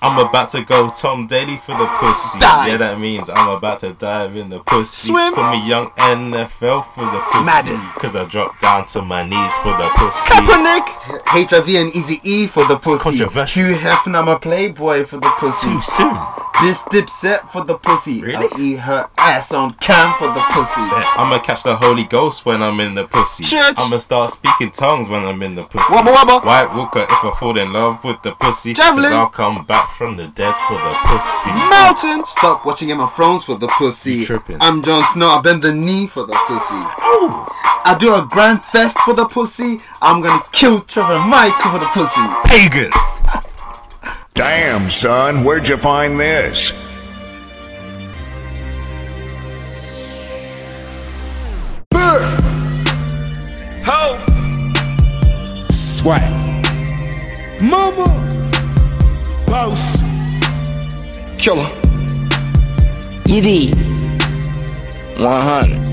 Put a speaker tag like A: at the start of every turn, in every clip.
A: I'm about to go Tom Daly for the pussy.
B: Dive.
A: Yeah, that means I'm about to dive in the pussy.
B: Swim.
A: Call me young NFL for the pussy.
B: Madden.
A: Cause I dropped down to my knees for the pussy.
B: Kaepernick.
C: HIV and Easy E for the pussy.
A: Controversial.
C: Hugh Hefner, my playboy for the pussy.
A: Too soon.
C: This dipset for the pussy.
A: Really?
C: I'll eat her ass on cam for the pussy.
A: I'ma catch the Holy Ghost when I'm in the pussy.
B: Church.
A: I'ma start speaking tongues when I'm in the pussy.
B: Wubba wubba.
A: White Walker if I fall in love with the pussy.
B: Javelin.
A: Cause I'll come back from the dead for the pussy.
B: Mountain.
C: Stop watching Emma Thrones for the
A: You
C: pussy.
A: tripping.
C: I'm Jon Snow. I bend the knee for the pussy.
A: Oh!
C: I do a grand theft for the pussy. I'm gonna kill Trevor Michael for the pussy.
A: Pagan.
D: Damn, son, where'd you find this?
E: Ho!
F: Swag. Mama. Boss.
C: Killer.
F: Yiddy. 100.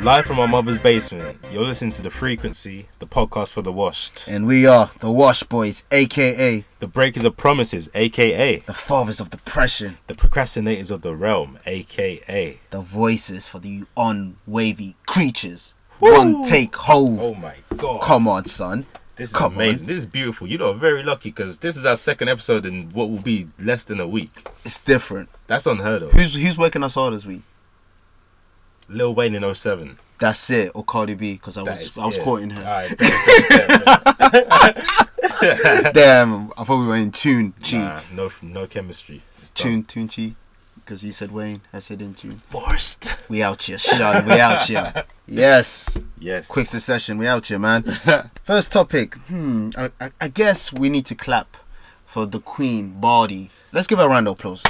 A: Live from my mother's basement, you're listening to The Frequency, the podcast for the washed.
C: And we are the Wash Boys, aka
A: The Breakers of Promises, aka
C: the Fathers of Depression,
A: The Procrastinators of the Realm, aka
C: the Voices for the unwavy creatures. One take hold.
A: Oh my god.
C: Come on, son.
A: this is
C: come
A: amazing. This is beautiful. You lot are very lucky because this is our second episode in what will be less than a week.
C: It's different.
A: That's unheard of.
C: Who's who's working us hard this week?
A: Lil Wayne in 07.
C: That's it, or Cardi B, because I
A: That
C: was
A: is
C: I was
A: it.
C: quoting her.
A: Alright, bet, bet, bet, bet.
C: Damn, I thought we were in tune, Chi.
A: Nah, no, no chemistry. It's done.
C: Tune, tune, Chi. Because you said Wayne, I said in tune.
A: Forced.
C: We out here, son. We out here. Yes.
A: Yes.
C: Quick succession. We out here, man. First topic. Hmm. I, I, I guess we need to clap for the Queen Body. Let's give her a round of applause.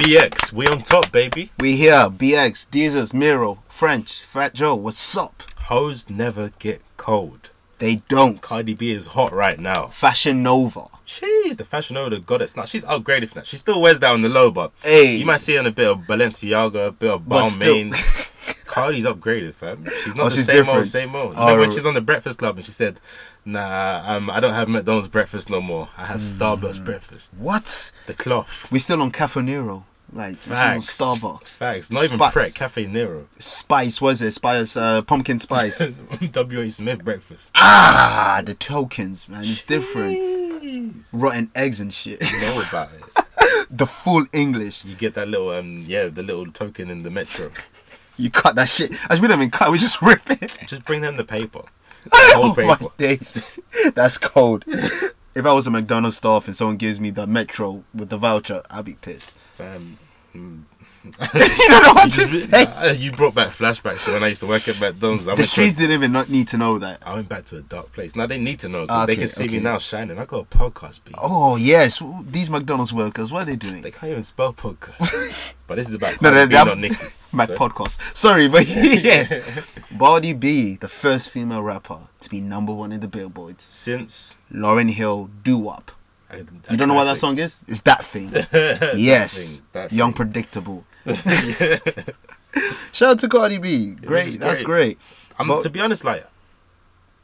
A: BX, we on top, baby.
C: We here. BX, Jesus, Miro, French, Fat Joe. What's up?
A: Hoes never get cold.
C: They don't.
A: Cardi B is hot right now.
C: Fashion Nova.
A: She's the fashion over the goddess. Now she's upgraded from that. She still wears that on the low, but
C: Hey.
A: you might see her in a bit of Balenciaga, a bit of
C: But still.
A: Balmain. Cardi's upgraded, fam. She's not
C: Oh,
A: the
C: she's
A: same
C: different.
A: old, same old.
C: Oh,
A: Remember when
C: right.
A: she's on the Breakfast Club and she said, "Nah, um, I don't have McDonald's breakfast no more. I have
C: Mm.
A: Starbucks breakfast.
C: What?
A: The cloth."
C: We're still on Cafe Nero. Like, still on
A: Facts.
C: Starbucks.
A: Facts. Not even
C: Spice.
A: Pret Cafe Nero.
C: Spice, what is it? Spice, uh, pumpkin spice.
A: W. H. Smith breakfast.
C: ah, the tokens, man. It's different.
A: Jeez.
C: Rotten eggs and shit.
A: Know about it.
C: the full English.
A: You get that little um yeah, the little token in the metro.
C: You cut that shit. Actually, we don't even cut. We just rip it.
A: Just bring them the paper. The whole
C: Oh my
A: paper.
C: days. That's cold. if I was a McDonald's staff and someone gives me the Metro with the voucher, I'd be pissed.
A: Fam.
C: you don't know what to
A: Just-
C: say.
A: Uh, you brought back flashbacks to when I used to work at McDonald's. I
C: The
A: went, to,
C: streets didn't even not need to know that.
A: I went back to a dark place. Now they need to know because they
C: Okay,
A: can see me
C: okay.
A: now shining. I got a podcast beat.
C: Oh yes, these McDonald's workers, what are they doing?
A: They can't even spell podcast. but this is about
C: No,
A: no,
C: no,
A: no,
C: they
A: being
C: have-
A: on Nicky.
C: Mac
A: Sorry.
C: podcast. Sorry, but yes, Bardi B, the first female rapper to be number one in the billboards.
A: Since
C: Lauren Hill, Do Up.
A: I, you
C: You don't know what that song is? It's that thing. yes.
A: thing, that
C: Young
A: thing.
C: Predictable. Shout out to Cardi B. Great.
A: is
C: That's great.
A: great. I'm
C: But-
A: to be honest, like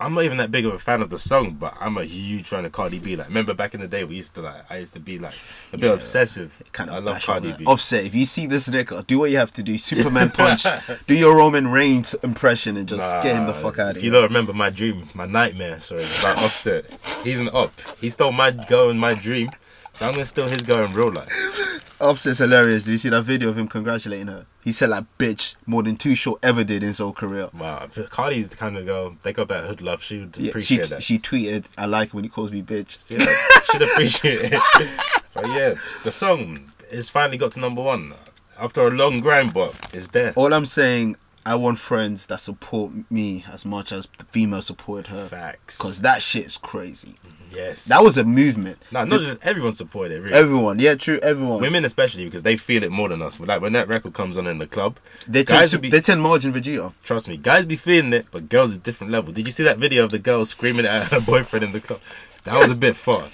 A: I'm not even that big of a fan of the song, but I'm a huge fan of Cardi B. Like, remember back in the day, we used to like, I used to be like a bit obsessive.
C: Kind of
A: I love
C: bashful,
A: Cardi
C: man.
A: B.
C: Offset, if you see this nigga, do what you have to do. Superman punch. do your Roman Reigns impression and just get him the
A: Nah,
C: fuck out of
A: If you
C: here.
A: don't remember my dream, my nightmare, sorry, it's about Offset. He's an op. He stole my girl in my dream, so I'm gonna steal his girl in real life.
C: Offset's hilarious. Did you see that video of him congratulating her? He said like bitch more than Too Short ever did in his whole career.
A: Wow, Cardi's the kind of girl. They got that hood love. She would
C: Yeah, she
A: appreciate that.
C: she tweeted, I like it when he calls me bitch.
A: So, yeah, should appreciate it. But yeah, the song is finally got to number one after a long grind, but it's there.
C: All I'm saying, I want friends that support me as much as the female supported her.
A: Facts.
C: Cause that shit's crazy.
A: Yes.
C: That was a movement.
A: No, not just everyone supported it, really.
C: everyone. Yeah, true. Everyone.
A: Women especially because they feel it more than us. Like when that record comes on in the club,
C: they tend
A: guys
C: to,
A: would be
C: they tend margin Vegeta.
A: trust me, guys be feeling it, but girls is different level. Did you see that video of the girl screaming at her boyfriend in the club? That was a bit far.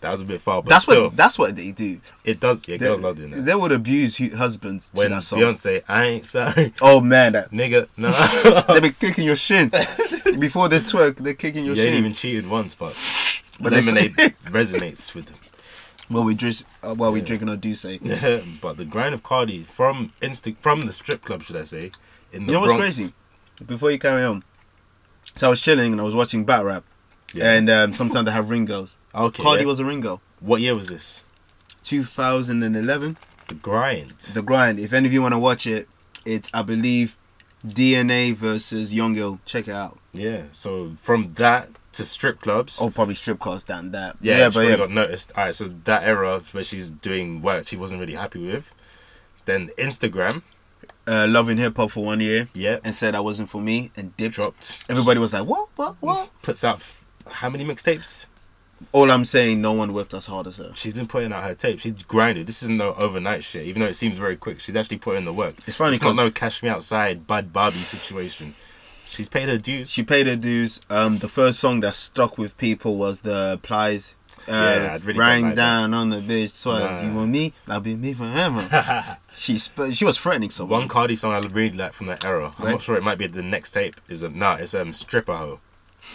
A: That was a bit far, but
C: That's
A: still,
C: what that's what they do.
A: it does. Yeah, girls
C: they,
A: love doing that.
C: They would abuse hu- husbands to
A: when
C: that song.
A: Beyonce, I ain't sorry,
C: Oh man, that,
A: nigga, no,
C: they be kicking your shin before they twerk. They're kicking your
A: you
C: shin.
A: ain't even cheated once, but,
C: But they
A: lemonade
C: say-
A: resonates with them.
C: Well, we drink. Uh, well, we drinking our Douce. You
A: but the grind of Cardi from insta from the strip club, should I say, in the
C: know what's
A: Bronx.
C: crazy? Before you carry on, so I was chilling and I was watching battle rap,
A: Yeah.
C: and um, sometimes they have ringos.
A: Okay,
C: Cardi
A: yeah.
C: was a ringo.
A: What year was this?
C: 2011.
A: The grind.
C: The grind. If any of you want to watch it, it's I believe DNA versus Young Yo. Check it out.
A: yeah. So from that to strip clubs.
C: Oh, probably strip calls than that.
A: Yeah,
C: yeah
A: she
C: but
A: probably
C: yeah.
A: got noticed. All right, so that era where she's doing work she wasn't really happy with. Then Instagram,
C: uh, loving hip hop for one year.
A: Yep.
C: And said that wasn't for me and dipped.
A: Dropped.
C: Everybody was like, what, what, what?
A: puts out f- how many mixtapes? Mm.
C: All I'm saying, no one worked as hard as her.
A: She's been putting out her tape. She's grinded. This isn't no overnight shit, even though it seems very quick. She's actually put in the work.
C: It's funny
A: It's not
C: 'cause-
A: no cash me outside, bad Barbie situation. She's paid her dues.
C: She paid her dues. Um, the first song that stuck with people was the Plies. Uh,
A: Yeah, I really don't
C: rang
A: like that.
C: down on the bitch twice.
A: Nah.
C: You want me? I'll be me forever. she sp- she was threatening someone.
A: One Cardi song I really like from that era. I'm not
C: Right.
A: sure it might be the next tape. Is um, nah, it's um stripper hoe.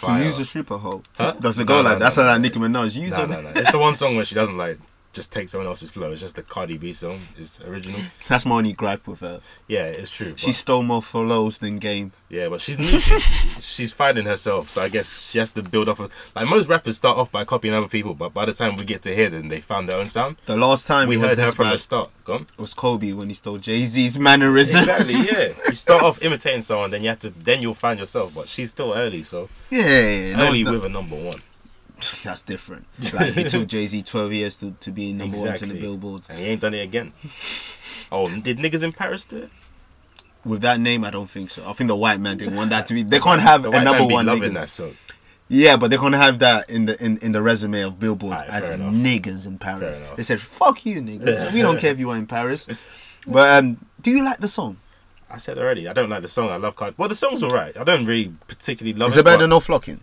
C: You
A: Fire.
C: use a stripper hoe.
A: Huh?
C: Does it
A: No,
C: go
A: no,
C: like that's
A: no,
C: how
A: no.
C: like Nicki Minaj? You use
A: No,
C: a-
A: no, no. It's the one song where she doesn't like just take someone else's flow. It's just the Cardi B song. It's original.
C: That's my only gripe with her.
A: Yeah, it's true. but-
C: She stole more follows than game.
A: yeah, but she's new. She's, she's finding herself, so I guess she has to build off. Of, like most rappers start off by copying other people, but by the time we get to here, then they found their own sound.
C: The last time
A: We
C: it was
A: heard her
C: this
A: from the
C: bad
A: start. Gone.
C: was Kobe when he stole Jay Z's mannerism.
A: Exactly. Yeah. You start off imitating someone, then you have to. Then you'll find yourself. But she's still early, so
C: Yeah, yeah, yeah. No,
A: early
C: it's not-
A: with a number one.
C: that's different. Like it took Jay Z twelve years to, to be number one to
A: Exactly.
C: the billboards.
A: And he ain't done it again. Oh, did niggas in Paris do it?
C: With that name, I don't think so. I think the white man didn't want that to be. They can't have
A: The
C: a
A: white
C: number
A: man be
C: one.
A: loving
C: niggas.
A: that song.
C: Yeah, but they can't have that in the in, in the resume of billboards
A: Aight,
C: as
A: fair enough.
C: niggas in Paris.
A: Fair enough.
C: They said, "Fuck you, niggas. we don't care if you are in Paris." But um, do you like the song?
A: I said already. I don't like the song. I love Cardi. Well, the song's alright. I don't really particularly love
C: Is
A: it.
C: it better
A: but-
C: than No Flocking?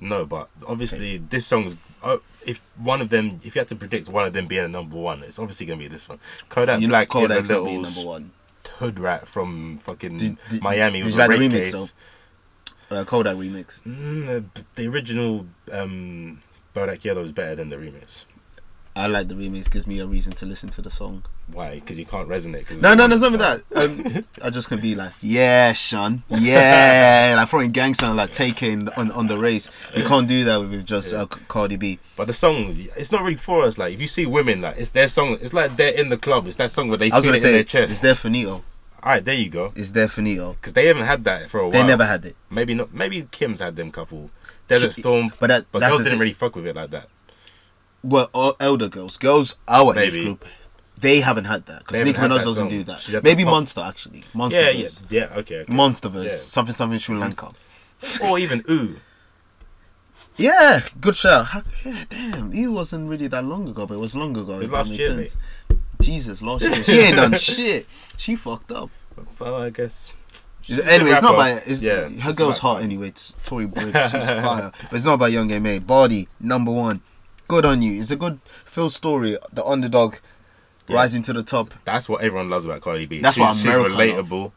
A: No, but obviously this song's. Oh, if one of them, if you had to predict one of them being a number one, it's obviously gonna be this one. Kodak
C: You know,
A: Black
C: Kodak's
A: is a
C: not being
A: little
C: number one.
A: hood rat from fucking
C: Did- did-
A: Miami
C: did
A: with
C: you
A: a
C: like the
A: rape
C: remix,
A: case.
C: Uh, Kodak remix.
A: Mm, uh, the original um, Bodak Yellow is better than the remix.
C: I like the remix. Gives me a reason to listen to the song.
A: Why? Because you can't resonate. 'cause it's
C: No,
A: a
C: no,
A: woman.
C: there's nothing that. Um, I just can be like, yeah, Sean, yeah, like throwing gang sound like taking on on the race. You can't do that with just uh, Cardi B.
A: But the song, it's not really for us. Like if you see women, like it's their song. It's like they're in the club. It's that song where they
C: I was
A: feel
C: gonna
A: it in
C: say,
A: their
C: it's
A: chest.
C: there for Neo.
A: All right, there you go.
C: It's there for Neo.
A: Because they haven't had that for a while.
C: They never had it.
A: Maybe not. Maybe Kim's had them couple. Desert Storm,
C: but that-
A: but
C: that's
A: girls
C: the
A: didn't
C: thing.
A: really fuck with it like that.
C: Well, all elder girls, girls our
A: Maybe.
C: age group, they haven't had that
A: They
C: because
A: haven't
C: Nicki
A: had
C: Minaj
A: that
C: doesn't
A: song.
C: do
A: She's had the
C: that. Maybe
A: pop-
C: Monster actually. Monster.
A: Yeah, yeah, yeah. Okay, okay.
C: Monsterverse,
A: Yeah.
C: something, something Sri Lanka.
A: or even Ooh.
C: Yeah, good shout. How- Yeah, damn, it wasn't really that long ago, but it was long ago. It
A: was last year,
C: Jesus, last year. She ain't done shit. She fucked up.
A: Well, I guess.
C: It's- anyway, it's not by
A: rapper.
C: it's,
A: Yeah,
C: her
A: she's a
C: girl's
A: rapper.
C: hot anyway. It's Tory Briggs, she's fire. But it's not by Young M.A. Body number one. Good on you. It's a good Phil story. The underdog rising to the top.
A: That's what everyone loves about Cardi B.
C: That's
A: She's-
C: what
A: she's
C: America love.
A: relatable.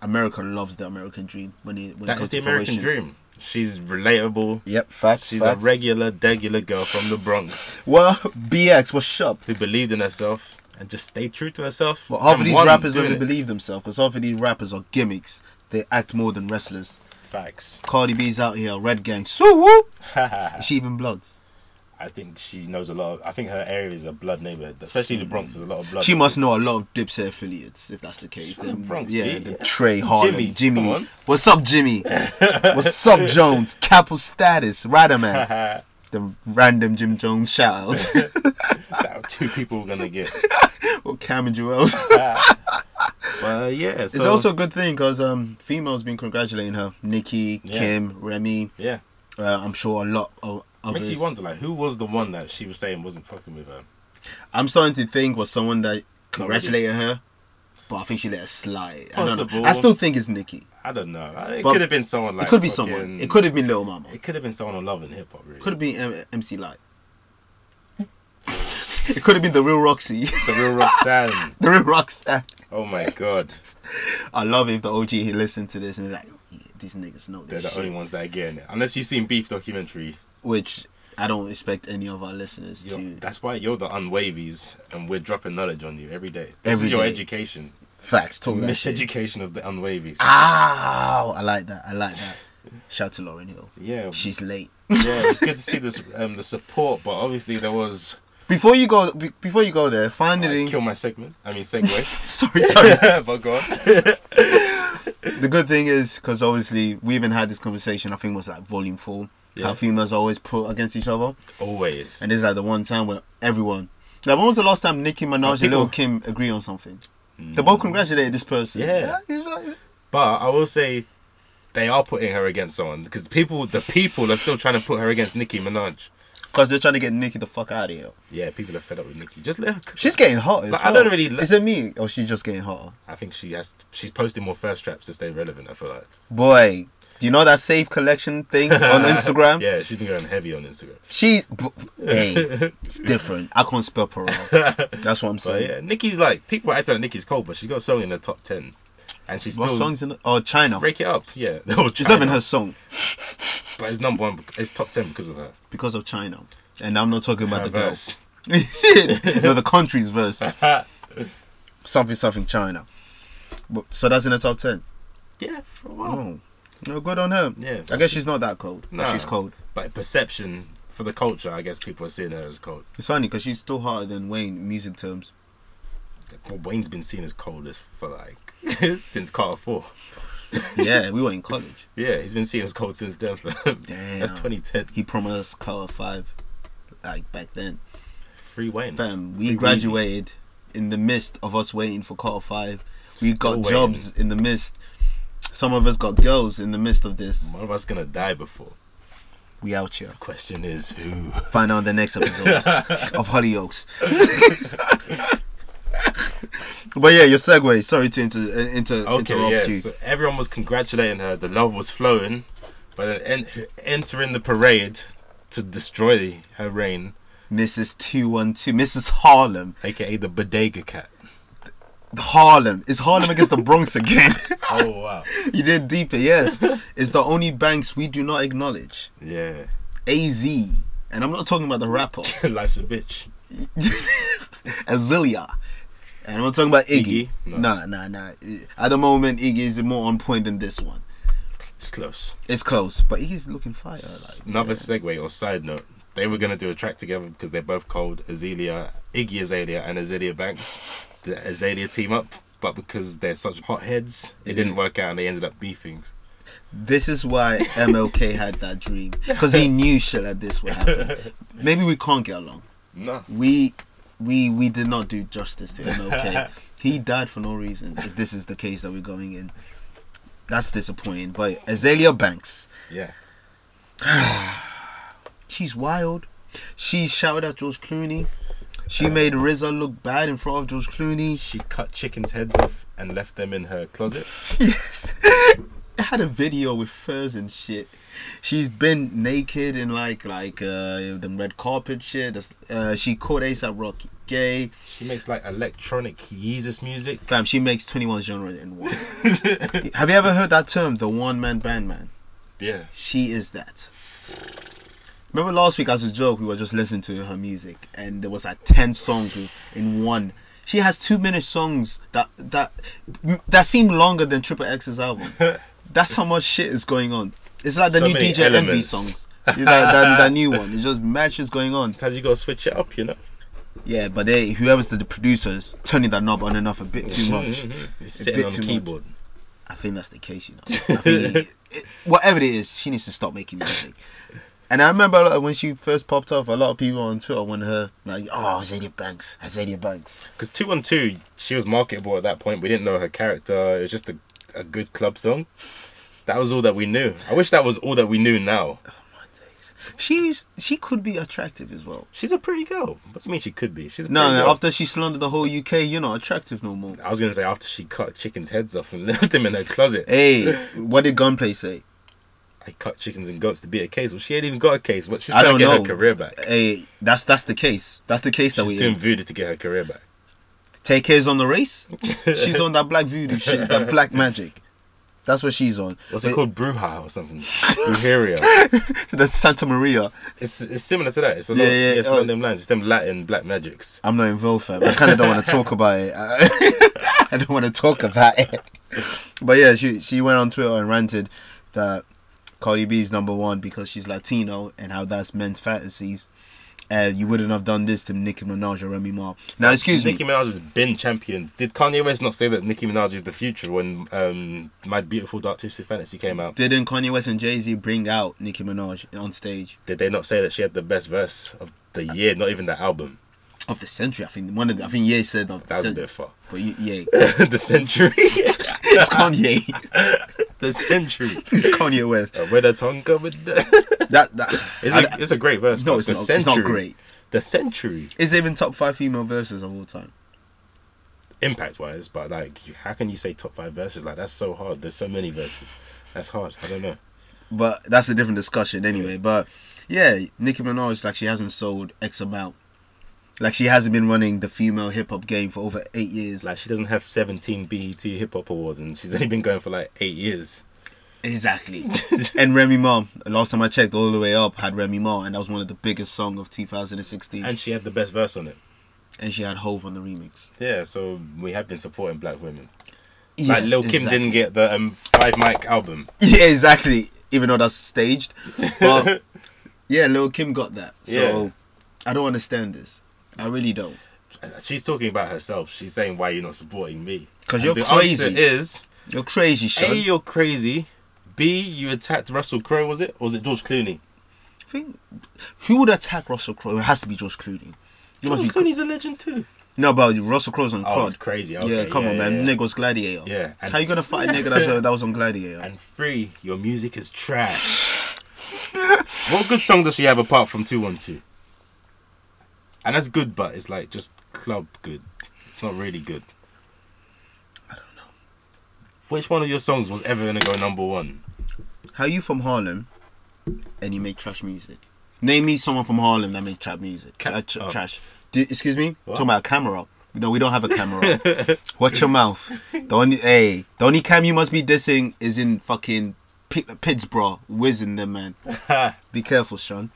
C: America loves the American dream when it when it
A: That
C: comes
A: is the
C: to
A: American
C: fruition.
A: dream. She's relatable.
C: Yep, fact.
A: She's
C: fact.
A: a regular, degular girl from the Bronx
C: Well, BX was up.
A: who believed in herself and just stayed true to herself.
C: But half
A: And
C: of these
A: won
C: rappers
A: doing
C: only
A: it.
C: believe themselves because half of these rappers are gimmicks. They act more than wrestlers.
A: Facts.
C: Cardi B's out here, Red Gang, so woo. Is she even bloods?
A: I think she knows a lot. Of, I think her area is a blood neighborhood, especially the Bronx is a lot of blood.
C: She must
A: neighborhoods.
C: know a lot of Dipset affiliates if that's the case.
A: from
C: Them-
A: the Bronx,
C: yeah,
A: B.
C: them
A: Yes.
C: Trey Harlan,
A: Jimmy,
C: Jimmy.
A: come on.
C: What's up, Jimmy? What's up, Jones? Capital status, Rider man. the random Jim Jones shout outs.
A: That two people we're gonna get.
C: or Cam and Jewels.
A: But yeah, so,
C: It's also a good thing because um, females been congratulating her. Nikki,
A: Yeah.
C: Kim, Remy.
A: yeah.
C: Uh, I'm sure a lot of
A: Makes
C: others.
A: you wonder, like, who was the one that she was saying wasn't fucking with her?
C: I'm starting to think was someone that congratulated her, but I think she let her slide. I, don't know.
A: Possible.
C: I still think it's Nikki.
A: I don't know. It
C: But
A: could have been someone like.
C: it could be
A: fucking-
C: someone. It could have been Little Mama.
A: It could have been someone on Love and Hip Hop. Really.
C: It could have been M- MC Light. It could have been the real Roxy.
A: The real Roxanne.
C: the real Rockstar.
A: Oh my god.
C: I love if the OG he listened to this and they're like, yeah, these niggas know
A: They're the
C: this shit.
A: only ones that are getting it. Unless you've seen Beef documentary.
C: Which I don't expect any of our listeners
A: You're-
C: to.
A: that's why you're the unwavies and we're dropping knowledge on you every day. This
C: Every
A: is your
C: day.
A: education.
C: Facts, talk that shit. Ah.
A: Miseducation of the unwavies.
C: Ow! I like that. I like that. Shout to Lauren Hill.
A: Yeah.
C: She's late.
A: yeah, it's good to see this um, the support, but obviously there was
C: Before you go, be- before you go there,
A: I
C: finally.
A: kill my segment. I mean segue.
C: sorry, sorry.
A: but go on.
C: the good thing is because obviously we even had this conversation. I think it was like volume four. How females are always put against each other,
A: Always.
C: and this is like the one time where everyone. Like, when was the last time Nicki Minaj and
A: people- Hmm.
C: Lil Kim agree on something? They both congratulated this person.
A: Yeah.
C: it's like-
A: But I will say they are putting her against someone because the people the people are still trying to put her against Nicki Minaj.
C: Cause they're trying to get Nicki the fuck out of here.
A: Yeah, people are fed up with Nicki. Just let her. cook.
C: She's getting hot. As
A: Like, I
C: well.
A: don't really li-
C: Is it me or she's just getting hotter?
A: I think she has. She's posting more first traps to stay relevant. I feel like.
C: Boy, do you know that safe collection thing on Instagram?
A: Yeah, she's been going heavy on Instagram.
C: She's b- hey, it's different. I can't spell Perel. That's what I'm
A: But
C: saying.
A: yeah, Nicki's like people are acting like Nicki's cold, but she's got a song in the top ten, and she's
C: What
A: still
C: songs in? Oh, China.
A: break it up. Yeah, no,
C: She's not even her song
A: But it's number one. It's top ten because of her.
C: because of China, and I'm not talking about
A: her
C: the girls.
A: verse.
C: no, the country's verse. something, something, China. But, so that's in the top ten.
A: Yeah, for a while.
C: Oh, no good on her.
A: Yeah.
C: I guess she's not that cold. but
A: Nah.
C: she's cold.
A: But perception for the culture, I guess people are seeing her as cold.
C: It's funny because she's still hotter than Wayne in music terms.
A: But Wayne's been seen as cold as for like since Carter Four.
C: Yeah, we were in college.
A: Yeah, he's been seen as cold since then. fam.
C: Damn.
A: That's 2010.
C: He promised Color Five, like back then.
A: Free Wayne.
C: Fam, we
A: Free
C: graduated in the midst of us waiting for Color Five. We got
A: waiting.
C: jobs in the midst. Some of us got girls in the midst of this.
A: One of us gonna die before.
C: We out here.
A: Question is who?
C: Find out in the next episode of Hollyoaks. but yeah, your segue. Sorry to inter- uh, inter-
A: Okay,
C: interrupt
A: yeah.
C: you.
A: So everyone was congratulating her. The love was flowing, but then en- entering the parade to destroy her reign,
C: Mrs. Two One Two, Mrs. Harlem.
A: aka the Bodega Cat.
C: Harlem. It's Harlem against the Bronx again.
A: Oh wow.
C: you did deeper. Yes, it's the only banks we do not acknowledge.
A: Yeah,
C: AZ, and I'm not talking about the rapper,
A: life's a bitch.
C: Azilia. And I'm not talking about Iggy.
A: Iggy? No.
C: Nah, nah, nah. I- At the moment, Iggy is more on point than this one.
A: It's close.
C: It's close, but Iggy's looking fire.
A: S-
C: Like,
A: Another segue or side note. They were gonna do a track together because they're both called Azealia, Iggy Azalea and Azealia Banks, the Azalea team up. But because they're such hotheads, it didn't work out and they ended up beefing.
C: this is why MLK had that dream because he knew shit like this would happen. Maybe we can't get along.
A: No,
C: We, we, we did not do justice to MLK. he died for no reason. If this is the case that we're going in, that's disappointing. But Azalea Banks.
A: yeah,
C: She's wild. She shouted at George Clooney. She made Rizzo look bad in front of George Clooney.
A: she cut chickens' heads off and left them in her closet.
C: Yes. I had a video with furs and shit. She's been naked in like like uh them red carpet shit. That's, uh, she caught ASAP Rocky gay.
A: She makes like electronic Yeezus music.
C: Fam, she makes twenty one genre in one. Have you ever heard that term, the one man band man?
A: Yeah,
C: She is that. Remember last week, as a joke, we were just listening to her music, and there was like ten songs with- in one. She has two minute songs that that that seem longer than Triple X's album. That's how much shit is going on. It's like the
A: So
C: new
A: many
C: DJ Envy
A: elements.
C: songs. that, that, that new one. It's just mad shit's going on.
A: sometimes you gotta switch it up, you know.
C: Yeah, but they whoever's the producer is turning that knob on and off a bit too much.
A: It's sitting
C: Mm-hmm. bit
A: on the
C: too much.
A: keyboard.
C: I think that's the case, you know. I think it- it- whatever it is, she needs to stop making music. And I remember a lot of- when she first popped off, a lot of people on Twitter wanted her like, "Oh, Azalia Banks, Azalia Banks."
A: Because 212, she was marketable at that point. We didn't know her character. It was just a, a good club song. That was all that we knew. I wish that was all that we knew now.
C: She's she could be attractive as well.
A: She's a pretty girl. What do you mean she could be? She's a
C: No,
A: pretty
C: no
A: girl.
C: after she slandered the whole UK, you're not attractive no more.
A: I was going to say after she cut chickens' heads off and left them in her closet.
C: Hey, what did Gunplay say?
A: I he cut chickens and goats to beat a case. Well, she ain't even got a case. What she's
C: I
A: trying to
C: don't
A: get
C: know.
A: her career back.
C: Hey, that's that's the case. That's the case that we
A: She's doing voodoo to get her career back.
C: Take care's on the race. she's on that black voodoo shit, that black magic. That's what she's on.
A: What's
C: But-
A: it called? Bruja or something? Brujeria.
C: That's Santa Maria.
A: It's, it's similar to that. It's a
C: Yeah,
A: lot.
C: yeah,
A: Yeah, it's along
C: oh.
A: them lines. It's them Latin black magics.
C: I'm not involved, fam. I kind of don't want to talk about it. I, I don't want to talk about it. But yeah, she she went on Twitter and ranted that Cardi B is number one because she's Latino and how that's men's fantasies. And you wouldn't have done this to Nicki Minaj or Remy Ma. Now, excuse
A: Nicki
C: me.
A: Minaj has been championed. Did Kanye West not say that Nicki Minaj is the future when um, My Beautiful Dark Twisted Fantasy came out?
C: Didn't Kanye West and Jay Z bring out Nicki Minaj on stage
A: Did they not say that she had the best verse of the year? Not even the album.
C: of the century? I think one of the, I think Ye said of the
A: That was a
C: century.
A: bit far.
C: But you- yeah,
A: the century.
C: it's Kanye.
A: the century.
C: it's Kanye West.
A: Uh, Where the tongue covered.
C: That that
A: It's
C: I-
A: a, it's a great verse.
C: No,
A: but
C: it's
A: the
C: not- it's
A: Century,
C: not great.
A: The century,
C: is even top five female verses of all time.
A: impact wise, but like, you- how can you say top five verses? Like, that's so hard. There's so many verses. That's hard. I don't know.
C: but that's a different discussion anyway. But yeah, Nicki Minaj like she hasn't sold X amount. Like she hasn't been running the female hip hop game for over eight years.
A: Like, she doesn't have 17 BET Hip Hop Awards, and she's only been going for like eight years.
C: exactly. and Remy Ma, last time I checked, all the way up had Remy Ma, and that was one of the biggest song of 2016.
A: And
C: And,
A: she had the best verse on it.
C: she had Hove on the remix.
A: Yeah, so we have been supporting black women. Like,
C: Yes,
A: Lil Kim
C: exactly.
A: didn't get the um, Five Mic album.
C: Yeah, exactly. Even though that's staged, but yeah, Lil Kim got that. So
A: Yeah.
C: I don't understand this. I really don't.
A: She's talking about herself. She's saying, Why are you not supporting me?
C: 'Cause
A: And
C: you're
A: the
C: crazy.
A: Answer is,
C: You're crazy,
A: A,
C: Sean.
A: you're crazy. B, you attacked Russell Crowe, was it? Or was it George Clooney?
C: think who would attack Russell Crowe? It has to be George Clooney. You
A: George
C: must be
A: Clooney's a legend too.
C: no, but Russell Crowe's on
A: Oh,
C: Cod.
A: it's crazy. Okay,
C: yeah, come
A: yeah,
C: on,
A: yeah,
C: man.
A: yeah.
C: Nigga was Gladiator.
A: Yeah, and-
C: How you gonna fight a nigga that's, that was on Gladiator?
A: And three, your music is trash. what good song does she have apart from 212? And that's good, but it's like just club good. It's not really good. I don't know. Which one of your songs was ever gonna go number one?
C: How you from Harlem, and you make trash music? Name me someone from Harlem that make trap music.
A: Ca-
C: uh, tr-
A: oh.
C: Trash. D- excuse me. Talking about camera. No, we don't have a camera. Watch your mouth. The only hey, the only cam you must be dissing is in fucking P- Pittsburgh. Wiz in them, man. be careful, Sean.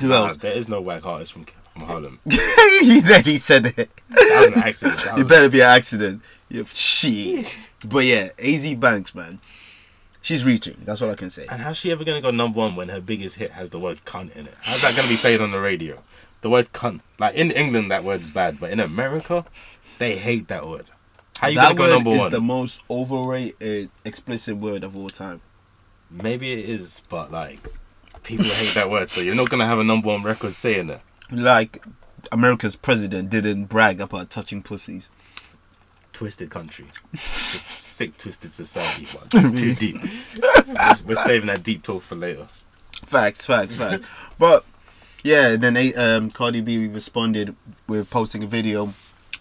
C: Who
A: Nah,
C: else?
A: there is no whack artist from, from Harlem.
C: he said he said it.
A: That was an accident. That
C: It
A: was-
C: better be an accident. Yeah, shit. But yeah, AZ Banks, man. She's reaching. That's all I can say.
A: And how's she ever gonna go number one when her biggest hit has the word cunt in it? How's that gonna be played on the radio? The word cunt. Like in England that word's bad, but in America, they hate that word. How you
C: that
A: gonna go
C: word
A: number
C: is
A: one?
C: the most overrated uh, explicit word of all time.
A: Maybe it is, but like people hate that word, so you're not gonna have a number one record saying that.
C: Like America's president didn't brag about touching pussies.
A: Twisted country. It's a sick twisted society, but it's too deep. We're- We're saving that deep talk for later.
C: Facts, facts, facts. but yeah, then they, um, Cardi B responded with posting a video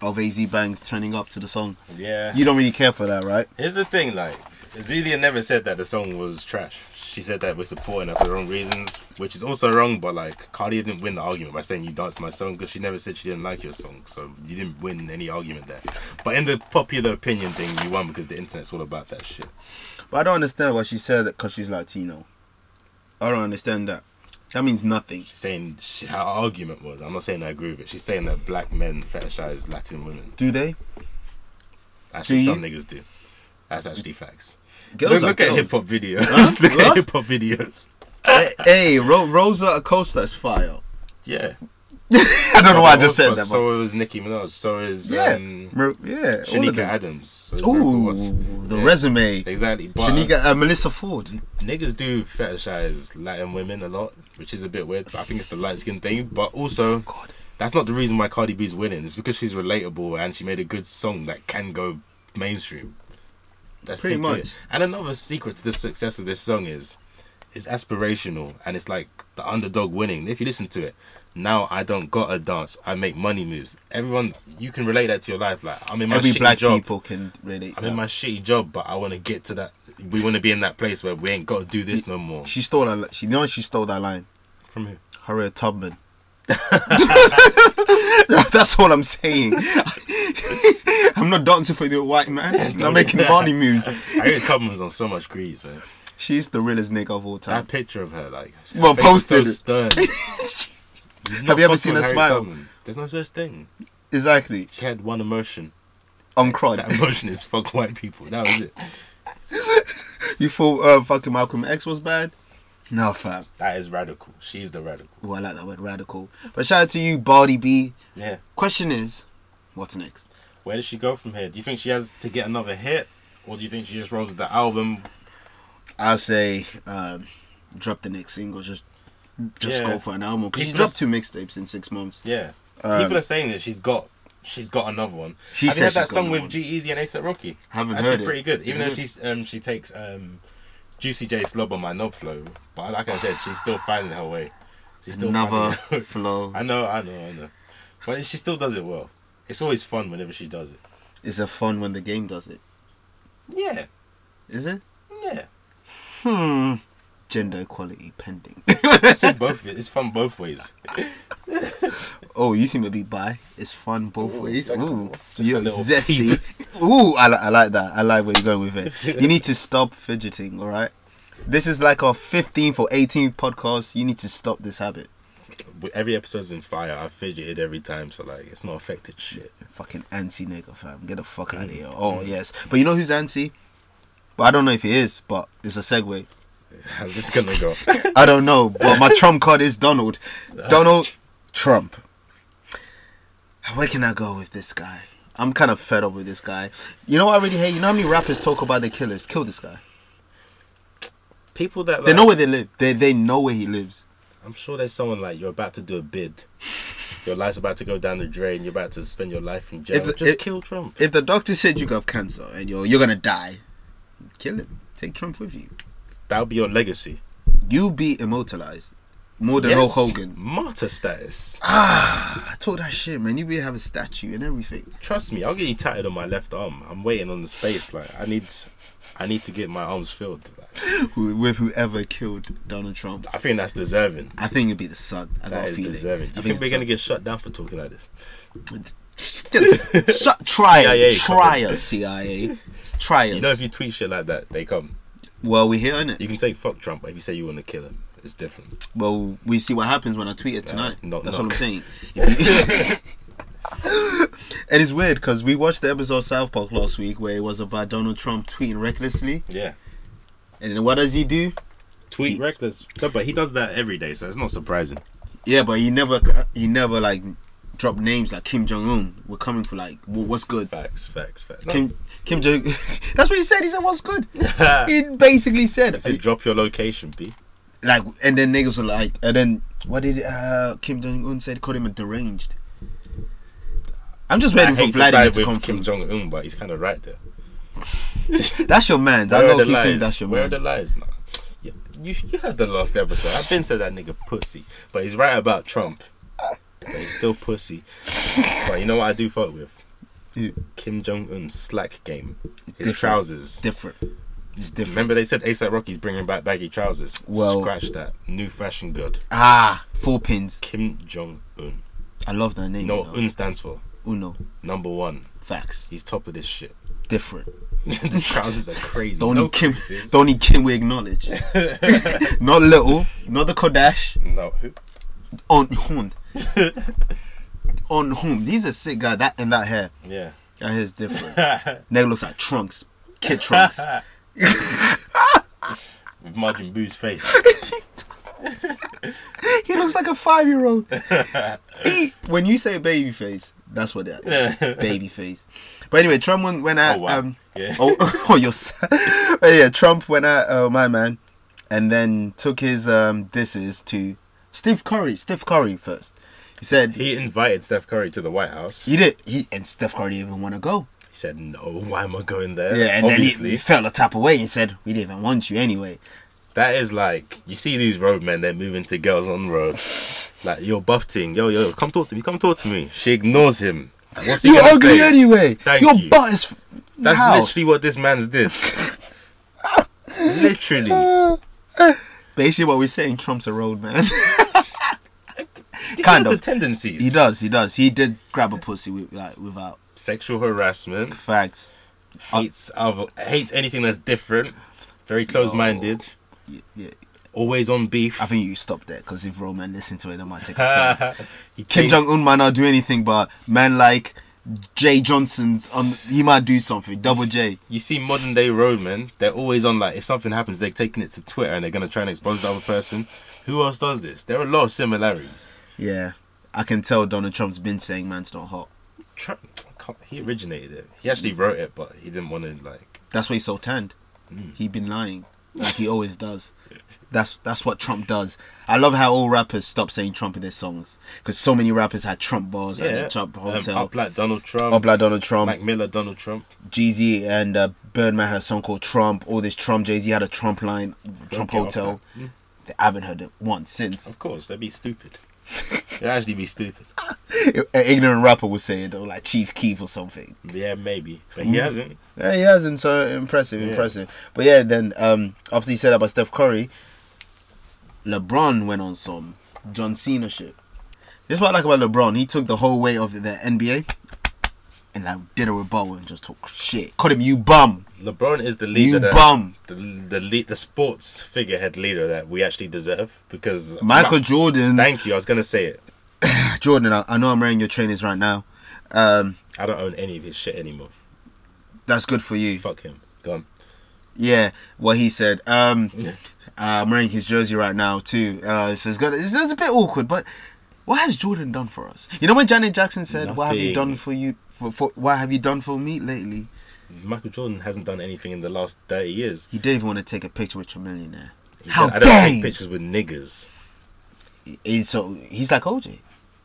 C: of AZ Banks turning up to the song.
A: Yeah.
C: You don't really care for that, right?
A: Here's the thing, like Azealia never said that the song was trash. She said that we're supporting her for the wrong reasons, which is also wrong. But like Cardi didn't win the argument by saying you danced my song because she never said she didn't like your song, so you didn't win any argument there. But in the popular opinion thing, you won because the internet's all about that shit.
C: But I don't understand why she said that because she's Latino. I don't understand that. That means nothing.
A: She's saying she, her argument was, I'm not saying I agree with it. She's saying that black men fetishize Latin women.
C: Do they?
A: Actually,
C: Do
A: some niggas do. That's actually facts. look
C: Girls
A: look
C: are
A: at
C: girls.
A: hip hop videos. look at
C: What?
A: hip hop videos.
C: hey, hey Ro- Rosa Acosta's fire.
A: Yeah.
C: I don't know why I
A: But
C: just said
A: also,
C: that. but-
A: So is Nicki Minaj. So is
C: yeah,
A: um,
C: Mer- yeah. all of
A: Shanika
C: them.
A: Adams. So is Miracle
C: Ooh,
A: Watts.
C: the
A: Yeah,
C: resume.
A: Exactly. But
C: Shanika, uh, Melissa Ford.
A: niggas do fetishize Latin women a lot, which is a bit weird. But I think it's the light skin thing. But also, that's not the reason why Cardi B's winning. It's because she's relatable and she made a good song that can go mainstream. That's
C: Pretty
A: simply
C: much.
A: it. And another secret to the success of this song is it's aspirational and it's like the underdog winning. If you listen to it, now I don't gotta dance. I make money moves. Everyone, you can relate that to your life. Like I'm in my
C: Every
A: shitty
C: black
A: job.
C: people can relate.
A: I'm in
C: that.
A: my shitty job, but I want to get to that we want to be in that place where we ain't got to do this no more.
C: She stole that. li- She you know she stole that line.
A: From who?
C: Harriet Tubman. That's all I'm saying. I'm not dancing for the white man. I'm not making body moves.
A: Harriet Tubman's on so much grease, man.
C: She's the realest nigga of all
A: That
C: time.
A: picture of her, like, her
C: Well,
A: face is So
C: posted.
A: stern. You've not
C: you ever
A: fucked
C: seen
A: with
C: her
A: Harriet
C: smile?
A: Tubman. There's no such thing.
C: Exactly.
A: She had one emotion.
C: I'm crud.
A: That emotion is fuck white people. That was it.
C: You thought uh, fucking Malcolm X was bad? No, fam.
A: That is radical. She's the radical.
C: Ooh, I like that word, radical. But shout out to you, Barty B.
A: Yeah.
C: Question is, what's next?
A: Where does she go from here? Do you think she has to get another hit? Or do you think she just rolls with the album?
C: I say, um, drop the next single. Just, just
A: Yeah.
C: go for an album. 'Cause she
A: People
C: dropped
A: are-
C: two mixtapes in six months.
A: Yeah.
C: Um,
A: People are saying that she's got she's got another one.
C: She
A: Have
C: said
A: you heard
C: she's
A: that
C: got
A: song
C: another
A: with
C: one.
A: G Easy and ASAP Rocky?
C: Haven't
A: Actually
C: heard it.
A: pretty good. Even
C: Is
A: though
C: it?
A: she's um she takes um Juicy J slob on my knob flow. But like I said, she's still finding her way. She's still
C: Another
A: finding her way.
C: flow.
A: I know, I know, I know. But she still does it well. It's always fun whenever she does it.
C: It's a fun when the game does it.
A: Yeah.
C: Is it?
A: Yeah.
C: Hmm. Gender equality pending.
A: I said both it's fun both ways.
C: oh, you seem to be bi. It's fun both
A: Ooh,
C: ways.
A: flexible.
C: Ooh,
A: Just a
C: you're
A: little
C: zesty. Ooh, I, li- I like that. I like where you're going with it. You need to stop fidgeting, all right? This is like our 15th or 18th podcast. You need to stop this habit.
A: Every episode's been fire. I fidgeted every time, so like it's not affected shit.
C: Fucking anti nigga, fam. Get the fuck
A: Mm.
C: out of here. Oh, yes. But you know who's anti? Well, I don't know if he is, but it's a segue.
A: I'm just gonna go.
C: I don't know, but my trump card is Donald. Donald Trump. Where can I go with this guy? I'm kind of fed up with this guy. You know what I really hate? You know how many rappers talk about their killers? Kill this guy.
A: People that like,
C: They know where they live. They they know where he lives.
A: I'm sure there's someone like you're about to do a bid. Your life's about to go down the drain. You're about to spend your life in jail.
C: If-
A: just
C: if-
A: kill Trump.
C: If the doctor said you have cancer and you're you're gonna die, kill him. Take Trump with you.
A: That'll be your legacy.
C: You be immortalized more than
A: Yes.
C: Hulk Hogan.
A: Martyr status.
C: I told that shit, man. You be have a statue and everything.
A: Trust me, I'll get you tatted on my left arm. I'm waiting on the space. Like I need, I need to get my arms filled. Like,
C: Who- With whoever killed Donald Trump.
A: I think that's deserving.
C: I think it'd be the son. I got
A: That
C: a
A: is
C: feeling.
A: deserving. Do you
C: I
A: think
C: it's
A: we're
C: the
A: gonna get shut down for talking like this?
C: Shut, try
A: CIA,
C: us, try
A: come
C: us, CIA, try us.
A: You know, if you tweet shit like that, they come.
C: well, we're here, innit?
A: You can say fuck Trump, but if you say you want to kill him, it's different.
C: Well, we see what happens when I tweet it tonight.
A: knock,
C: That's
A: knock.
C: what I'm saying. If you- it is weird because we watched the episode of South Park last week where it was about Donald Trump tweeting recklessly,
A: Yeah.
C: and then what does he do?
A: Tweet
C: He-
A: reckless. No, but he does that every day, so it's not surprising.
C: Yeah, but he never, he never like dropped names like Kim Jong Un. We're coming for like, wh- what's good?
A: Facts, facts, facts. No,
C: Kim, Kim Jong. That's what he said. He said, "What's good?" he basically said,
A: he said drop your location, B.
C: like and then niggas were like and then what did uh Kim Jong Un said called him a deranged. I'm just
A: I
C: waiting for
A: hate to side
C: Vladimir to come
A: with Kim
C: through.
A: Jong Un, but he's kind of right there.
C: That's your man's. I
A: Where
C: know
A: are the
C: you think
A: lies?
C: that's your
A: Where are
C: man's.
A: the lies? Nah. Yeah, you, you heard the last episode. I've been said that nigga pussy, but he's right about Trump. But he's still pussy. But you know what I do fuck with?
C: Yeah.
A: Kim Jong Un's slack game. His
C: Different.
A: trousers.
C: Different. It's different.
A: Remember they said ASAP Rocky's bringing back baggy trousers.
C: Well-
A: Scratch that. New fashion good.
C: Ah, four pins.
A: Kim Jong Un.
C: I love that name.
A: You know
C: No,
A: what Un stands for?
C: Uno.
A: Number one.
C: Facts.
A: He's top of this shit.
C: Different.
A: the trousers are crazy.
C: The only
A: no
C: Kim.
A: creases.
C: The only Kim we acknowledge. not little. Not the Kodash.
A: No. who-
C: On whom? on whom? He's a sick guy. That and that hair.
A: Yeah.
C: That hair's different. Nigga looks like trunks. Kid trunks.
A: With Margin Boo's face.
C: He looks like a five year old. when you say baby face, that's what that is. baby face. But anyway, Trump went, when I
A: Oh, wow.
C: um
A: Yeah.
C: oh, oh your s- but yeah Trump went at uh, my man, and then took his um disses to Steve Curry. Steve Curry first. He said he,
A: He invited Steph Curry to the White House. He
C: did he and Steph Curry didn't even want to go.
A: said, "No, why am I going there?"
C: Yeah, and
A: obviously,
C: then he fell a tap away and said we didn't even want you anyway.
A: that is like you see these road men. They're moving to girls on the road. Like yo, buff ting, yo, yo, come talk to me, come talk to me. She ignores him. What's he
C: You're
A: gonna
C: ugly
A: say?
C: anyway.
A: Thank
C: Your
A: you.
C: butt is. f-
A: That's
C: How?
A: literally what this man's did. Literally.
C: Basically, what we're saying, Trump's a road man.
A: He
C: Kind
A: has
C: of.
A: the tendencies.
C: he does. He does. He did grab a pussy with, like without
A: Sexual harassment.
C: facts. Uh,
A: Hates other, hates anything that's different. Very close minded.
C: Yeah, yeah.
A: Always on beef.
C: I think you stop there because if Roman listen to it, they might take offense.
A: He
C: Kim
A: thinks-
C: Jong Un might not do anything, but man like Jay Johnson's on, he might do something. Double J.
A: You see modern day roadmen, they're always on like if something happens, they're taking it to Twitter and they're gonna try and expose the other person. Who else does this? There are a lot of similarities.
C: Yeah, I can tell Donald Trump's been saying man's not hot.
A: Trump, he originated it. He actually wrote it, but he didn't want to like.
C: That's why he's so tanned.
A: Mm.
C: he been lying, like he always does. That's that's what Trump does. I love how all rappers stop saying Trump in their songs because so many rappers had Trump bars at
A: Yeah,
C: the Trump
A: um,
C: Hotel.
A: up like Donald Trump,
C: Up like Donald Trump,
A: Mac Miller, Donald Trump.
C: Jeezy and uh, Birdman had a song called Trump. All this Trump, Jay Z had a Trump line, Trump
A: get off
C: Hotel.
A: Mm.
C: I haven't heard it once since.
A: Of course, they'd be stupid. they'd actually be stupid.
C: An ignorant rapper would say it though, like Chief Keef or something.
A: Yeah, maybe, but he hasn't.
C: Yeah, he hasn't. So impressive, impressive. But yeah, then um, after he said about Steph Curry, LeBron went on some John Cena shit. This is what I like about LeBron. He took the whole way of the NBA and like did a rebuttal and just talk shit. Called him you bum.
A: LeBron is the leader.
C: You
A: that,
C: bum.
A: The the lead, the sports figurehead leader that we actually deserve because
C: Michael
A: Ma-
C: Jordan.
A: Thank you. I was gonna say it.
C: Jordan, I, I know I'm wearing your trainers right now. Um,
A: I don't own any of his shit anymore.
C: that's good for you.
A: Fuck him. Gone.
C: Yeah, what he said. Um, uh, I'm wearing his jersey right now too, uh, so it's good. It's, it's a bit awkward, but what has Jordan done for us? You know when Janet Jackson said, "What have you
A: Nothing.
C: done for you? For, for what have you done for me lately?"
A: Michael Jordan hasn't done anything in the last thirty years.
C: He didn't even want to take a picture with your millionaire.
A: He
C: How
A: said, I
C: dare
A: don't take
C: you?
A: pictures with niggas.
C: He's so he's like OJ,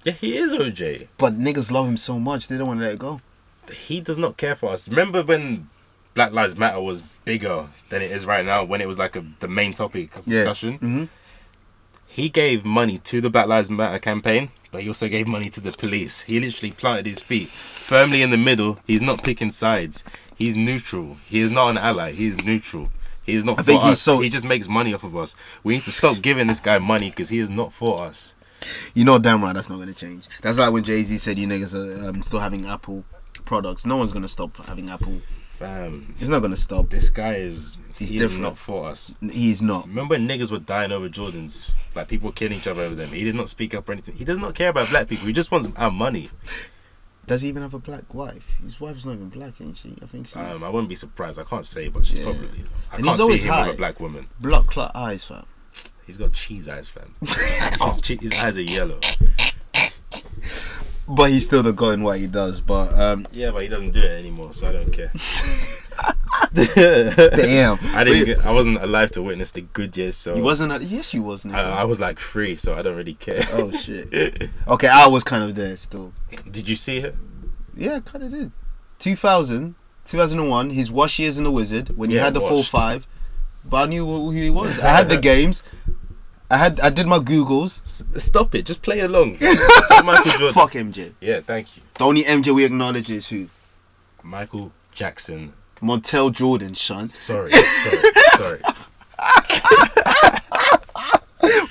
A: Yeah, he is OJ.
C: but niggas love him so much they don't want to let it go.
A: He does not care for us. Remember when Black Lives Matter was bigger than it is right now, when it was like a, the main topic of
C: Yeah. Mm-hmm.
A: discussion? He gave money to the Black Lives Matter campaign, but he also gave money to the police. He literally planted his feet firmly in the middle. He's not picking sides. He's neutral. He is not an ally. He is neutral. He is not
C: I
A: for
C: think he's
A: us.
C: so-
A: He just makes money off of us. We need to stop giving this guy money because he is not for us.
C: You know damn right that's not going to change. That's like when Jay Z said, "You niggas are um, still having Apple products. No one's going to stop having Apple.
A: Fam,
C: It's not going to stop.
A: this guy is
C: He's
A: he is
C: different.
A: not for us.
C: He's not."
A: Remember when niggas were dying over Jordans? Like people were killing each other over them. He did not speak up or anything. He does not care about black people. He just wants our money.
C: Does he even have a black wife? His wife's not even black, ain't she? I think she's
A: Um, I wouldn't be surprised. I can't say, but she's probably. I
C: And he's
A: can't see
C: always
A: him
C: high.
A: with a black woman.
C: block clot eyes, fam.
A: He's got cheese eyes, fam. his, che- his eyes are yellow.
C: But he's still the god in what he does. But um,
A: Yeah, but he doesn't do it anymore, so I don't care.
C: damn,
A: I didn't. Get, I wasn't alive to witness the good years, so
C: he wasn't. At, yes, you was.
A: I,
C: Now.
A: I was like free, so I don't really care.
C: oh shit. Okay, I was kind of there still.
A: Did you see her?
C: Yeah, kind of did. 2000, 2001, his wash years in the Wizard when he
A: Yeah,
C: had the full
A: washed.
C: five. But I knew who he was. I had the games. I had. I did my googles.
A: S- Stop it. Just play along. Fuck Michael Jordan.
C: Fuck MJ.
A: Yeah, thank you,
C: The only MJ we acknowledge is who
A: Michael Jackson.
C: Montel Jordan, son.
A: Sorry, sorry, sorry.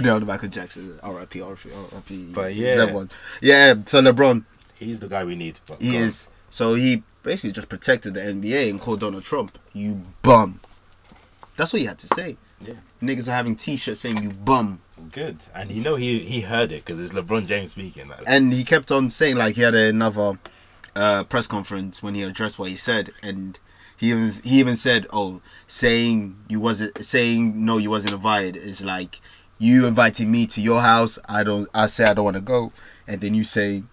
C: No, the Michael Jackson. R.I.P. R.I.P. R.I.P.
A: But
C: that
A: yeah.
C: one. Yeah. So LeBron,
A: He's the guy we need. but
C: he
A: God.
C: is. So he basically just protected the NBA and called Donald Trump you bum. That's what he had to say.
A: Yeah.
C: Niggas are having T-shirts saying you bum,
A: good, and you know he he heard it because it's LeBron James speaking. Like,
C: and he kept on saying like he had another uh, press conference when he addressed what he said, and he even he even said, "Oh, saying you wasn't saying no, you wasn't invited is like you invited me to your house. I don't. I say I don't want to go, and then you say."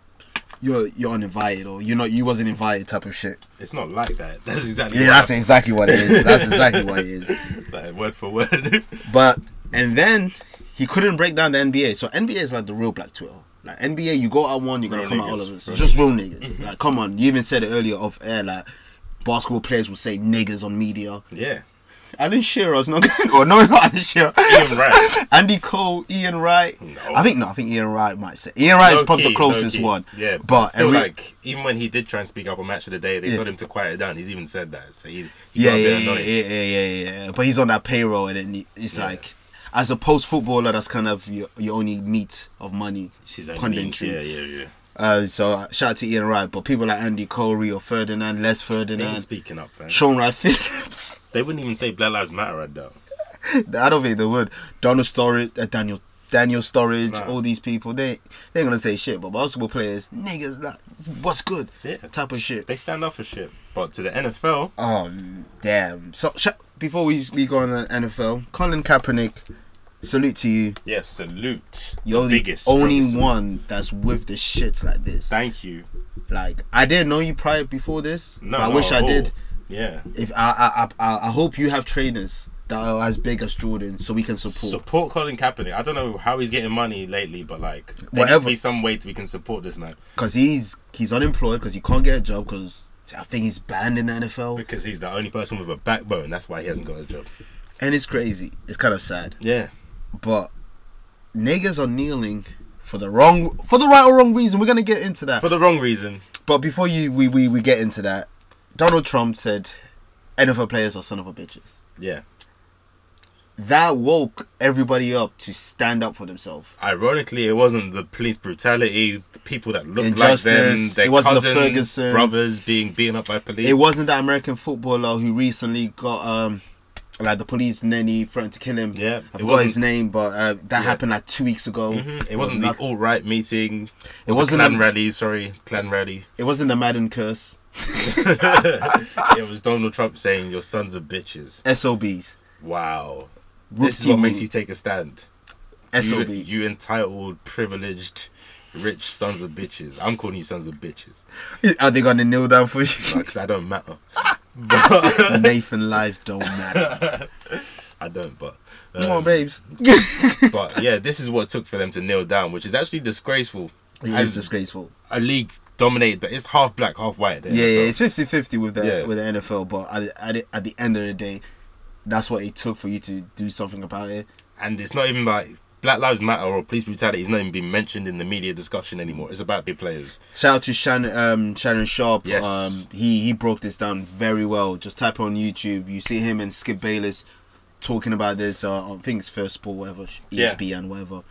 C: You're, you're uninvited or you're not you wasn't invited type of shit.
A: it's not like that. That's exactly
C: Yeah,
A: what
C: that's
A: happened,
C: exactly what it is. That's exactly what it is.
A: like, word for word.
C: But and then he couldn't break down the NBA. So NBA is like the real black Twitter. Like NBA, you go out one, you're gonna
A: Real
C: come out all
A: niggas. Mm-hmm.
C: of us.
A: Real
C: It's just real niggas. Like come on, you even said it earlier off air. Like basketball players will say niggas on media.
A: yeah,
C: Alan Shearer's not going. Or no, not Alan Shearer.
A: Ian Wright.
C: Andy Cole, Ian Wright.
A: No.
C: I think no. I think Ian Wright might say. Ian Wright is probably
A: Low-key,
C: the closest
A: low-key.
C: one.
A: Yeah,
C: but
A: but still,
C: every-
A: like even when he did try and speak up on match of the day, they told him to quiet it down. He's even said that, so he, he
C: yeah,
A: got a
C: yeah,
A: bit
C: yeah,
A: annoyed.
C: yeah, yeah, yeah, yeah. But he's on that payroll, and then he- it's like, as a post footballer, that's kind of your, your only meat of money.
A: This is like mean.
C: punditry.
A: Yeah, yeah, yeah.
C: Uh, so uh, shout out to Ian Wright, but people like Andy Corey or Ferdinand, Les
A: They ain't
C: Ferdinand,
A: speaking up, man.
C: Sean Wright Phillips.
A: They wouldn't even say Black Lives Matter right now.
C: I don't think they would. Donald Storage, uh, Daniel. Daniel Storage,
A: Nah.
C: all these people, they they ain't gonna say shit, but basketball players, niggas, like, what's good,
A: Yeah.
C: type of shit.
A: They stand up for shit. But to the NFL,
C: Oh damn! So sh- before we we go on the NFL, Colin Kaepernick, salute to you.
A: yeah, salute.
C: You're the
A: biggest
C: only
A: promise.
C: one that's with the shits like this.
A: Thank you.
C: like I didn't know you prior before this.
A: No,
C: but I
A: not
C: wish
A: at
C: I
A: all.
C: did.
A: Yeah.
C: If I I, I I I hope you have trainers that are as big as Jordan, so we can support.
A: Support Colin Kaepernick. I don't know how he's getting money lately, but like, there needs
C: Whatever.
A: to be some way to we can support this man
C: Because he's he's unemployed because he can't get a job because. I think he's banned in the NFL,
A: because he's the only person with a backbone. That's why he hasn't got a job.
C: and it's crazy. It's kind of sad,
A: Yeah.
C: but niggas are kneeling for the wrong, for the right or wrong reason. We're gonna get into that.
A: For the wrong reason.
C: But before you, we, we, we get into that, Donald Trump said NFL players are son of a bitches.
A: Yeah.
C: That woke everybody up to stand up for themselves.
A: Ironically, it wasn't the police brutality, the people that looked like them,
C: Injustice.
A: their
C: It wasn't the
A: cousins,
C: Fergusons.
A: brothers being beaten up by police.
C: It wasn't that American footballer who recently got um like the police nanny threatened to kill him.
A: Yeah,
C: I
A: it
C: forgot
A: wasn't- Mm-hmm.
C: his name, but uh, that happened like two weeks ago.
A: It wasn't the
C: nothing-
A: all right meeting.
C: It wasn't
A: the
C: a-
A: Clan rally. Sorry, Clan rally.
C: It wasn't the Madden curse.
A: It was Donald Trump saying your sons are bitches.
C: Sobs.
A: Wow, this is
C: Rookie
A: what makes
C: move.
A: you take a stand. You,
C: Sob.
A: you entitled, privileged, rich sons of bitches. I'm calling you sons of bitches
C: Are they gonna kneel down for you?
A: because I don't matter.
C: Nathan lives don't matter.
A: I don't, but
C: Come on,
A: um,
C: babes.
A: but yeah, this is what it took for them to kneel down, which is actually disgraceful.
C: It's
A: As
C: disgraceful.
A: a league dominated, but it's half black, half white. the
C: Yeah, yeah,
A: NFL.
C: it's 50-50 with the
A: Yeah.
C: with the NFL, but at, at the- at the end of the day, that's what it took for you to do something about it.
A: and it's not even like Black Lives Matter or police brutality is not even being mentioned in the media discussion anymore. It's about the players.
C: Shout out to Shannon um, Shannon Sharp.
A: Yes.
C: Um, he he broke this down very well. Just type on YouTube, you see him and Skip Bayless talking about this. Uh, on- I think it's First Sport, whatever, E
A: Yeah.
C: ESPN, whatever.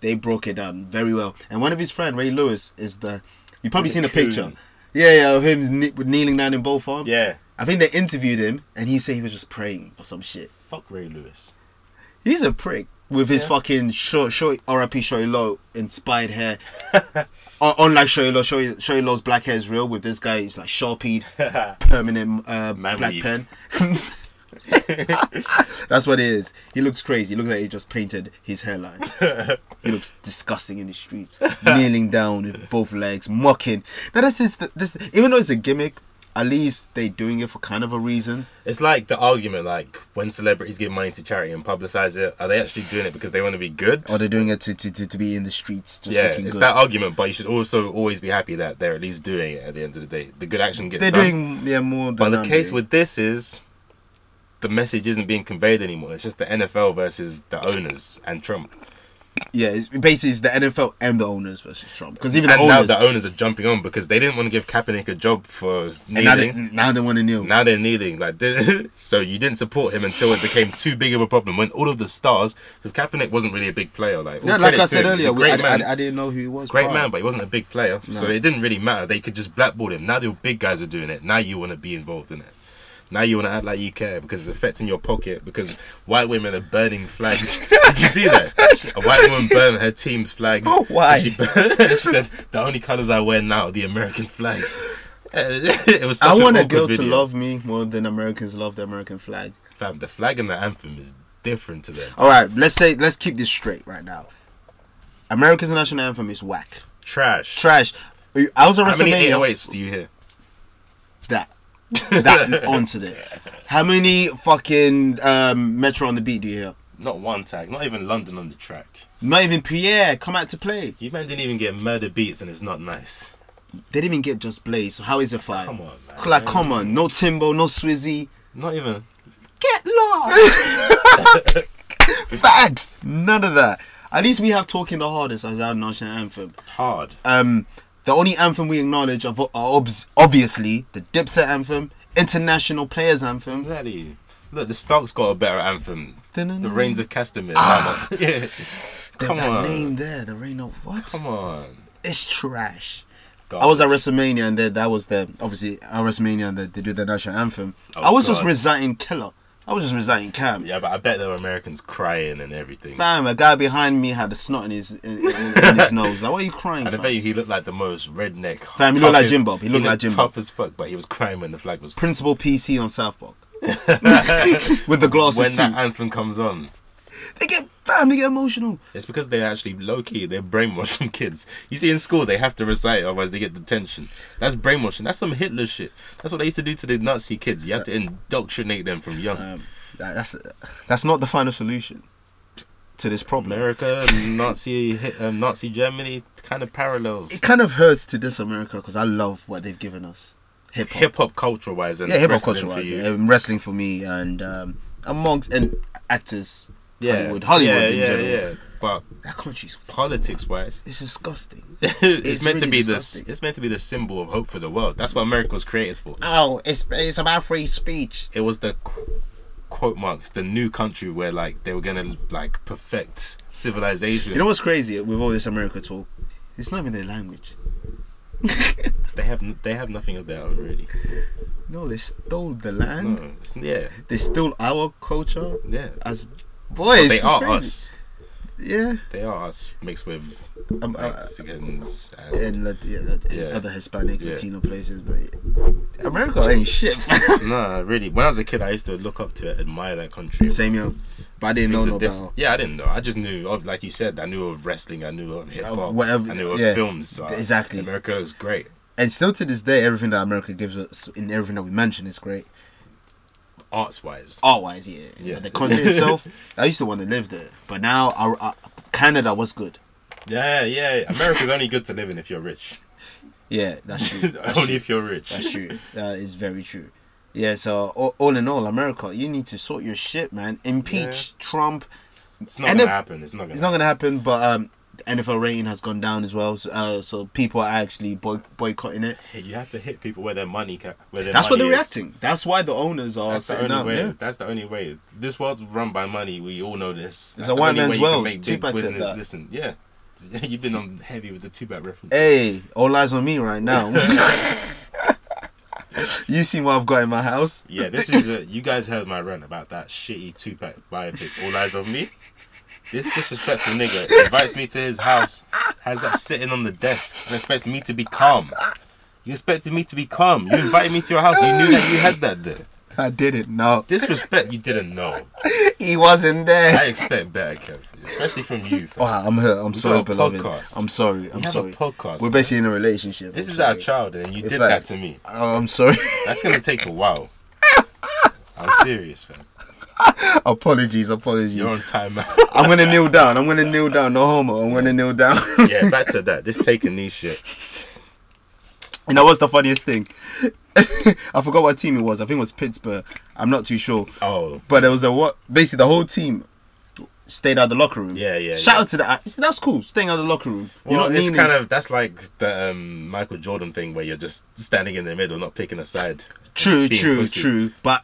C: They broke it down very well. And one of his friend, Ray Lewis, is the you've probably
A: He's
C: seen
A: a
C: the picture.
A: coon.
C: Yeah, yeah, of him kne- kneeling down in both arms.
A: Yeah.
C: I think they interviewed him, and he said he was just praying or some shit.
A: Fuck Ray Lewis.
C: He's a prick with his fucking short, short R.I.P. Shoy Low inspired hair. Un- Unlike Shoy Low, Shoy, Shoy Low's black hair is real. With this guy, he's like sharpie, permanent uh,
A: Man
C: black
A: weave.
C: pen. That's what it is. He looks crazy. He looks like he just painted his hairline. he looks disgusting in the streets, kneeling down with both legs, mocking. Now this is the, this. Even though it's a gimmick, at least they're doing it for kind of a reason.
A: It's like the argument like when celebrities give money to charity and publicize it, are they actually doing it because they want to be good?
C: Or they're doing it to, to, to, to be in the streets. Just
A: yeah,
C: looking
A: it's
C: good.
A: that argument, but you should also always be happy that they're at least doing it at the end of the day. The good action gets
C: They're
A: done.
C: doing yeah more. Than
A: but the
C: I'm
A: case
C: doing.
A: with this is the message isn't being conveyed anymore. It's just the NFL versus the owners and Trump.
C: yeah, it's, basically it's the NFL and the owners versus Trump because even the
A: and now
C: owners
A: the owners are jumping on because they didn't want to give Kaepernick a job for
C: and now they
A: kneeling.
C: now they want to kneel.
A: Now they're kneeling. Like, they- so you didn't support him until it became too big of a problem when all of the stars, because Kaepernick wasn't really a big player. Like, all
C: yeah, like
A: credit
C: I
A: to
C: said
A: him, he's
C: earlier,
A: a
C: we, I,
A: great man,
C: I, I didn't know who he was.
A: great
C: prior.
A: man, but he wasn't a big player, so it didn't really matter. They could just blackball him. Now the big guys are doing it. Now you want to be involved in it. Now you want to act like you care because it's affecting your pocket. Because white women are burning flags. Did you see that? A white woman burned her team's flag.
C: Oh, why?
A: She, burned, she said, "The only colors I wear now are the American flag." it was. Such
C: I want
A: an
C: a
A: awkward
C: girl to
A: video.
C: love me more than Americans love the American flag.
A: Fam, the flag and the anthem is different to them.
C: All right, let's say let's keep this straight right now. America's national anthem is whack,
A: Trash.
C: trash. I was at
A: How many
C: WrestleMania.
A: 808s do you hear?
C: That that onto there. How many fucking um, Metro on the beat do you hear?
A: Not one tag. Not even London on the track.
C: Not even Pierre come out to play.
A: You men didn't even get murder beats, and it's not nice.
C: They didn't even get just Blaze. So how is it five?
A: Come on, man.
C: Like, come on. No Timbo, no Swizzy.
A: Not even.
C: get lost. Facts. None of that. At least we have talking the hardest as our national anthem.
A: Hard.
C: Um, the only anthem we acknowledge of are obs- obviously the Dipset anthem, international players anthem.
A: Exactly. Look, the Starks got a better anthem. The Reigns of Castamere. Why not? yeah.
C: That-
A: Come
C: Ah. that
A: on.
C: name there, the reign of what?
A: Come on.
C: It's trash.
A: God.
C: I was at WrestleMania and then that was the obviously at WrestleMania and they, they do the national anthem.
A: Oh,
C: I was just
A: God.
C: reciting Killer. I was just reciting Cam.
A: Yeah, but I bet there were Americans crying and everything.
C: Fam, a guy behind me had a snot in his in, in, in his nose. Like, why are you crying?
A: And I
C: Fam?
A: bet you he looked like the most redneck.
C: Fam, he looked like
A: toughest-
C: Jim Bob. He looked like Jim
A: tough
C: Bob.
A: as fuck, but he was crying when the flag was.
C: Principal PC on South Park with the glasses
A: When
C: too.
A: that anthem comes on,
C: they get fam, they get emotional.
A: it's because they're actually low key. They're brainwashing kids. You see, in school they have to recite, it, otherwise they get detention. That's brainwashing. That's some Hitler shit. That's what they used to do to the Nazi kids. You have to indoctrinate them from young.
C: Um, that- that's that's not the final solution to this problem.
A: America, Nazi, Hit- um, Nazi Germany, kind of parallels.
C: It kind of hurts to this America because I love what they've given us. Hip hop.
A: Hip hop culture wise, and
C: yeah, hip hop
A: wrestling
C: culture
A: for
C: wise.
A: you.
C: yeah, and wrestling for me and um, amongst and actors.
A: Yeah.
C: Hollywood, Hollywood
A: yeah,
C: in
A: yeah,
C: general.
A: yeah. But
C: That country's
A: politics wise,
C: it's disgusting.
A: it's,
C: It's
A: meant to
C: really
A: be
C: disgusting.
A: this. It's meant to be the symbol of hope for the world. That's what America was created for.
C: Oh, it's it's about free speech.
A: It was the qu- quote marks the new country where like they were gonna like perfect civilization.
C: You know what's crazy with all this America talk? It's not even their language.
A: they have n- they have nothing of their own really.
C: No, they stole the land.
A: No, it's- yeah,
C: They stole our culture
A: yeah.
C: as boys.
A: they
C: it's
A: are
C: crazy.
A: us.
C: Yeah.
A: They are us mixed with
C: Um, uh,
A: Mexicans. and-
C: in Lat- yeah, Lat- in
A: Yeah.
C: other Hispanic,
A: Yeah.
C: Latino places, but America ain't shit.
A: Nah, really. When I was a kid, I used to look up to it, admire that country.
C: Same here. But I didn't know
A: Things
C: no
A: are diff-
C: about
A: yeah, I didn't know. I just knew of, like you said, I knew of wrestling, I knew of hip hop,
C: whatever-
A: I knew of
C: yeah,
A: films. So
C: exactly.
A: America was great.
C: And still to this day, everything that America gives us in everything that we mention is great.
A: Arts wise,
C: Art wise, yeah.
A: Yeah.
C: But the country itself, I used to want to live there, but now our, our Canada was good.
A: yeah, yeah. America's only good to live in if you're rich.
C: Yeah, that's true. That's
A: only
C: true.
A: if you're rich.
C: That's true. That is very true. Yeah. So all, all in all, America, you need to sort your shit, man. Impeach Trump.
A: It's not
C: And
A: gonna
C: if-
A: happen. It's not gonna.
C: It's not gonna happen, but um, the NFL rating has gone down as well. So, uh, so people are actually boy- boycotting it.
A: happen. You have to hit people where their money. Ca- where their
C: That's what
A: money
C: they're
A: is.
C: reacting. That's why the owners are
A: That's the
C: sitting
A: only
C: up.
A: way.
C: Yeah.
A: That's the only way. This world's run by money. We all know this. That's
C: a
A: the
C: white
A: only
C: man's
A: way You
C: world.
A: can make big
C: Tupac said
A: business.
C: that.
A: Listen, yeah. You've been on heavy with the two back reference.
C: Hey, all eyes on me right now. you seen what I've got in my house?
A: Yeah, this is a, you guys heard my rant about that shitty two pack biopic. All eyes on me. This disrespectful nigga invites me to his house, has that sitting on the desk, and expects me to be calm. You expected me to be calm. You invited me to your house. You knew that you had that there.
C: I did it. No,
A: Disrespect you didn't know.
C: he wasn't there.
A: I expect better, Kev, especially from you. fam.
C: Wow, I'm hurt. I'm
A: got
C: sorry,
A: a
C: beloved.
A: podcast.
C: I'm sorry. I'm
A: have a
C: sorry.
A: podcast,
C: We're
A: man.
C: basically in a relationship.
A: This
C: I'm
A: is
C: sorry.
A: our child, and you
C: In
A: did that
C: fact-
A: to me.
C: Oh, I'm sorry.
A: That's gonna take a while. I'm serious, fam.
C: apologies. Apologies.
A: You're on timeout.
C: I'm gonna kneel down. I'm gonna kneel down. No homo. I'm gonna kneel down.
A: yeah, back to that. This taking these shit.
C: You know what's the funniest thing? I forgot what team it was. I think it was Pittsburgh. I'm not too sure.
A: Oh,
C: But there was a what? Basically, the whole team stayed out the locker room.
A: Yeah, yeah,
C: Shout
A: yeah.
C: out to that. You see, That's cool. Staying out the locker room.
A: You know, it's
C: leaning-
A: kind of that's like the um, Michael Jordan thing where you're just standing in the middle, not picking a side.
C: true,
A: being
C: true,
A: pussy.
C: true. But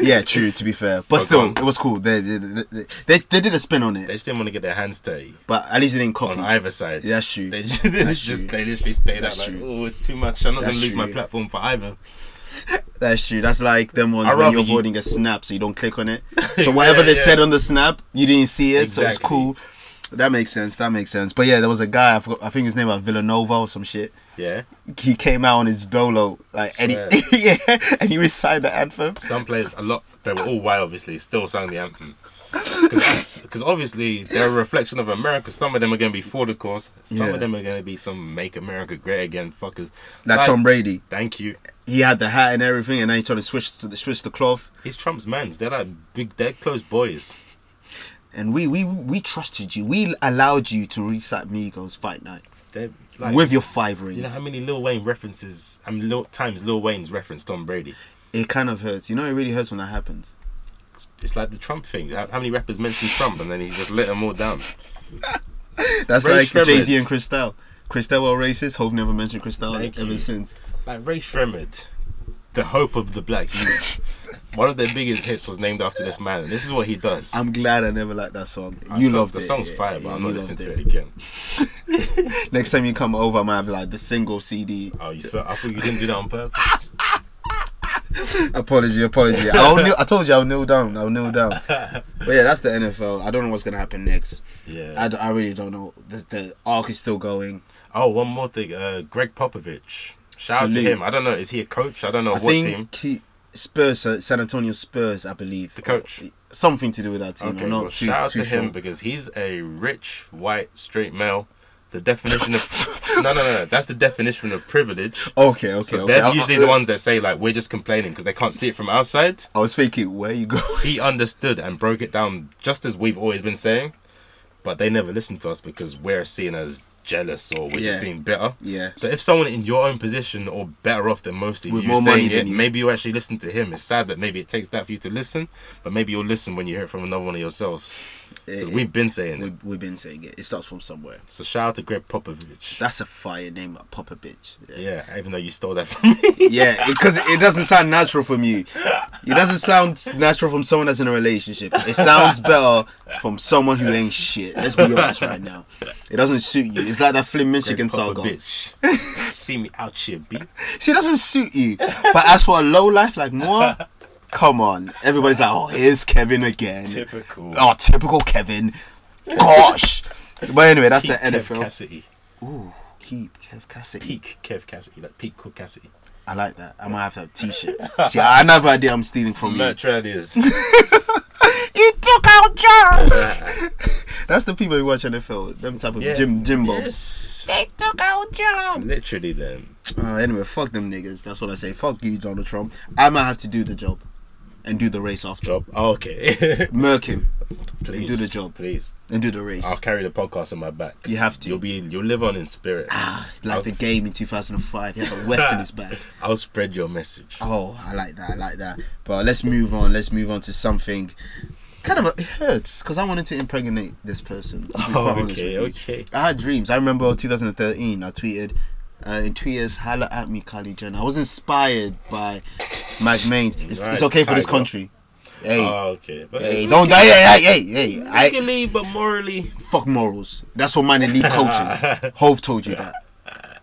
C: yeah, true. To be fair, but
A: Oh,
C: still,
A: go on.
C: it was cool. They they, they they they did a spin on
A: They
C: it,
A: just didn't want to get their hands dirty
C: but at least they didn't
A: on
C: copy.
A: either side.
C: Yeah, that's true.
A: They just, they
C: That's
A: just
C: true.
A: they literally stayed out
C: That's
A: like,
C: true.
A: oh, it's too much. I'm not
C: That's
A: gonna lose my
C: true.
A: platform for either.
C: That's true. That's like them ones
A: I'd
C: when
A: rather
C: you're
A: you-
C: avoiding a snap, so you don't click on it. So whatever they
A: yeah.
C: said on the snap, you didn't see it, so it's
A: Exactly.
C: cool. That makes sense. That makes sense. But yeah, there was a guy. I forgot. I think his name was Villanova or some shit.
A: Yeah.
C: He came out on his dolo, like and he, yeah, and he recited the anthem.
A: Some players, a lot, they were all white, obviously, still sang the anthem. Because obviously they're a reflection of America. Some of them are going to be for the cause. Some
C: Yeah.
A: of them are going to be some make America great again fuckers.
C: Like Tom Brady,
A: Thank you.
C: he had the hat and everything, and then he tried to switch to the switch the cloth.
A: He's Trump's mans. They're like big, they're close boys.
C: And we we we trusted you. We allowed you to recite Migos Fight Night
A: They're like,
C: with your five rings.
A: You know how many Lil Wayne references? I mean, Lil, times Lil Wayne's referenced Tom Brady.
C: it kind of hurts. You know, it really hurts when that happens.
A: it's, it's like the Trump thing. How, how many rappers mentioned Trump and then he just lit them all down?
C: That's
A: Ray
C: like Jay Z
A: Shremmerd.
C: and Christelle. Christelle were racist. Hope never mentioned Christelle
A: Thank
C: ever
A: you.
C: since.
A: Like Ray Shremmerd, the hope of the black youth. One of their biggest hits was named after this man, and this is what he does.
C: I'm glad I never liked that song.
A: I
C: You
A: saw-
C: loved
A: the
C: it.
A: song's
C: Yeah,
A: fire, but
C: yeah,
A: I'm
C: you
A: not listening
C: loved
A: to it again.
C: Next time you come over, I might have like the single CD.
A: Oh, you saw? I thought you didn't do that on purpose.
C: Apology, apology. I'll kneel, I told you I'll kneel down. I'll kneel down. But yeah, that's the NFL. I don't know what's gonna happen next.
A: Yeah.
C: I, d- I really don't know. The, the arc is still going.
A: Oh, one more thing. Uh, Greg Popovich. Shout out to
C: Salute.
A: him. I don't know. Is he a coach? I don't know
C: I
A: what team.
C: think he, Spurs, uh, San Antonio Spurs, I believe.
A: The coach.
C: Something to do with that team.
A: Okay,
C: I'm not
A: well,
C: too,
A: shout out
C: too
A: to him
C: sure.
A: because he's a rich white straight male. The definition of no, no, no, no. That's the definition of privilege.
C: Okay, okay.
A: So
C: okay.
A: they're
C: I- I-
A: usually the ones that say like we're just complaining because they can't see it from outside.
C: I was thinking, where you go?
A: He understood and broke it down just as we've always been saying, but they never listen to us because we're seen as jealous or we're
C: Yeah.
A: just being bitter.
C: Yeah.
A: So if someone in your own position or better off than most of
C: With
A: you
C: more money
A: saying
C: than
A: it,
C: you.
A: maybe you actually listen to him. It's sad that maybe it takes that for you to listen, but maybe you'll listen when you hear it from another one of yourselves. Because
C: Eh,
A: we've been saying it.
C: We've, we've been saying it. It starts from somewhere.
A: So shout out to Greg Popovich.
C: That's a fire name, like Papa Bitch. Yeah,
A: yeah, even though you stole that from me.
C: yeah, because it doesn't sound natural from you. It doesn't sound natural from someone that's in a relationship. It sounds better from someone who ain't shit. Let's be honest right now. It doesn't suit you. It's like that Flynn Michigan saga.
A: Popovich. See me out here, B.
C: See, it doesn't suit you. But as for a low life like more, come on. Everybody's like, oh, here's Kevin again.
A: Typical.
C: Oh, typical Kevin. Gosh. But anyway, that's
A: Peak
C: the NFL.
A: Kev Cassidy.
C: Ooh, keep Kev Cassidy.
A: Peak Kev Cassidy. Like peak Cook Cassidy.
C: I like that. I might have to have a t-shirt. See, I I have an idea I'm stealing from you.
A: Merch is.
C: You took our job. That's the people who watch NFL. Them type of
A: Yeah.
C: gym gym
A: Yes.
C: bobs. They took our job.
A: Literally them.
C: Uh, anyway, fuck them niggas. That's what I say. Fuck you, Donald Trump. I might have to do the job, and do the race after.
A: Job. Oh, okay.
C: Murk him
A: please.
C: do the job.
A: Please.
C: and do the race.
A: I'll carry the podcast on my back.
C: You have to.
A: You'll be you'll live on in spirit.
C: Ah, Like
A: I'll
C: the
A: s-
C: game in 2005, he had the West in his back.
A: I'll spread your message.
C: Oh, I like that. I like that. But let's move on. Let's move on to something. Kind of it hurts because I wanted to impregnate this person. I'll be
A: Oh,
C: quite honest
A: okay,
C: with you.
A: okay.
C: I had dreams. I remember 2013. I tweeted. Uh, in two years, holla at me, Kylie Jenner. I was inspired by Mike Maines. It's, it's
A: Right,
C: okay for this
A: tiger.
C: country. Hey,
A: Oh, okay. But
C: hey,
A: it's
C: don't die. Hey, hey, hey, hey. I,
A: legally but morally.
C: fuck morals. That's what minor league coaches. Hove told you that.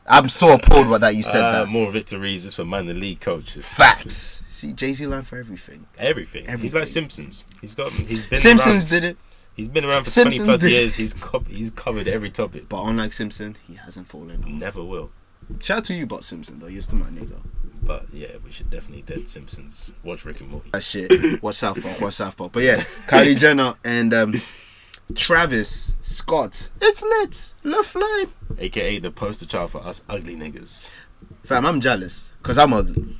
C: I'm so appalled by that you said
A: Uh,
C: that.
A: more victories is for man the league coaches.
C: Facts. See, Jay Z line for everything.
A: Everything. He's like
C: Everything.
A: Simpsons. He's got. He's been.
C: Simpsons
A: Around,
C: did it.
A: he's been around for
C: Simpsons
A: twenty plus
C: did-
A: years. He's co- he's covered every topic.
C: But unlike Simpson, he hasn't fallen.
A: Never will.
C: Shout out to you, Bot Simpson, though. You're still my nigga.
A: But yeah, we should definitely dead Simpsons. Watch Rick and Morty.
C: That shit. What's South Park? What's South Park? But yeah, Kylie Jenner and um, Travis Scott. It's lit. Love flame.
A: AKA the poster child for us ugly niggas.
C: Fam, I'm jealous because I'm ugly.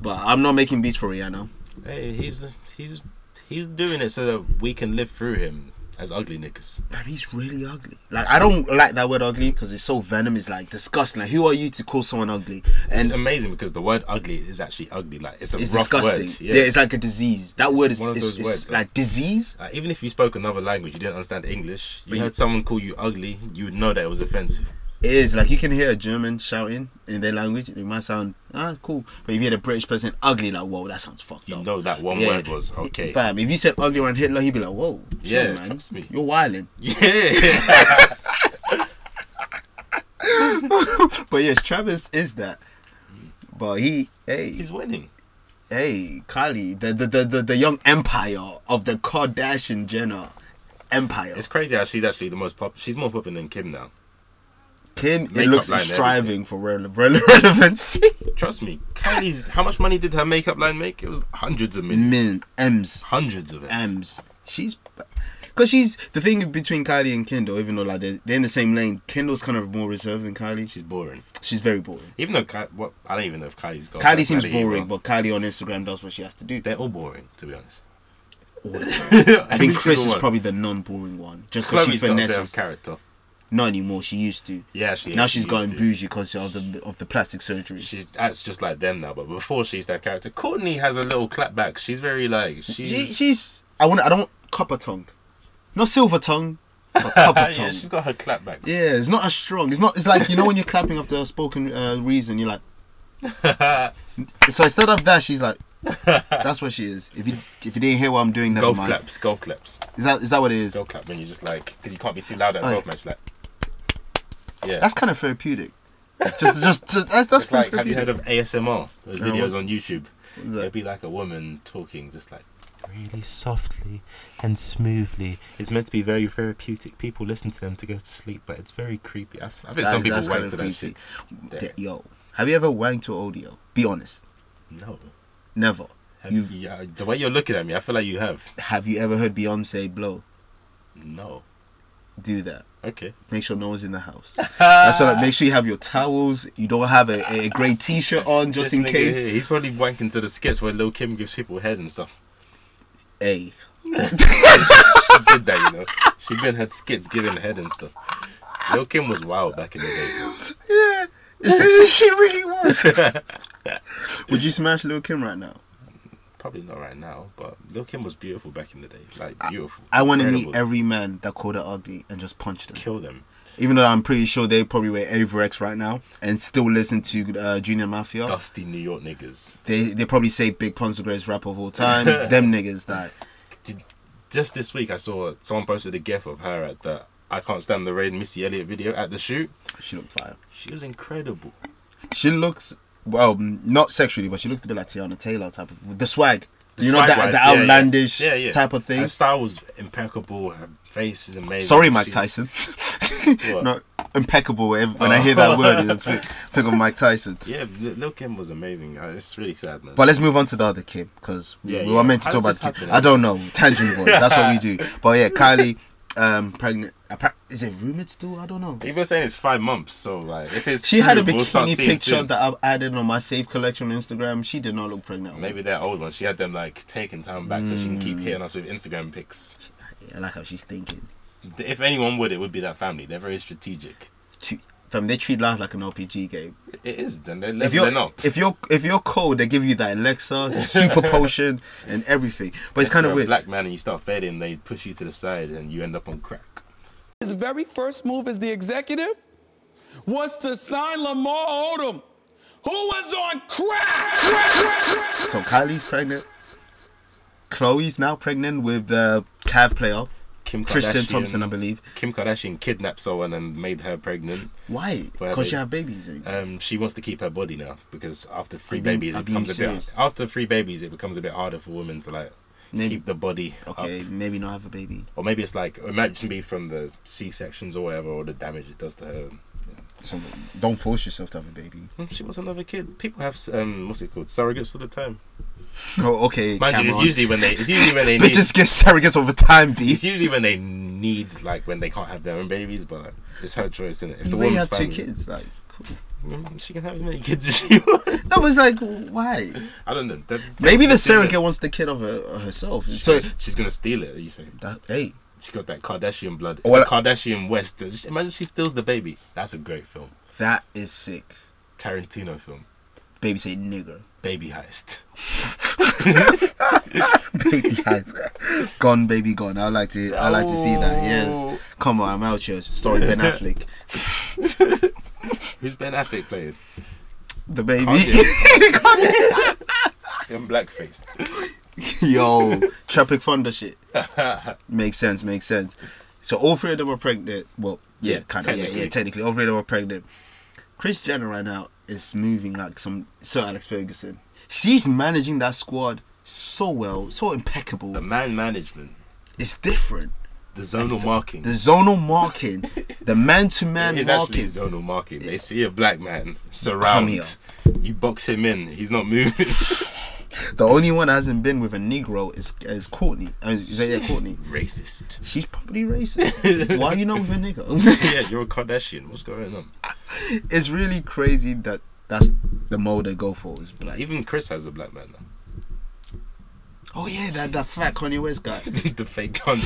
C: But I'm not making beats for Rihanna.
A: Hey, he's he's he's doing it so that we can live through him as ugly niggas.
C: Fam, he's really ugly. Like, I don't like that word ugly because it's so venom. It's like disgusting. Like, who are you to call someone ugly?
A: It's
C: And
A: amazing because the word ugly is actually ugly. Like it's a
C: it's
A: rough
C: disgusting.
A: word.
C: Yeah. it's like a disease. That word is,
A: one of
C: is,
A: those
C: is
A: words, like-
C: like disease.
A: Like, even if you spoke another language, you didn't understand English. You
C: you-
A: heard someone call you ugly, you would know that it was offensive.
C: It is like you can hear a German shouting in their language. It might sound ah cool, but if you hear a British person ugly, like whoa, that sounds fucked
A: You
C: up.
A: know that one
C: Yeah.
A: word was okay.
C: Fam, if you said ugly around Hitler, he'd be like whoa. chill,
A: Yeah,
C: man.
A: trust me.
C: You're wilding.
A: Yeah.
C: But yes, Travis is that. But he, hey,
A: He's winning.
C: hey, Kylie, the the, the the the young empire of the Kardashian Jenner empire.
A: It's crazy how she's actually the most pop. She's more popular than Kim now.
C: Kim, it
A: makeup
C: looks
A: line
C: like
A: and
C: striving for rele- rele- relevancy.
A: Trust me, Kylie's. How much money did her makeup line make? It was hundreds of millions.
C: Min M's.
A: Hundreds of it.
C: M's. She's because she's the thing between Kylie and Kendall, even though like they're, they're in the same lane. Kendall's kind of more reserved than Kylie. She's
A: She's boring.
C: she's very boring.
A: Even though Ky- what I don't even know if Kylie's got.
C: Kylie seems
A: personality,
C: boring,
A: bro.
C: but Kylie on Instagram does what she has to do.
A: they're all boring to be honest.
C: I think Chris is probably the non-boring one, just because she
A: Chloe's got a bit of
C: finesses.
A: character.
C: Not anymore. She used to.
A: Yeah, she.
C: now
A: she
C: she's
A: used
C: going
A: to.
C: bougie because of the of the plastic surgery.
A: She acts just like them now, but before she's that character. Courtney has a little clapback. She's very like
C: She,
A: she's
C: she's I want. I don't want copper tongue, not silver tongue, but copper
A: yeah,
C: tongue.
A: she's got her clap back.
C: Yeah, it's not as strong. It's not. It's like you know when you're clapping after a spoken uh, reason, you're like. so instead of that, she's like. That's what she is. If you if you didn't hear what I'm doing, never
A: Golf
C: mind.
A: claps, golf claps,
C: Is that is that what it is?
A: golf clap. When you just like, because you can't be too loud at a
C: Oh,
A: golf
C: yeah.
A: match. Like, yeah.
C: That's kind of therapeutic. Just just, just that's that's
A: it's like, have you
C: therapeutic.
A: heard of ASMR? There's videos on YouTube.
C: that?
A: It'd be like a woman talking, just like really softly and smoothly. It's meant to be very therapeutic. People listen to them to go to sleep, but it's very creepy. I, s- I think
C: That-
A: some people
C: that's
A: wank
C: kinda
A: to that shit.
C: creepy.
A: There.
C: Yeah, Yo, have you ever wanked to audio? Be honest.
A: No.
C: Never.
A: Have you,
C: You've,
A: yeah, the way you're looking at me, I feel like you have.
C: have you ever heard Beyonce blow?
A: No.
C: Do that.
A: Okay.
C: Make sure no one's in the house. That's all. Right. Make sure you have your towels. You don't have a, a grey t-shirt on just
A: This
C: in
A: nigga
C: case.
A: here, he's probably wanking to the skits where Lil Kim gives people head and stuff.
C: Hey,
A: She did that, you know. She been had skits giving head and stuff. Lil Kim was wild back in the day.
C: yeah, this is she really was. Would you smash Lil Kim right now?
A: Probably not right now, but Lil Kim was beautiful back in the day. Like beautiful.
C: I want to meet
A: Incredible.
C: every man that called her ugly and just punch them.
A: kill them.
C: Even though I'm pretty sure they probably wear Averex right now and still listen to uh, Junior Mafia.
A: Dusty New York niggas.
C: They they probably say Big Pun's the greatest rapper of all time. Them niggas that
A: Did, just this week, I saw someone posted a gif of her at the "I Can't Stand the Rain" Missy Elliott video at the shoot.
C: she looked fire.
A: She was incredible.
C: She looks well, mm, not sexually, but she looks a bit like Tiana Taylor type of with the swag.
A: The
C: you know that
A: swag-wise,
C: the
A: yeah, yeah.
C: outlandish
A: Yeah, yeah.
C: type of thing.
A: Her style was impeccable. Her face is amazing.
C: Sorry, Mike
A: She-
C: Tyson. no, impeccable. eh, When when I hear
A: Oh.
C: that word, I think think of Mike Tyson.
A: Yeah, Lil Lil Kim was amazing. Uh, It's really sad, man.
C: But let's move on to the other Kim because we,
A: Yeah,
C: we
A: yeah.
C: were meant to
A: How
C: talk
A: does
C: about
A: this
C: Kim.
A: happen?
C: I don't know. Tangent boy. That's what we do. But yeah, Kylie, um, pregnant. appa- Is it rumored still? I don't know.
A: People are saying it's five months, so like if it's
C: She had a
A: true, we'll start
C: bikini
A: seeing
C: picture
A: soon.
C: that I've added on my safe collection on Instagram. She did not look pregnant.
A: Maybe they're old ones. She had them like taking time back so she can
C: Mm.
A: keep hitting us with Instagram pics.
C: Yeah, I like how she's thinking.
A: If anyone would, it would be that family. They're very strategic.
C: Too- Fam, they treat life like an RPG game.
A: It is. Then they're
C: If you're
A: leveling up.
C: if you're if you're cold, they give you that Alexa, the super potion, and everything. But it's kind
A: You're a
C: of weird.
A: black man and you start fading, they push you to the side and you end up on crack.
B: His very first move as the executive was to sign Lamar Odom, who was on crack. crack, crack, crack, crack.
C: So Kylie's pregnant. Chloe's now pregnant with the Cav player,
A: Kim
C: Tristan
A: Kardashian-
C: Thompson, I believe.
A: Kim Kardashian kidnapped someone and made her pregnant.
C: Why?
A: Why are
C: Because she
A: they-
C: had babies. and-
A: Um, she wants to keep her body now because after three
C: Are you being-
A: babies,
C: are
A: it
C: you being
A: becomes a bit.
C: serious?
A: After three babies, it becomes a bit harder for women to like
C: Maybe.
A: keep the body
C: okay,
A: up.
C: maybe not have a baby.
A: Or maybe it's like it might just be from the C sections or whatever, or the damage it does to her.
C: So don't force yourself to have a baby.
A: Hmm, She was another kid. People have um, what's it called? Surrogates all the time.
C: Oh, okay.
A: Mind you, it's
C: Cameron.
A: usually when they. It's usually when they
C: They
A: need.
C: just get surrogates over time, B.
A: It's usually when they need, like, when they can't have their own babies, but like, it's her choice, is it? If
C: You
A: the
C: already
A: woman's
C: have two
A: family-
C: kids, like. cool.
A: Mm, she can have as many kids as she wants.
C: No, but it's like, why?
A: I don't know. That-
C: Maybe the
A: that's different.
C: surrogate wants the kid of her, herself. So,
A: She's, she's gonna steal it. Are you saying
C: that, hey,
A: she got that Kardashian blood? It's
C: Well,
A: a Kardashian West. Imagine she steals the baby. That's a great film.
C: that is sick.
A: Tarantino film.
C: Baby say nigger.
A: Baby heist.
C: Baby guys. gone, baby gone. I like to, I like to see that.
A: Oh.
C: Yes. Come on, I'm out here. Story Ben Affleck,
A: Who's Ben Affleck playing?
C: the baby.
A: In blackface.
C: Yo, Tropic Thunder shit. makes sense, makes sense. So all three of them were pregnant. Well, yeah,
A: Yeah,
C: kind of. Yeah, yeah,
A: technically.
C: technically, all three of them were pregnant. Chris Jenner right now is moving like some Sir Alex Ferguson. She's managing that squad so well, so impeccable.
A: The man management.
C: It's different.
A: The zonal marking.
C: The zonal marking, the man-to-man
A: It's actually
C: marking.
A: zonal marking. They see a black man
C: here.
A: surround. You box him in. He's not moving.
C: The only one that hasn't been with a Negro is is Courtney. Uh, is that, yeah, Courtney.
A: Racist.
C: She's probably racist. Why are you not with a nigga?
A: Yeah, you're a Kardashian. What's going on?
C: it's really crazy that that's the mode they go for. Is black.
A: Even Chris has a black man now.
C: Oh yeah, that that fat Kanye West guy.
A: the fake Kanye,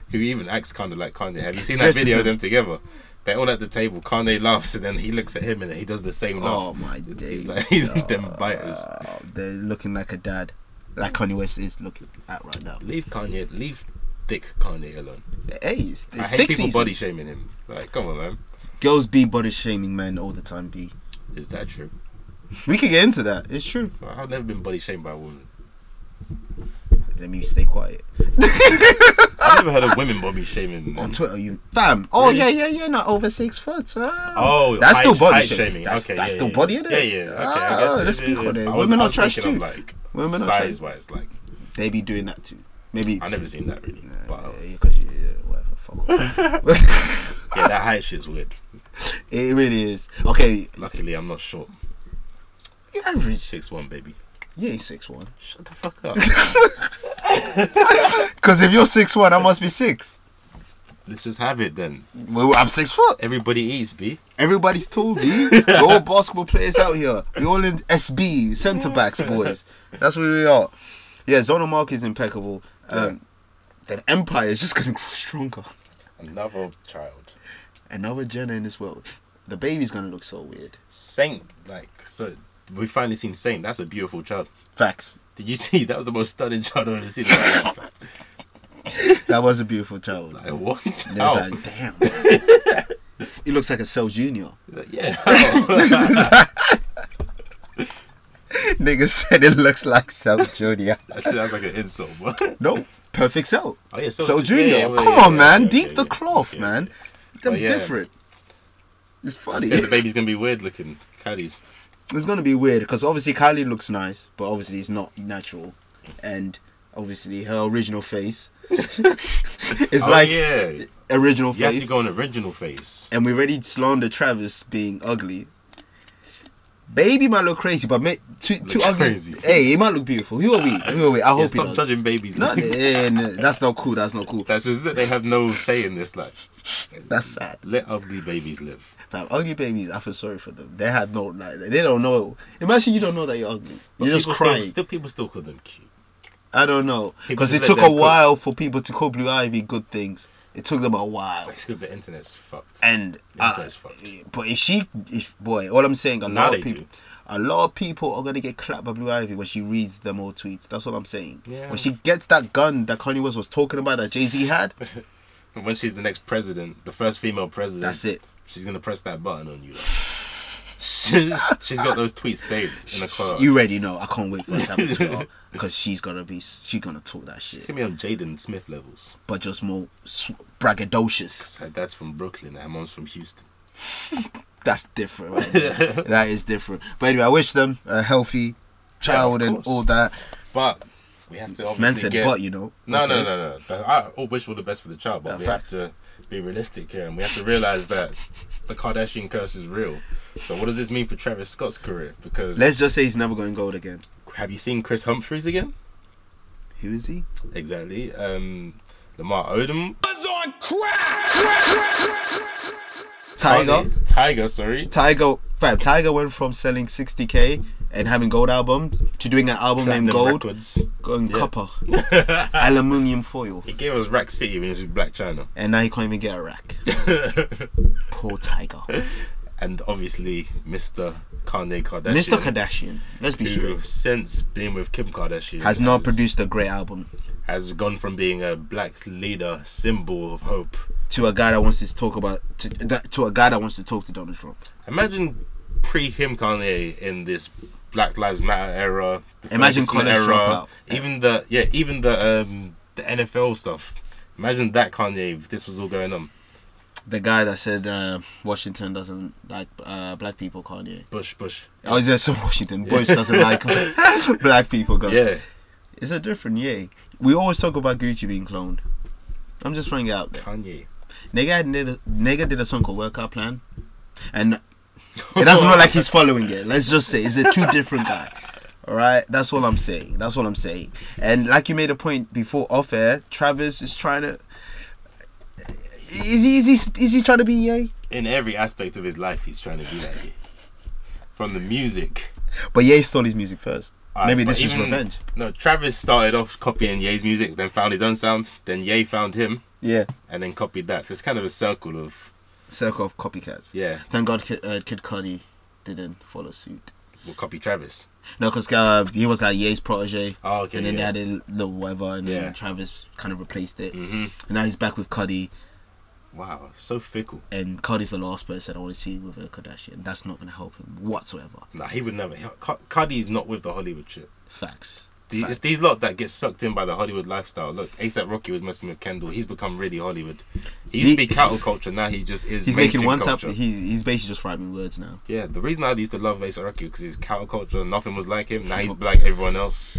A: who even acts kind of like Kanye. Have you seen that
C: Dresses
A: video of
C: him.
A: them together? They're all at the table. Kanye laughs, and then he looks at him, and he does the same laugh.
C: Oh my
A: He's
C: days.
A: like, he's them biters.
C: Oh, they're looking Uh, like a dad. like Kanye West is looking at right now.
A: Leave Kanye, leave thick Kanye alone.
C: Hey, it's, it's
A: I hate
C: thick
A: people
C: season.
A: body shaming him. Like, come on, man.
C: Girls be body shaming men all the time. Be
A: Is that true?
C: we could get into that. It's true.
A: Like, I've never been body shamed by a woman.
C: Let me stay quiet
A: I've never heard of women body shaming.
C: on
A: men.
C: Twitter. You fam. Oh yeah, yeah, yeah. Not over six foot. Ah.
A: Oh, height-
C: that's still body
A: height
C: shaming. That's,
A: Okay,
C: that's
A: yeah,
C: still
A: yeah.
C: body, is
A: Yeah, yeah. Okay,
C: ah,
A: I guess.
C: let's
A: it
C: speak
A: is.
C: on it.
A: I was-
C: Women
A: I
C: are
A: was
C: trash
A: thinking
C: too.
A: of, Like,
C: Women are trash.
A: size wise, like
C: They be doing that too. Maybe.
A: I've never seen that really. But uh,
C: Yeah, 'cause you- yeah, whatever. Fuck off.
A: yeah, that height shit's weird.
C: it really is. Okay,
A: Luckily, I'm not short.
C: you average.
A: Six one, baby.
C: Yeah, he's six one.
A: Shut the fuck up.
C: Because if you're six one, I must be six.
A: Let's just have it then.
C: Well, I'm six foot.
A: Everybody eats, b.
C: Everybody's tall, B. We're all basketball players out here. We're all in SB, centre backs, boys. That's where we are. Yeah, Zonal Mark is impeccable. Um, The empire is just going to grow stronger.
A: Another child.
C: Another Jenna in this world. The baby's going to look so weird.
A: Saint, like so. We finally seen Saint. That's a beautiful child.
C: Facts.
A: Did you see? That was the most stunning child I've ever seen. in my life.
C: That was a beautiful child. Like,
A: Like, what?
C: was
A: How?
C: like, damn. He looks like a Cell Junior.
A: Like, yeah. how?
C: Nigga said it looks like Cell Junior.
A: that sounds like an insult. But
C: No, perfect Cell.
A: oh yeah, so,
C: So
A: yeah,
C: Junior,
A: yeah, well,
C: come
A: yeah,
C: on,
A: yeah,
C: man,
A: yeah,
C: deep
A: yeah,
C: the
A: yeah.
C: cloth,
A: Yeah,
C: man. They're
A: But yeah.
C: different. It's funny.
A: Said the baby's gonna be weird looking. Caddies.
C: It's gonna be weird because obviously Kylie looks nice, but obviously it's not natural, and obviously her original face. it's
A: Oh,
C: like
A: yeah, you
C: original
A: have
C: face,
A: to go on original face.
C: and we already slandered Travis being ugly. Baby might look crazy, but mate, too too
A: Looks
C: ugly.
A: crazy.
C: Hey, he might look beautiful. Who are we? Who are we? I
A: Yeah,
C: hope he
A: stop
C: does.
A: judging babies.
C: No,
A: like.
C: yeah, no, that's not cool. That's not cool.
A: That's just that they have no say in this. Like,
C: That's sad.
A: let ugly babies live.
C: Fam, ugly babies, I feel sorry for them. They have no, like, they don't know. Imagine you don't know that you're ugly. You're just
A: people
C: crying.
A: Still, still, people still call them cute.
C: I don't know.
A: People
C: Because it
A: just let
C: took a
A: them cook.
C: while for people to call Blue Ivy good things. It took them a while.
A: That's because the internet's fucked.
C: And,
A: Yeah, so
C: uh,
A: it's fucked.
C: but if she, if, boy, all I'm saying, a
A: Now
C: lot
A: they
C: of people.
A: do.
C: A lot of people are gonna get clapped by Blue Ivy when she reads them all tweets. That's what I'm saying.
A: Yeah.
C: When she gets that gun that Kanye West was talking about that Jay Z had,
A: And when she's the next president, the first female president,
C: that's it.
A: She's gonna press that button on you. Like. she's got those tweets saved in a cloud.
C: You already know. I can't wait for it to happen to her because she's gonna be she gonna talk that shit,
A: Give me on Jaden Smith levels.
C: but just more sw- braggadocious.
A: Her dad's from Brooklyn. and Her mom's from Houston.
C: That's different. Right there. that is different. But anyway, I wish them a healthy child and
A: course.
C: all that.
A: But we have to obviously
C: Man said,
A: get.
C: but you know.
A: No,
C: Okay.
A: no, no, no. That- I all wish all the best for the child, but
C: Yeah,
A: we
C: facts.
A: have to be realistic here, and we have to realize that the Kardashian curse is real. So, what does this mean for Travis Scott's career? Because
C: Let's just say he's never going gold again.
A: have you seen Chris Humphries again?
C: Who is he?
A: Exactly. Um, Lamar Odom,
B: Was on crack, crack, crack, crack, crack.
C: Tiger.
A: Tiger, sorry.
C: Tiger. Fam, Tiger went from selling 60k and having gold albums to doing an album named
A: Platinum
C: Gold,
A: Records.
C: going copper, aluminium foil.
A: He gave us Rack City when he was with Black China,
C: and now he can't even get a rack. Poor Tiger.
A: and obviously Mr. Kanye Kardashian.
C: Mr. Kardashian, let's be
A: Who,
C: straight,
A: since being with Kim Kardashian,
C: has not produced a great album
A: Has gone from being a black leader symbol of hope
C: to a guy that wants to talk about to, that- to a guy that wants to talk to Donald Trump.
A: Imagine pre him Kanye in this Black Lives Matter era. The
C: Imagine
A: Ferguson
C: college dropout.
A: Even the yeah, even the um the NFL stuff. Imagine that Kanye if this was all going on.
C: The guy that said uh, Washington doesn't like uh, black people, Kanye.
A: Bush, Bush.
C: Oh, is there some Washington Bush doesn't like black people? God.
A: Yeah.
C: It's a different yay. We always talk about Gucci being cloned. I'm just throwing it out there.
A: Kanye.
C: Nigga, had did a, nigga did a song called Workout Plan, and it doesn't look like he's following it. Let's just say it's a two different guy. All right, that's what I'm saying. That's what I'm saying. And like you made a point before off air, Travis is trying to. Is he is he is he trying to be E yay?
A: In every aspect of his life he's trying to be that way. From the music.
C: But Ye stole his music first.
A: Alright,
C: Maybe
A: but
C: this is
A: even-
C: revenge.
A: No, Travis started off copying Ye's music, then found his own sound, then Ye found him,
C: Yeah,
A: and then copied that. So it's kind of a circle of
C: circle of copycats.
A: yeah.
C: Thank God Kid, uh, Kid Cudi didn't follow suit.
A: will copy Travis.
C: No, because uh, he was like Ye's protege.
A: Oh, okay,
C: And then
A: yeah.
C: they had a little whatever, and
A: Yeah.
C: then Travis kind of replaced it. Mm-hmm. And now he's back with Cuddy,
A: Wow, so fickle.
C: and Cuddy's the last person I want to see with a Kardashian. That's not going to help him whatsoever.
A: Nah, he would never. he- Cu- Cuddy's not with the Hollywood shit.
C: Facts.
A: The- It's these lot that get sucked in by the Hollywood lifestyle. Look, ASAP Rocky was messing with Kendall. He's become really Hollywood. He used to be
C: He-
A: cattle culture. Now he just is.
C: He's making one tap.
A: culture.
C: He's, he's basically just rhyming words now.
A: Yeah, the reason I used to love ASAP Rocky because he's cattle culture. Nothing was like him. Now he's like everyone else.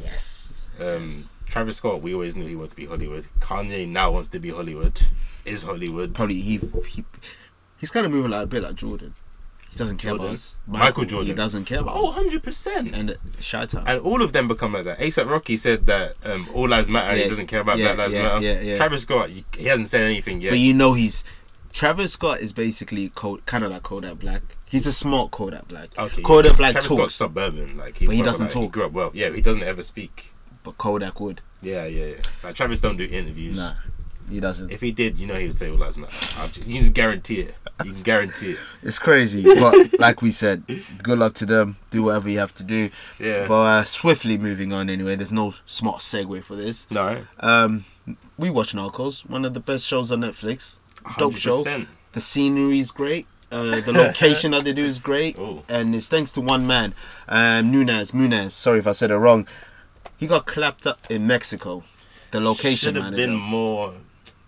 C: Yes.
A: Um, Travis Scott, we always knew he wanted to be Hollywood. Kanye now wants to be Hollywood. Is Hollywood.
C: Probably he, he he's kind of moving like a bit like Jordan. He doesn't care
A: Jordan?
C: about us.
A: Michael Jordan.
C: He doesn't care about
A: Oh,
C: us.
A: 100%.
C: And shout out.
A: and all of them become like that. ASAP Rocky said that um, all lives matter. he
C: Yeah,
A: doesn't care about
C: yeah,
A: Black Lives
C: yeah,
A: Matter.
C: yeah, yeah.
A: Travis Scott, he, he hasn't said anything yet.
C: But you know he's Travis Scott is basically cold, kind of like Kodak Black. He's a smart Kodak Black.
A: okay,
C: Kodak
A: he's-
C: Black
A: Travis
C: talks,
A: Scott's suburban. Like he's
C: But he
A: from,
C: doesn't
A: like, He
C: talk.
A: grew up well. Yeah, he doesn't ever speak.
C: but Kodak would.
A: Yeah, yeah, yeah. Like Travis don't do interviews.
C: Nah, he doesn't.
A: If he did, you know he would say all lives matter. I'm ju- you can just guarantee it. You can guarantee it.
C: It's crazy, but like we said, good luck to them. Do whatever you have to do.
A: Yeah.
C: But uh, swiftly moving on anyway. There's no smart segue for this.
A: No, right?
C: Um, we watch Narcos, one of the best shows on Netflix. Dope show.
A: 100%.
C: The scenery is great. Uh, the location that they do is great,
A: Ooh.
C: and it's thanks to one man, um, Nunez. Munez, sorry if I said it wrong. He got clapped up in Mexico. The location
A: should have
C: manager.
A: been more.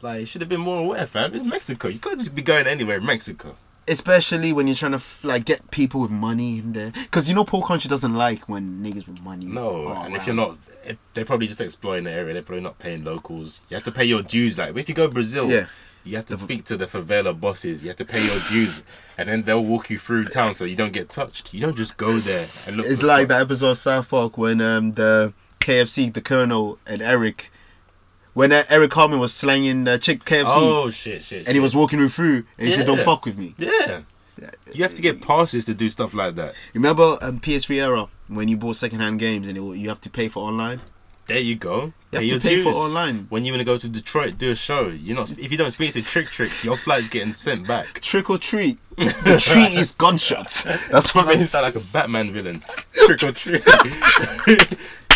A: Like, should have been more aware, fam. It's Mexico. You can't just be going anywhere in Mexico.
C: especially when you're trying to f- like get people with money in there. Because you know, Paul Country doesn't like when niggas with money.
A: No,
C: are
A: and if
C: around.
A: you're not, if- they're probably just exploiting the area. They're probably not paying locals. You have to pay your dues. Like if you go Brazil,
C: Yeah.
A: you have to speak to the favela bosses. You have to pay your dues, and then they'll walk you through town so you don't get touched. You don't just go there and look.
C: it's
A: for
C: like that
A: spots.
C: episode of South Park when um the KFC, the Colonel, and Eric, when uh, Eric Harmon was slanging the chick KFC,
A: Oh shit, shit,
C: and he
A: shit.
C: was walking her through, and he said, "Don't
A: Yeah.
C: fuck with me."
A: yeah. You have to get passes to do stuff like that.
C: Remember um, PS3 era when you bought secondhand games and it, you have to pay for online.
A: There you go.
C: You
A: Pay
C: have to
A: your
C: pay for
A: dues.
C: online.
A: When you're gonna go to Detroit, do a show. You're not if you don't speak to Trick Trick, your flight's getting sent back.
C: Trick or treat. the treat is gunshots. That's what
A: Made
C: I'm
A: him sound like a Batman villain. Trick or treat.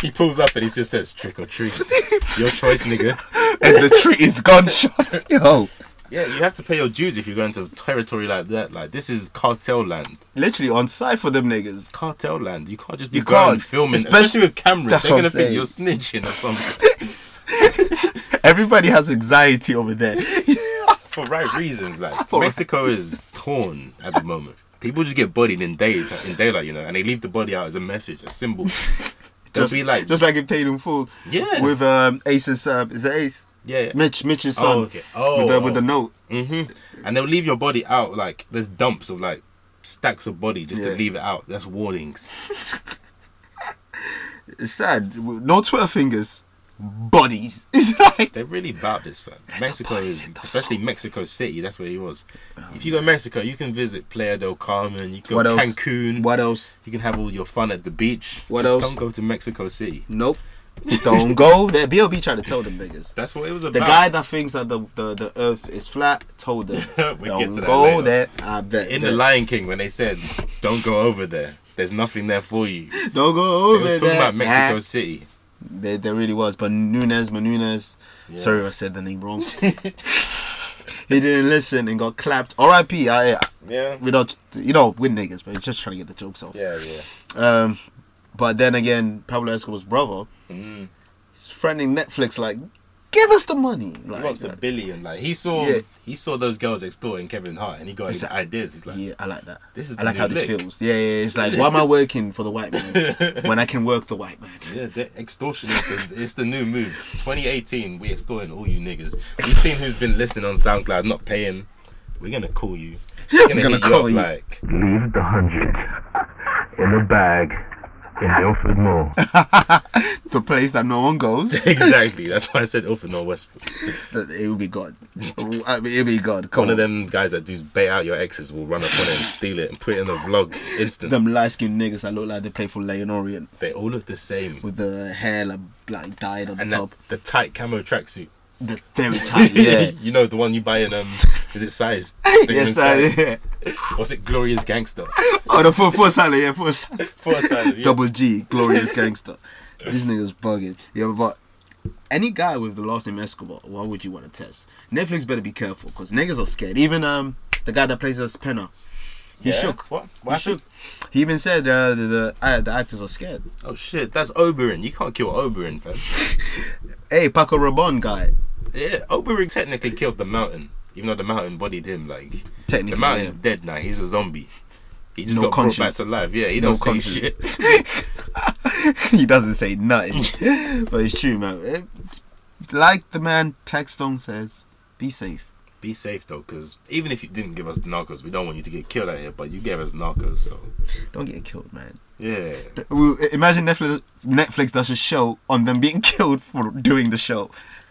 A: he pulls up and he just says, "Trick or treat, your choice, nigga."
C: And the treat is gunshots. Yo.
A: Yeah, you have to pay your dues if you're going to territory like that. Like this is cartel land.
C: Literally on site for them niggas.
A: Cartel land. You can't just be
C: You
A: going
C: can't.
A: filming, especially,
C: Especially-
A: with cameras.
C: That's
A: They're
C: what
A: gonna
C: I'm
A: think
C: saying.
A: you're snitching or something
C: Everybody has anxiety over there.
A: for right reasons. Like Mexico is torn at the moment. People just get bodied in day in daylight, you know, and they leave the body out as a message, a symbol. They'll be like,
C: just like in Paid in Full.
A: Yeah.
C: With um Ace's uh, is it Ace?
A: yeah, yeah.
C: Mitch Mitch's son.
A: Oh, okay. Oh,
C: with the, with
A: oh.
C: the note.
A: Mm-hmm. and they'll leave your body out like there's dumps of like stacks of body just to
C: Yeah.
A: leave it out that's warnings
C: It's sad. No Twitter fingers. Bodies. It's like
A: they're really about this fam mexico
C: bodies
A: is
C: in the Oh,
A: especially mexico city that's where he was if you go to mexico you can visit playa del carmen you can
C: What
A: go
C: else?
A: cancun
C: What else?
A: you can have all your fun at the beach
C: What
A: Just
C: else?
A: don't go to mexico city
C: Nope. Don't go there. B.O.B. tried to tell them niggas.
A: that's what it was
C: The
A: about
C: guy that thinks that the, the, the earth is flat told them.
A: We
C: Don't
A: get to that
C: go
A: later.
C: there. I bet.
A: in
C: that-
A: the lion king when they said don't go over there there's nothing there for you
C: Don't
A: they
C: go over
A: were talking
C: there.
A: about mexico
C: Nah.
A: city
C: There, there really was. But Nunez, Menunez, sorry if I said the name wrong. he didn't listen and got clapped. R.I.P. I, I,
A: yeah
C: we don't, you know, we're niggas, but it's just trying to get the jokes off.
A: yeah yeah
C: Um, but then again, Pablo Escobar's brother,
A: Mm.
C: he's friending Netflix like, give us the money. Like,
A: He wants a billion. Like he saw,
C: Yeah.
A: he saw those girls extorting Kevin Hart, and he got
C: He's
A: his
C: like-
A: ideas. He's like,
C: yeah, I like that.
A: This is
C: I like
A: the
C: how
A: new
C: this
A: lick.
C: feels. Yeah, yeah, yeah. It's like, why am I working for the white man when I can work the white man?
A: yeah, they're extortion is the, it's the new move. 2018, we extorting all you niggas. We've seen who's been listening on SoundCloud, not paying. We're gonna call you. We're gonna,
C: gonna
A: hit you
C: call
A: up,
C: you.
A: Like,
G: Leave the hundred in the bag in Ilford Mall.
C: The place that no one goes,
A: exactly. That's why I said Ilford North Westbrook.
C: it will be God. I mean, it'll be God. Come
A: One of
C: on.
A: them guys that do bait out your exes will run up on it and steal it and put it in a vlog instant.
C: them light skinned niggas that look like they play for Leon Orient
A: They all look the same.
C: with the hair like, like dyed on the
A: And that,
C: top.
A: the tight camo tracksuit.
C: the very tight.
A: Yeah. you know the one you buy in um is it size?
C: yes, salad. Yeah.
A: What's it? Glorious Gangster.
C: Oh, the full, full salad. Yeah, full salad.
A: For size. Yeah.
C: Double G, glorious gangster. These niggas bugging. Yeah, but any guy with the last name Escobar, why would you want to test? Netflix better be careful because niggas are scared. Even um the guy that plays us Penner, he
A: Yeah?
C: shook.
A: What?
C: He
A: What
C: shook.
A: happened?
C: He even said uh, the the, uh, the actors are scared.
A: Oh shit, that's Oberyn. You can't kill Oberyn, fam.
C: Hey, Paco Rabanne guy.
A: Yeah, Oberyn technically killed the mountain, even though the mountain bodied him. Like
C: Technically,
A: the mountain's
C: yeah.
A: dead now. He's a zombie. He just
C: No
A: got brought back
C: conscience.
A: to life. Yeah, he
C: No
A: don't say
C: conscience.
A: shit.
C: he doesn't say nothing, but it's true, man. Eh, like the man Text Stone says, be safe.
A: Be safe though, because even if you didn't give us Narcos, we don't want you to get killed out here. But you gave us Narcos, so
C: Don't get killed, man.
A: yeah.
C: We- Imagine Netflix Netflix does a show on them being killed for doing the show.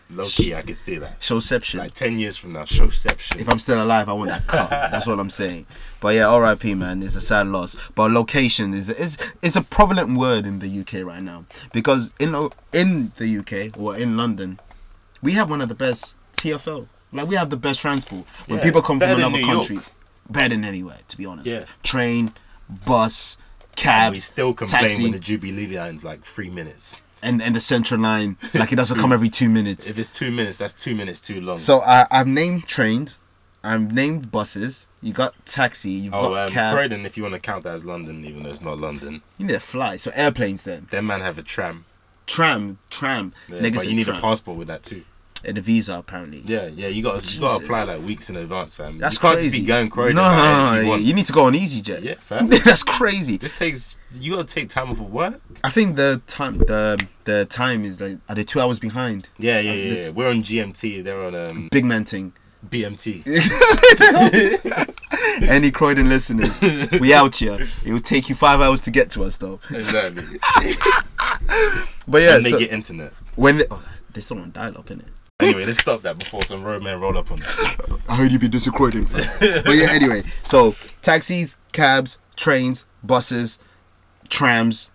A: Low key, I can see that.
C: Showception.
A: Like ten years from now, showception.
C: if I'm still alive, I want that cut. That's what I'm saying. But yeah, R.I.P. Man, it's a sad loss. But location is is is a prevalent word in the UK right now because in lo- in the UK or in London, we have one of the best TFL. Like we have the best transport. When
A: Yeah,
C: people come from
A: better than
C: another
A: New
C: country,
A: York.
C: better than anywhere, to be honest.
A: Yeah.
C: Train, bus, cab,
A: we still complain
C: taxi,
A: when the Jubilee line's like three minutes.
C: and and the Central Line. Like it doesn't come every two minutes.
A: If it's two minutes, that's two minutes too long.
C: So I, I've named trains. I've named buses. You got taxi. You've
A: oh,
C: got
A: um,
C: cab.
A: Croydon, if you want to count that as London, even though it's not London,
C: You need to fly. So airplanes then.
A: then man have a tram.
C: Tram, tram.
A: Yeah,
C: Niggas
A: but
C: in
A: you need
C: tram.
A: a passport with that too.
C: and a visa apparently.
A: Yeah, yeah, you got to you got
C: Jesus.
A: to apply like weeks in advance, fam.
C: That's
A: you can't
C: crazy.
A: just be going Croydon.
C: No,
A: like, if you
C: you,
A: want.
C: need to go on EasyJet.
A: Yeah, fam.
C: That's crazy.
A: this takes you got to take time off of work.
C: I think the time the the time is like are they two hours behind?
A: Yeah, yeah,
C: Uh,
A: yeah.
C: it's-
A: yeah. We're on GMT. They're on um,
C: Big man thing.
A: BMT.
C: Any Croydon listeners, we out here. It will take you five hours to get to us though.
A: exactly.
C: But yeah,
A: and they
C: so
A: get internet.
C: when they, oh, there's someone dial up in it.
A: Anyway, let's stop that before some roadmen roll up on us.
C: I heard you be disappointed. but yeah, anyway. So taxis, cabs, trains, buses, trams.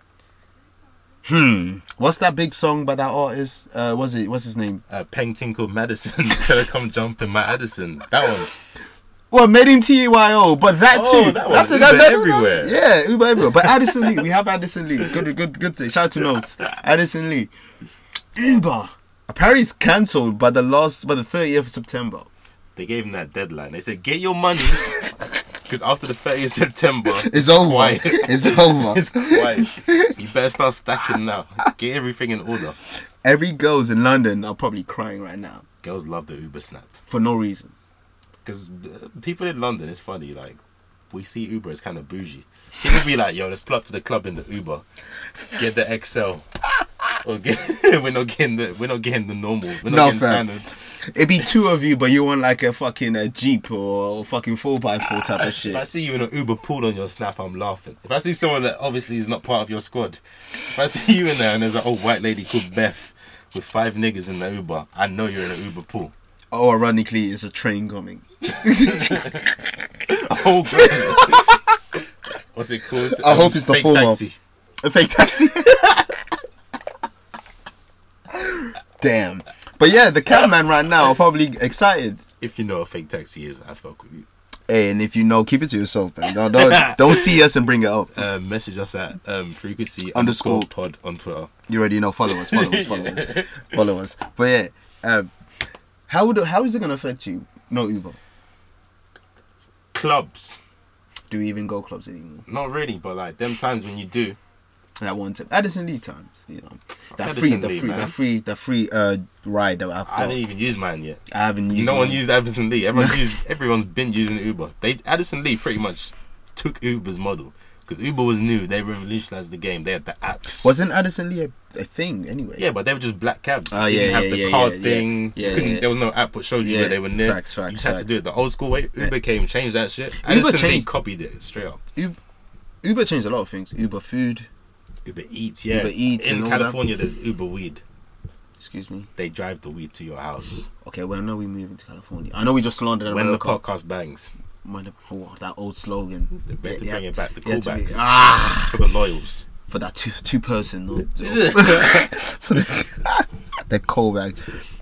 C: Hmm. What's that big song by that artist? Uh, was it? What's his name?
A: Uh, Peng Tinkle Madison, Telecom Jump in my Addison. That one.
C: Well, made in TYO, but that
A: Oh,
C: too.
A: that one,
C: it,
A: Uber everywhere.
C: Yeah, Uber everywhere. But Addison Lee, we have Addison Lee. Good, good, good thing. Shout out to notes. Addison Lee. Uber. Apparently, it's cancelled by the last, by the thirtieth of September.
A: They gave him that deadline. They said, get your money. Because after the 30th of September,
C: It's over.
A: Quiet.
C: It's over.
A: it's quiet. So you better start stacking now. Get everything in order.
C: Every girls in London are probably crying right now
A: Girls love the Uber snap.
C: for no reason.
A: Because people in London, it's funny, like, we see Uber as kind of bougie. People be like, yo, let's pull up to the club in the Uber, get the XL. Or get, we're not getting the we're not getting the normal. We're not
C: No,
A: getting
C: fam.
A: standard.
C: It'd be two of you, but you want like a fucking a jeep or a fucking four x four type
A: If
C: of
A: I
C: shit.
A: see you in an Uber pool on your snap, I'm laughing. If I see someone that obviously is not part of your squad, if I see you in there and there's an old white lady called Beth with five niggas in the Uber, I know you're in an Uber pool.
C: Oh, ironically, it's a train coming.
A: Oh, God. What's it called? Um,
C: I hope it's the
A: fake
C: former.
A: taxi.
C: A fake taxi. Damn. But yeah, the cabman right now are probably excited.
A: If you know what fake taxi is, I fuck with you.
C: Hey, and if you know, keep it to yourself, man. Don't don't, don't see us and bring it up.
A: Uh, message us at um, frequency
C: Underscore.
A: underscore, pod on Twitter.
C: You already know. Follow us. Follow us. Follow us. Follow us. But yeah, um, how would how is it gonna affect you? No Uber.
A: Clubs.
C: Do we even go clubs anymore?
A: Not really, but like them times when you do.
C: that one time. Addison Lee times, you know. That
A: Addison
C: free, the
A: Lee,
C: free,
A: man.
C: that free, the free uh, ride that I've got.
A: I
C: I,
A: didn't even use mine yet.
C: haven't used.
A: no one
C: mine.
A: used Addison Lee. Everyone used, everyone's been using Uber. They Addison Lee pretty much took Uber's model because Uber was new. They revolutionized the game. They had the apps.
C: Wasn't Addison Lee a, a thing anyway?
A: yeah, but they were just black cabs.
C: Ah,
A: they didn't
C: yeah,
A: have
C: yeah,
A: the
C: yeah,
A: card
C: yeah, yeah.
A: thing.
C: Yeah,
A: you couldn't,
C: yeah.
A: There was no app that showed you
C: Yeah,
A: where they were near.
C: facts, facts,
A: you just had to
C: facts.
A: do it the old school way. Uber came, changed that shit. Addison Lee
C: changed-
A: copied it straight up.
C: Uber, Uber changed a lot of things. Uber food,
A: Uber Eats, yeah.
C: Uber Eats
A: in
C: and all that.
A: California, there's Uber Weed.
C: excuse me.
A: They drive the weed to your house
C: Okay, well, I know we're moving to California. I know we just landed in
A: when the
C: America.
A: podcast bangs
C: When the- oh, that old slogan.
A: They better bring it back, the
C: yeah, to be-
A: callbacks.
C: Ah,
A: for the loyals.
C: for that two two person. or- or- for the, the callback.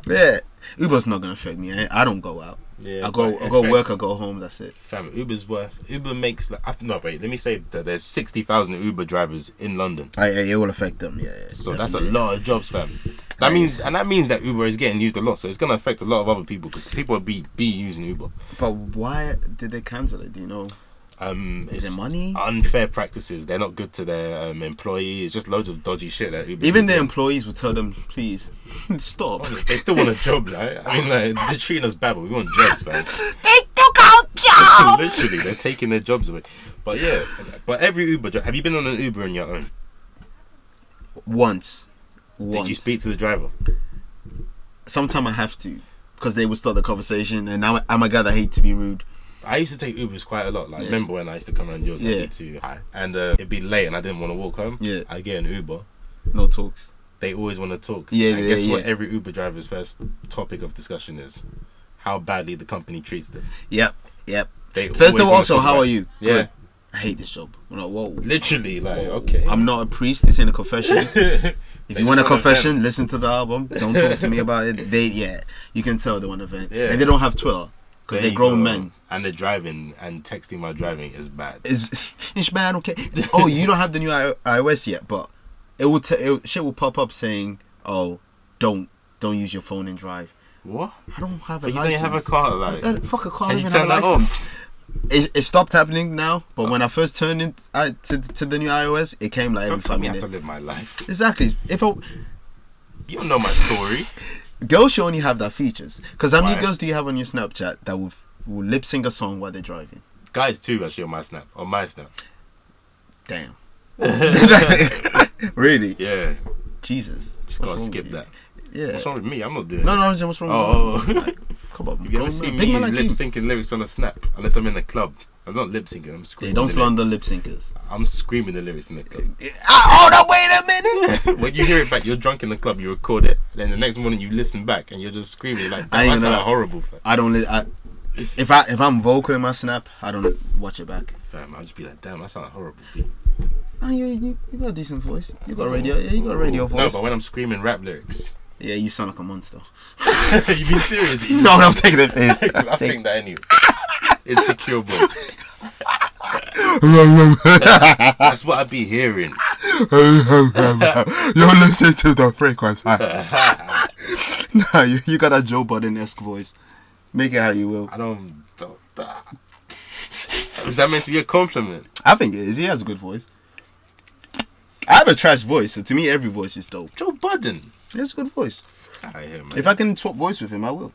C: Yeah. Uber's not gonna affect me. I, I don't go out.
A: Yeah,
C: I go
A: but
C: I
A: it
C: go
A: affects-
C: work. I go home. That's it.
A: Fam, Uber's worth. Uber makes. like, I- No, wait. Let me say that there's sixty thousand Uber drivers in London,
C: I, it will affect them. Yeah. yeah
A: so that's a
C: definitely.
A: lot of jobs, fam. That means, and that means that Uber is getting used a lot, so it's gonna affect a lot of other people because people will be be using Uber.
C: But why did they cancel it? Do you know?
A: Um,
C: Is
A: it's
C: it money?
A: Unfair practices. They're not good to their um, employees. Just loads of dodgy shit that Uber.
C: Even
A: do.
C: their employees would tell them, please stop.
A: Oh, they still want a job, right? I mean, like they're treating us bad, but we want jobs, man.
C: They took our job.
A: Literally, they're taking their jobs away. But yeah, but every Uber. dri- Have you been on an Uber on your own?
C: Once. Once.
A: Did you speak to the driver?
C: Sometime I have to, because they would start the conversation, and I'm, I'm a guy that hate to be rude.
A: I used to take Ubers quite a lot. Like, remember when I used to come around yours?
C: Yeah.
A: Yeah. Too high, and uh, it'd be late, and I didn't want to walk home.
C: Yeah.
A: I'd get an Uber.
C: No talks.
A: They always want to talk.
C: Yeah,
A: And
C: yeah,
A: guess
C: yeah.
A: what? Every Uber driver's first topic of discussion is how badly the company treats them.
C: Yep. Yep.
A: They always
C: First of all,
A: wanna
C: also,
A: talk
C: how
A: about-
C: are you?
A: Yeah.
C: Good. I hate this job. I'm like, whoa.
A: Literally, like, okay.
C: I'm not a priest. This ain't a confession. if you want
A: want
C: a
A: to
C: confession, listen to the album. Don't talk to me about it. They, yeah, you can tell they want to vent,
A: Yeah.
C: and they don't have Twitter because
A: There
C: they're
A: you
C: grown
A: go.
C: men.
A: And the driving and texting while driving is bad.
C: It's, it's bad. Okay. Oh, you don't have the new I- iOS yet, but it will. T- it, shit will pop up saying, "Oh, don't don't use your phone and drive."
A: What?
C: I don't have
A: But
C: a
A: you don't
C: license.
A: have a car, like.
C: Uh, fuck, I can't
A: Can you
C: even
A: turn
C: have
A: that
C: a license.
A: off? Oh.
C: It, it stopped happening now, but when I first turned it I, to to the new iOS, it came like every
A: Don't tell
C: time.
A: me
C: I
A: how to
C: did.
A: live my life.
C: Exactly. If I,
A: You don't know my story.
C: girls should only have that features. Because how many
A: Why?
C: girls do you have on your Snapchat that will will lip sync a song while they're driving?
A: Guys, too, actually, on my snap. On my snap.
C: Damn. really?
A: Yeah.
C: Jesus.
A: Just
C: What's
A: gotta
C: wrong
A: skip
C: with
A: that.
C: you? Yeah.
A: What's wrong with me? I'm not doing
C: No,
A: it.
C: no, I'm just what's wrong
A: Oh,
C: with you? Like, come on.
A: Have you
C: grown
A: ever seen
C: man. Big
A: me
C: man like
A: lip
C: you.
A: syncing lyrics on a snap? Unless I'm in the club. I'm not lip syncing, I'm
C: They
A: screaming.
C: don't slander
A: lyrics.
C: lip syncers.
A: I'm screaming the lyrics in the club.
C: Ah, hold up, wait a minute.
A: when you hear it back, you're drunk in the club, you record it. Then the next morning, you listen back and you're just screaming like, "Damn,
C: I ain't
A: that
C: gonna
A: sound
C: lie.
A: horrible, fam.
C: I don't. Li- I, if I if I'm vocal in my snap, I don't watch it back.
A: fam. I'll just be like, damn, that sound horrible. B."
C: Oh, you, you, you got a decent voice. You got a radio. Yeah, you got a radio
A: No,
C: voice.
A: but when I'm screaming rap lyrics,
C: yeah, you sound like a monster.
A: you mean serious?
C: no, I'm taking the piss.
A: I
C: I'm
A: think
C: taking-
A: that anyway. Insecure boys. That's what I be hearing.
C: You're listening to the frequency. no, you, you got a Joe Budden esque voice. Make it how you will.
A: I don't. don't Is that meant to be a compliment?
C: I think it is. He has a good voice. I have a trash voice, so to me, every voice is dope.
A: Joe Budden.
C: He has a good voice.
A: I hear man.
C: If I can swap voice with him, I will.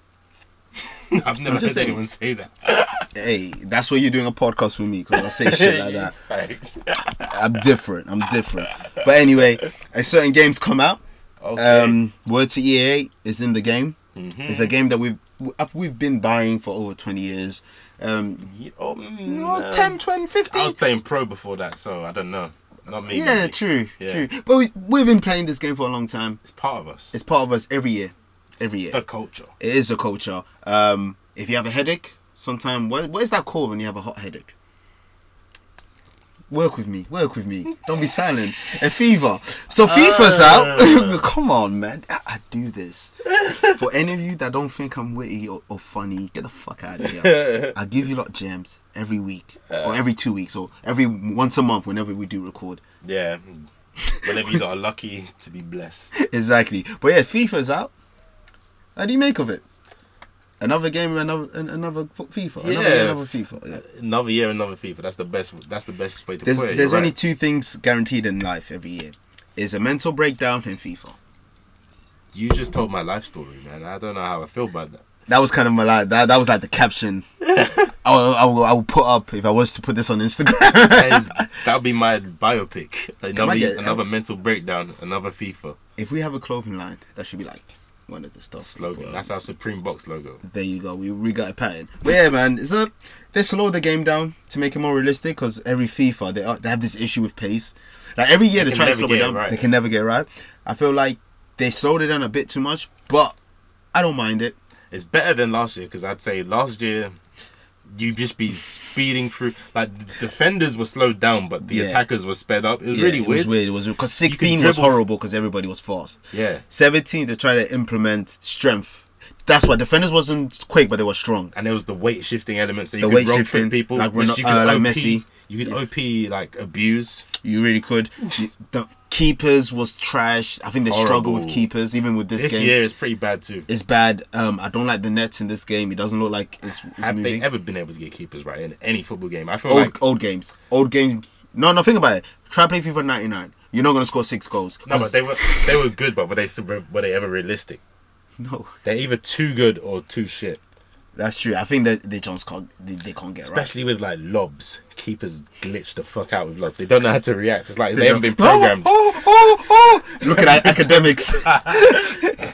A: I've never heard
C: just saying.
A: anyone say that.
C: Hey, that's why you're doing a podcast with me because I say shit like that.
A: Thanks.
C: I'm different. I'm different. But anyway, a certain games come out.
A: Okay. Mm-hmm.
C: Um, Word to EA is in the game. It's a game that we've I've- we've been buying for over 20 years. Um,
A: Ye- oh, mm,
C: no,
A: um,
C: 10, 20,
A: I was
C: 15.
A: playing pro before that, so I don't know. Not me.
C: Yeah,
A: maybe.
C: true,
A: Yeah.
C: true. But we, we've been playing this game for a long time.
A: It's part of us.
C: It's part of us every year. Every year.
A: the culture.
C: It is a culture. Um, if you have a headache, sometime what, what is that called when you have a hot headache? Work with me, work with me. Don't be silent. A fever. So FIFA's out. Come on, man. I, I do this. For any of you that don't think I'm witty or, or funny, get the fuck out of here. I give you lot gems every week or every two weeks or every once a month whenever we do record.
A: Yeah. Whenever you got lucky to be blessed.
C: Exactly. But yeah, FIFA's out. How do you make of it? Another game, another an- another f- FIFA, another,
A: Yeah.
C: another FIFA. yeah.
A: Another year, another FIFA. That's the best. That's the best way to
C: There's
A: play. you're
C: there's only
A: right.
C: two things guaranteed in life every year: is a mental breakdown and FIFA.
A: You just told my life story, man. I don't know how I feel about that.
C: That was kind of my life. That, that was like the caption. I, will, I, will, I will put up if I was to put this on Instagram.
A: That is, that'll be my biopic. Another
C: get-
A: another mental breakdown. Another FIFA
C: if we have a clothing line, that should be like one of the stuff.
A: slogan. That's our Supreme Box logo.
C: There you go. We, we got a pattern. But yeah, man, it's a they slow the game down to make it more realistic because every FIFA they are, they have this issue with pace. Like every year they,
A: can
C: try to
A: never
C: slow it
A: get it
C: down.
A: right.
C: They can never get it right. I feel like they slowed it down a bit too much, but I don't mind it.
A: It's better than last year because I'd say last year you just be speeding through. Like the defenders were slowed down, but the
C: Yeah.
A: attackers were sped up. It was
C: Yeah,
A: really
C: it
A: weird.
C: was weird. It was because sixteen was
A: dribble-
C: horrible because everybody was fast.
A: Yeah.
C: Seventeen they try to implement strength. That's why defenders wasn't quick, but they were strong.
A: and there was the weight shifting element, so you
C: The
A: could
C: weight
A: roll
C: shifting,
A: through people.
C: like
A: because
C: Ronal-
A: you could
C: uh, like
A: OP,
C: Messi.
A: You could OP like abuse.
C: You really could. You- The keepers was trash. I think they struggle with
A: Horrible.
C: keepers, even with this,
A: This
C: game.
A: year is pretty bad too.
C: It's bad. Um, I don't like the nets in this game. It doesn't look like it's, it's
A: Have
C: moving. Oh,
A: they ever been able to get keepers right in any football game? I feel
C: old,
A: like
C: old games. Old games. No, no. Think about it. Try play FIFA 99. You're not gonna score six goals.
A: no, but they were they were good, but were they still re- were they ever realistic?
C: No,
A: They're either too good or too shit.
C: that's true. I think that they just can't. They, they can't get right.
A: Especially with like lobs, keepers glitch the fuck out with lobs. They don't know how to react. It's like they, haven't been
C: don't-
A: programmed.
C: Oh, oh, oh, oh. Look at our academics.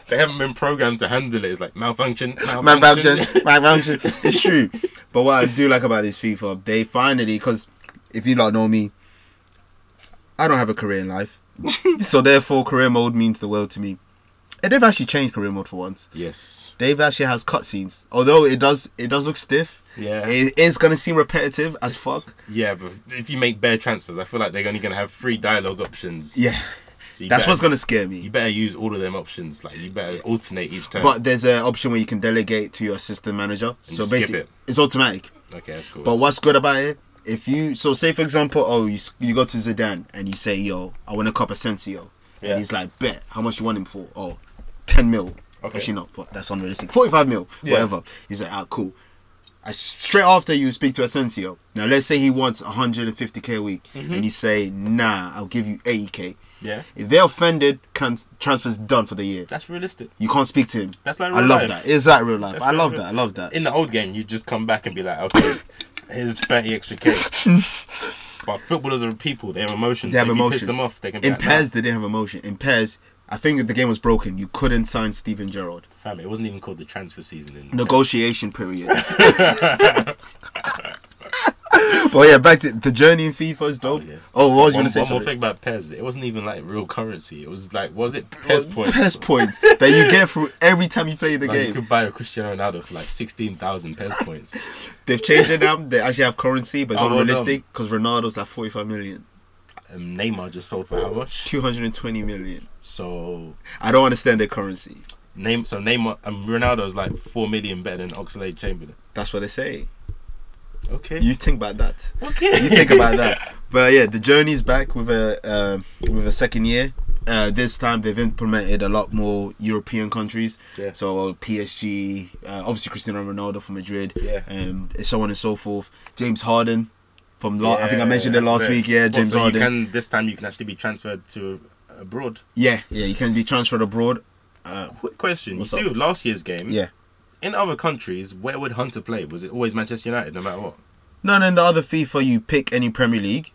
A: They haven't been programmed to handle it. It's like malfunction, malfunction.
C: my voucher, my voucher. It's true. But what I do like about this FIFA, they finally, because if you lot know me, I don't have a career in life. so therefore, career mode means the world to me. And they've actually changed career mode for once.
A: Yes.
C: They've actually has cutscenes. Although it does, it does look stiff.
A: Yeah.
C: It is gonna seem repetitive as fuck.
A: Yeah, but if you make bare transfers, I feel like they're only gonna have three dialogue options.
C: Yeah.
A: So you
C: That's
A: better-
C: what's gonna scare me.
A: You better use all of them options. Like you better alternate each time.
C: But there's an option where you can delegate to your assistant manager. so
A: just skip
C: basically,
A: it.
C: it's automatic.
A: okay, that's cool.
C: But what's good about it? If you so say for example, oh you, s- you go to Zidane and you say, "Yo, I want a cup of Sensio,"
A: Yeah.
C: and he's like, "Bet how much you want him for?" Oh, 10 mil.
A: Okay.
C: Actually, not. But that's unrealistic. Forty-five mil.
A: Yeah.
C: Whatever. He's like, "Ah, cool." I, straight after you speak to Asensio. Now let's say he wants 150k a week,
A: Mm-hmm.
C: and you say, "Nah, I'll give you 80k."
A: Yeah.
C: If they're offended, can transfer's done for the year.
A: That's realistic.
C: You can't speak to him.
A: That's like
C: I
A: real
C: love
A: life.
C: that. Is that real life?
A: That's
C: I
A: like
C: love
A: real-
C: that. I love that.
A: In the old game, you just come back and be like, okay, here's thirty extra k. but footballers are people; they have emotions.
C: They have
A: if
C: emotion.
A: You piss them off, they can. Be
C: in
A: like, nah,
C: Pez, they didn't have emotion. In Pez, I think the game was broken. You couldn't sign Steven Gerrard.
A: fam, it wasn't even called the transfer season. In
C: Negotiation period. well, yeah, back to the journey in FIFA is dope. Oh,
A: yeah.
C: what was you
A: one,
C: gonna say?
A: one more
C: something?
A: thing about Pez. It wasn't even like real currency. It was like, was it Pez points?
C: Pez points that you get through every time you play the
A: Like, you
C: game.
A: could buy a Cristiano Ronaldo for like sixteen thousand Pez points.
C: They've changed it now. They actually have currency, but it's
A: Oh,
C: not
A: well
C: realistic because Ronaldo's like 45 million,
A: Um, Neymar just sold for how much?
C: 220 million.
A: So
C: I don't understand their currency.
A: Name so Neymar and Ronaldo's like four million better than Oxlade Chamberlain.
C: That's what they say.
A: Okay.
C: You think about that.
A: okay.
C: you think about that. But yeah, the journey's back with a uh, with a second year. Uh, this time they've implemented a lot more European countries.
A: Yeah.
C: So PSG, uh, obviously Cristiano Ronaldo from Madrid,
A: Yeah.
C: um, and so on and so forth. James Harden from la- I think I mentioned it
A: that's
C: last week. Yeah,
A: Well,
C: James
A: so
C: Harden.
A: You can this time you can actually be transferred to abroad.
C: Yeah, yeah, you can be transferred abroad.
A: Mm. Quick question: You
C: What's
A: see,
C: up?
A: with last year's game,
C: Yeah.
A: in other countries, where would Hunter play? Was it always Manchester United, no matter what?
C: No, then the other FIFA, you pick any Premier League,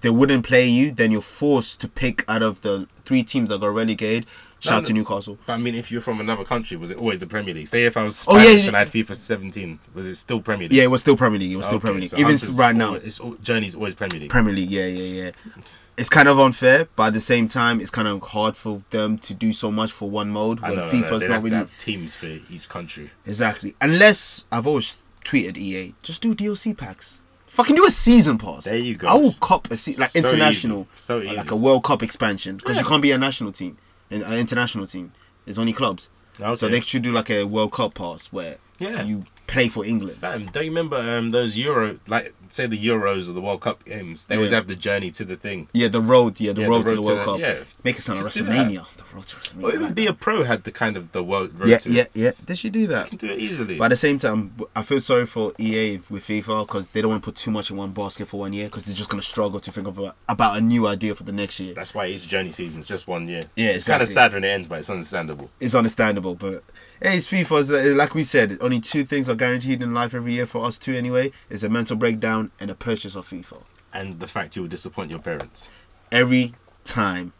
C: they wouldn't play you. Then you're forced to pick out of the three teams that got relegated. Shout out
A: no.
C: to Newcastle.
A: But I mean, if you're from another country, was it always the Premier League? Say if I was
C: Oh,
A: Spanish
C: yeah, yeah.
A: and I had FIFA 17, was it still Premier League?
C: Yeah, it was still Premier League. It was still
A: Okay,
C: Premier League.
A: so
C: Even
A: Hunter's
C: right now,
A: always- it's al- journey's always Premier League.
C: Premier League. Yeah, yeah, yeah. It's kind of unfair, but at the same time, it's kind of hard for them to do so much for one mode
A: I
C: when
A: know, I know,
C: FIFA's
A: they'd
C: not
A: have
C: really
A: to have teams for each country.
C: exactly. Unless I've always tweeted EA, just do DLC packs. Fucking do a season pass.
A: There you go.
C: I will cop a se- like
A: So
C: international,
A: easy. So
C: or like
A: easy.
C: a World Cup expansion because you can't be a national team, an, an international team. It's only clubs. So
A: Okay.
C: they should do like a World Cup pass where
A: Yeah.
C: you play for England.
A: Fam, don't you remember um, those Euro, like say the Euros or the World Cup games? They always
C: Yeah.
A: have the journey to the thing.
C: Yeah, the road. Yeah, the,
A: Yeah,
C: road,
A: the road
C: to the
A: to
C: World Cup.
A: the- yeah.
C: Make it sound like
A: Just do that.
C: WrestleMania. The road to WrestleMania.
A: Or even Be a Pro had the kind of the world road
C: yeah,
A: to
C: yeah,
A: it.
C: yeah. They should do that.
A: You can do it easily.
C: But at the same time, I feel sorry for EA with FIFA because they don't want to put too much in one basket for one year because they're just gonna struggle to think of a, about a new idea for the next year.
A: That's why each journey season is just one year.
C: Yeah,
A: it's kind
C: exactly.
A: of sad when it ends, but it's understandable.
C: It's understandable, but hey, it's FIFA. It's like- like we said, only two things are guaranteed in life every year for us two anyway: is a mental breakdown and a purchase of FIFA.
A: And the fact you will disappoint your parents.
C: Every time,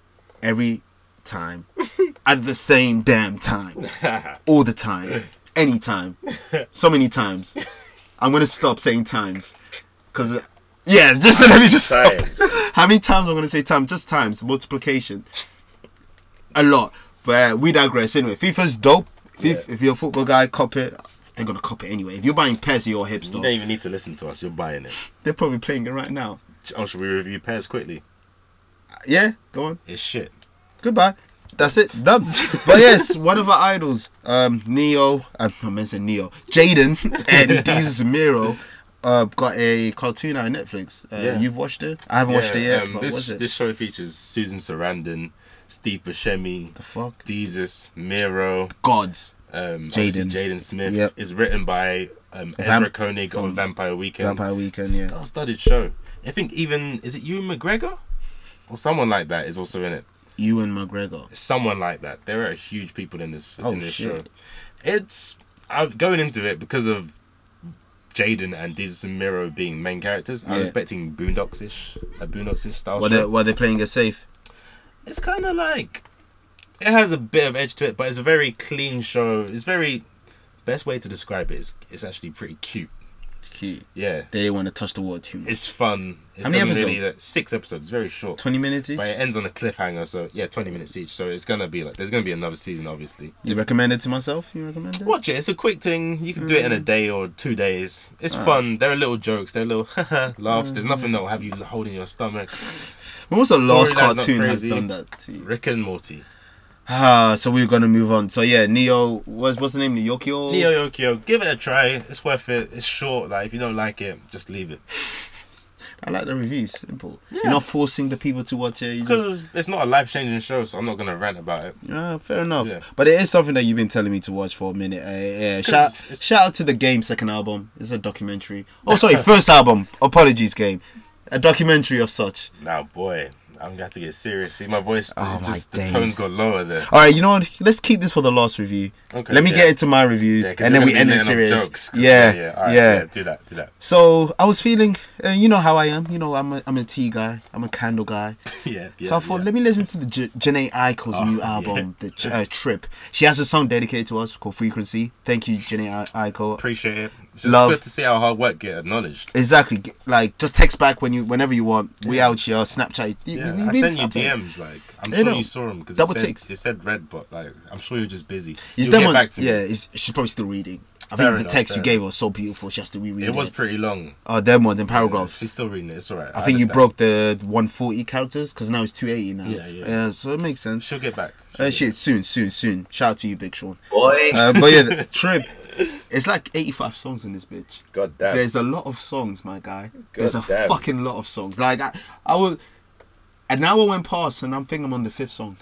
C: every time, at the same damn time. all the time, anytime, so many times. I'm gonna stop saying times, cause yeah, just let me just stop. How many times I'm gonna say time? Just times, multiplication. A lot, but uh, we digress. Anyway, FIFA's dope. If, if you're a football guy, cop it. They're gonna cop it anyway. If you're buying Pez, you're a
A: You
C: hipster.
A: don't even need to listen to us. You're buying it.
C: They're probably playing it right now.
A: Oh, should we review pairs quickly?
C: Yeah, go on.
A: It's shit.
C: Goodbye. That's it, done. but yes, one of our idols, um, Neo, I I meant to say Neo, Jaden and Jesus Miro, uh, got a cartoon out on Netflix. Uh,
A: Yeah.
C: You've watched it? I haven't watched it yet, but
A: um, this,
C: watch it.
A: this show features Susan Sarandon, Steve Buscemi,
C: the fuck?
A: Deezus, Miro,
C: Gods.
A: um, Jaden
C: Jaden.
A: Jaden Smith.
C: Yep.
A: It's written by um, Ezra
C: Vamp-
A: Koenig on
C: from
A: Vampire Weekend.
C: Vampire Weekend, yeah.
A: Star-studded show. I think even is it Ewan McGregor or someone like that is also in it.
C: Ewan McGregor.
A: someone like that. There are huge people in this
C: Oh,
A: in this
C: shit.
A: show. It's I'm going into it because of Jaden and Desus and Miro being main characters. I
C: Yeah.
A: was expecting Boondocks ish, a Boondocks ish style
C: While
A: show.
C: they're, while they're playing it safe.
A: It's kind of like it has a bit of edge to it, but it's a very clean show. It's very best way to describe it is it's actually pretty cute.
C: Cute.
A: Yeah,
C: They didn't want to touch the water too much.
A: it's fun. It's
C: How many
A: doesn't
C: episodes?
A: six episodes. It's very short.
C: 20 minutes each?
A: But it ends on a cliffhanger, so yeah, twenty minutes each. So it's gonna be like there's gonna be another season, obviously.
C: You recommend it to myself? You recommend it?
A: Watch it. It's a quick thing. You can do it in a
C: Mm.
A: day or two days. It's fun. There are little jokes. There are little laughs. There's nothing
C: Mm.
A: that will have you holding your stomach.
C: When was the last
A: Storyline's not
C: cartoon has
A: crazy.
C: done that to you?
A: Rick and Morty.
C: Ah, so we're gonna move on. So yeah, Neo. What's what's the name? Yokio.
A: Neo Yokio. Give it a try. It's worth it. It's short. Like if you don't like it, just leave it.
C: I like the reviews. Simple. You're not forcing the people to watch it. You just,
A: Because it's not a life changing show, so I'm not gonna rant about it.
C: Ah, fair enough.
A: Yeah.
C: But it is something that you've been telling me to watch for a minute. Uh, yeah. Shout
A: it's-
C: shout out to the game second album. It's a documentary. Oh, sorry, first album. Apologies, game. A documentary of such.
A: Now, boy, I'm gonna have to get serious. See, my voice
C: Oh, my
A: just the
C: days.
A: tones got lower there.
C: All right, you know what? Let's keep this for the last review.
A: Okay,
C: Let me
A: yeah.
C: get into my review,
A: Yeah, 'cause
C: and
A: you're
C: then
A: gonna
C: we
A: be
C: end
A: letting
C: it
A: off
C: serious.
A: Jokes, 'cause-
C: yeah,
A: yeah, yeah. All right,
C: yeah.
A: yeah. Do that. Do that.
C: So I was feeling, uh, you know how I am. You know, I'm a, I'm a tea guy. I'm a candle guy.
A: Yeah. yeah
C: so I thought,
A: yeah. Oh,
C: let me listen to the J- Janae Eichel's new
A: yeah.
C: album, The Ch- uh, Trip. She has a song dedicated to us called Frequency. Thank you, Janae I- Eichel.
A: appreciate it. It's just
C: Love.
A: good to see our hard work get acknowledged.
C: exactly. G- Like, just text back when you, whenever you want. We out here. Snapchat. You-
A: Yeah,
C: we- we
A: I
C: need
A: sent you
C: Snapchat.
A: DMs. Like, I'm
C: They
A: sure
C: don't.
A: you saw them because it
C: Double
A: said
C: ticks.
A: it said red, but like, I'm sure you're just busy.
C: It's
A: You'll
C: them
A: get
C: on-
A: back to me.
C: yeah, it's, she's probably still reading. I
A: Fair
C: think the
A: enough,
C: text
A: fair
C: you gave her was so beautiful. She has to reread it.
A: It was pretty long.
C: Oh, them ones in paragraphs.
A: She's still reading it. It's alright.
C: I think you broke the 140 characters because now it's 280 now.
A: Yeah, yeah.
C: Yeah, so it makes sense.
A: She'll get back. She'll
C: Uh,
A: get
C: shit, soon, soon, soon. Shout out to you, Big Sean. Uh, but yeah, the trip. It's like 85 songs in this bitch.
A: back. God damn.
C: There's a lot of songs, my guy. There's a
A: Goddamn.
C: fucking lot of songs. Like I, I was an hour went past, and I'm thinking I'm on the fifth song.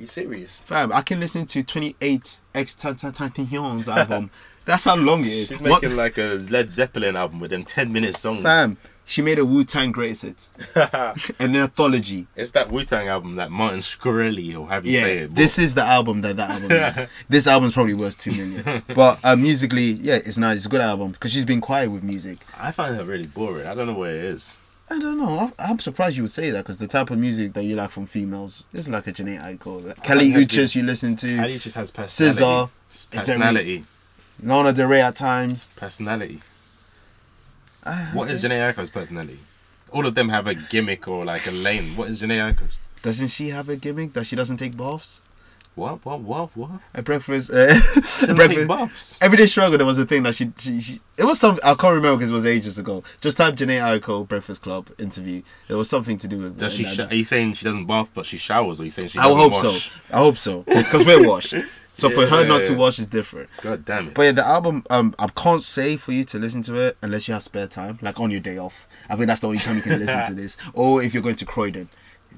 A: you serious?
C: Fam, I can listen to 28 X Tantantantan's album. That's how long it is.
A: She's
C: What-
A: making like a Led Zeppelin album with them 10 minute songs.
C: fam. She made a Wu Tang greatest hits, an anthology.
A: It's that Wu Tang album that Martin Shkreli or have you
C: Yeah,
A: say it.
C: this is the album that that album is. this album's probably worth two million. but uh, musically, yeah, it's nice. It's a good album because she's been quiet with music.
A: I find her really boring. I don't know what it is.
C: I don't know. I, I'm surprised you would say that because the type of music that you like from females is like a Janae Eichel, like Kelly
A: like her
C: Uchis you listen to,
A: Ali just has
C: Scissor.
A: personality. It's
C: It's very-
A: Personality.
C: Lana Del Rey at times.
A: Personality. What is Janae Aiko's personality? All of them have a gimmick or like a lane. What is Janae Aiko's?
C: Doesn't she have a gimmick that she doesn't take baths
A: What? What? What? What?
C: at breakfast? Uh,
A: Doesn't take
C: breakfast.
A: buffs.
C: Everyday struggle. There was a thing that she, she, she it was some. I can't remember because it was ages ago. Just type Janae Eichel Breakfast Club interview. It was something to do with.
A: Does she?
C: uh,
A: Sh-
C: that-
A: are you saying she doesn't bath, but she showers? Or are you saying she?
C: I
A: Doesn't
C: hope
A: wash?
C: so. I hope so because we're washed. So for her
A: Yeah,
C: not to
A: yeah.
C: wash is different.
A: God damn it!
C: But yeah, the album um I can't say for you to listen to it unless you have spare time, like on your day off. I think that's the only time you can listen to this, or if you're going to Croydon.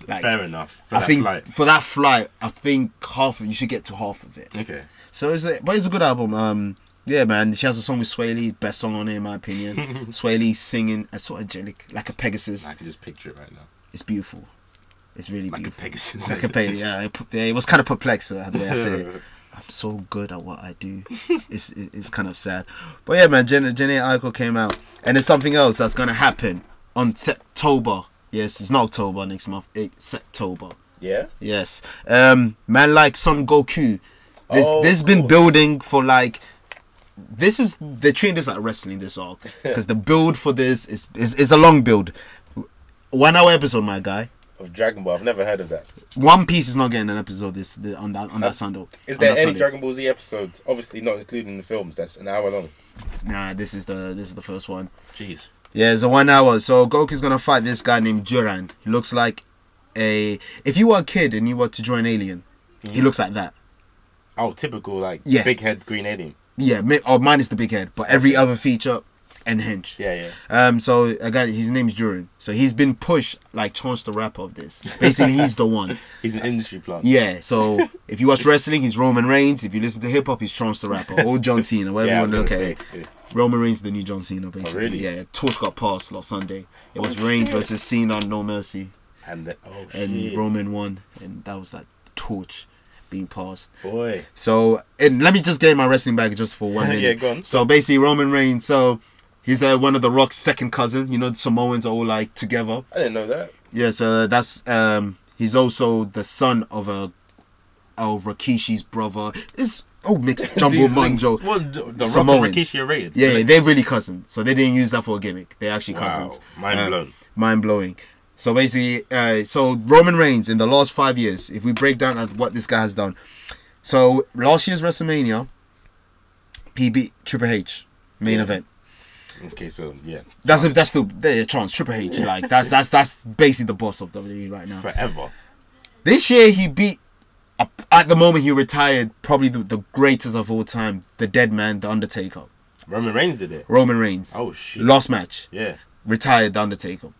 C: Like,
A: Fair enough. For
C: I
A: that
C: think
A: flight.
C: for that flight, I think half of you should get to half of it.
A: Okay.
C: So it's a, but it's a good album. Um, yeah, man. She has a song with Sway Lee, best song on it in my opinion. Sway Lee singing, it's so angelic, like a Pegasus.
A: I can just picture it right now.
C: It's beautiful. It's really
A: Like a
C: beautiful.
A: Pegasus.
C: Like a Pegasus. Yeah, it, yeah, it was kind of perplexed uh, the way I said it. I'm so good at what I do. It's it- it's kind of sad, but yeah, man. Jenny Jenny Aiko came out, and there's something else that's gonna happen on September. Yes, it's not October next month. It's September.
A: Yeah.
C: Yes. Um, man, like Son Goku. This
A: Oh,
C: this
A: of
C: been
A: course.
C: building for like. This is they're treating this like wrestling this arc because the build for this is, is is a long build, one hour episode, my guy.
A: Of Dragon Ball. I've never heard of that.
C: One Piece is not getting an episode this the, on that on that Sunday.
A: Is
C: on
A: there
C: that
A: any
C: Sunday.
A: Dragon Ball Z episode? Obviously not including the films. That's an hour long.
C: Nah, this is the this is the first one.
A: Jeez.
C: Yeah, it's a one hour. So Goku's gonna fight this guy named Duran. He looks like a. If you were a kid and you were to join Alien, He
A: Mm-hmm.
C: looks like that.
A: Oh, typical like
C: Yeah.
A: big head green alien.
C: Yeah, mi- or minus the big head, but every other feature unhinged.
A: Yeah, yeah.
C: Um, so again, his name's Durin. So he's been pushed like Chance the Rapper of this. Basically, he's the one.
A: He's an industry plant.
C: Uh, Yeah. So if you watch wrestling, he's Roman Reigns. If you listen to hip hop, he's Chance the Rapper or John Cena, whatever
A: Yeah, I
C: you
A: was
C: want to look
A: gonna
C: at.
A: say,
C: it.
A: yeah. Oh,
C: Roman Reigns is the new John Cena, basically.
A: really? Oh,
C: Yeah. Torch got passed last Sunday. It was Reigns versus Cena, on No Mercy,
A: And then, oh shit,
C: and Roman won, and that was like torch being passed.
A: boy.
C: So, and let me just get in my wrestling bag just for one
A: Yeah,
C: minute.
A: go on.
C: So basically, Roman Reigns. So he's uh, one of the Rock's second cousin. You know, the Samoans are all like together.
A: I didn't know that.
C: Yeah. So that's um. He's also the son of a of Rikishi's brother. It's all mixed jumbo
A: These links-
C: munjo.
A: what, the Rock
C: Samoan.
A: and Rikishi are rated.
C: Yeah, yeah, they're really cousins. So they didn't use that for a gimmick. They're actually
A: Wow,
C: cousins.
A: mind
C: Uh,
A: blown.
C: Mind blowing. So basically, uh, so Roman Reigns in the last five years, if we break down at what this guy has done. So last year's WrestleMania, he beat Triple H main event.
A: Okay, so yeah,
C: That's the, that's the, the chance Triple H like that's that's that's basically the boss of WWE right now.
A: forever.
C: This year he beat uh, at the moment he retired probably the, the greatest of all time, the Dead Man, the Undertaker,
A: Roman Reigns did it.
C: Roman Reigns.
A: Oh shit.
C: Last match.
A: Yeah.
C: retired The Undertaker.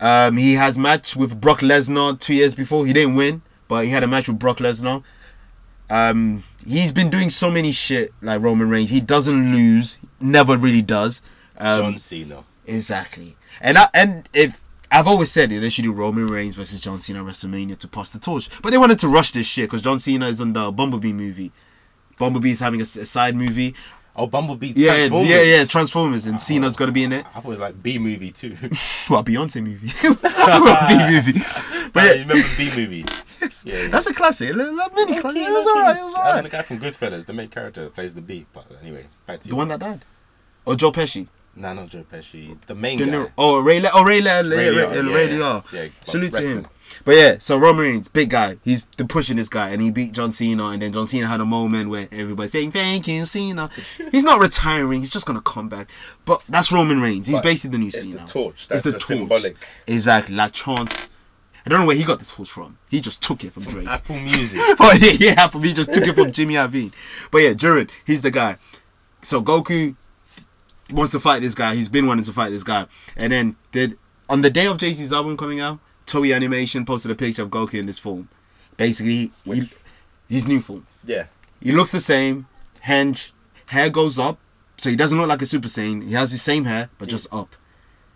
C: Um, he has match with Brock Lesnar two years before. He didn't win, but he had a match with Brock Lesnar. Um, he's been doing so many shit like Roman Reigns. He doesn't lose, never really does. Um,
A: John Cena.
C: exactly. And I, and if I've always said it, they should do Roman Reigns versus John Cena at WrestleMania to pass the torch. But they wanted to rush this shit because John Cena is on the Bumblebee movie. Bumblebee's having a, s- a side movie.
A: Oh, Bumblebee.
C: Yeah,
A: Transformers.
C: yeah, yeah. Transformers and Cena's gonna be in it.
A: I thought it was like B movie too.
C: Well, Beyonce movie. well, B movie. But
A: I
C: yeah,
A: remember B movie. Yeah, yeah.
C: that's a classic. A little- little mini classic. It was
A: Okay.
C: alright. It was
A: And then the
C: alright.
A: guy from Goodfellas, the main character, that plays the B. But anyway, back to you.
C: The one that died. Or Joe Pesci.
A: Nah, not Joe Pesci. The main
C: De
A: guy.
C: Niro. Oh, Ray. Le- oh, Ray. Le- Le-
A: Ray
C: Ray,
A: Liotta,
C: Le-
A: yeah,
C: Ray
A: yeah.
C: Liotta.
A: Yeah, like
C: Salute to
A: wrestling.
C: him. But yeah, so Roman Reigns, big guy. He's the pushing this guy, and he beat John Cena, and then John Cena had a moment where everybody's saying thank you, Cena. he's not retiring. He's just gonna come back. But that's Roman Reigns. He's
A: But
C: basically the new
A: it's the
C: Cena.
A: torch. That's the symbolic.
C: Exactly. Like chance. I don't know where he got the torch from. He just took it from Drake.
A: Apple Music.
C: but yeah, yeah, Apple he just took it from Jimmy Iovine. But yeah, Jiren, he's the guy. So Goku wants to fight this guy. He's been wanting to fight this guy. And then did on the day of Jay Z's album coming out, Toei Animation posted a picture of Goku in this form. Basically, he, his new form.
A: yeah.
C: He looks the same. Henge, hair goes up, so he doesn't look like a Super Saiyan. He has the same hair, but just up,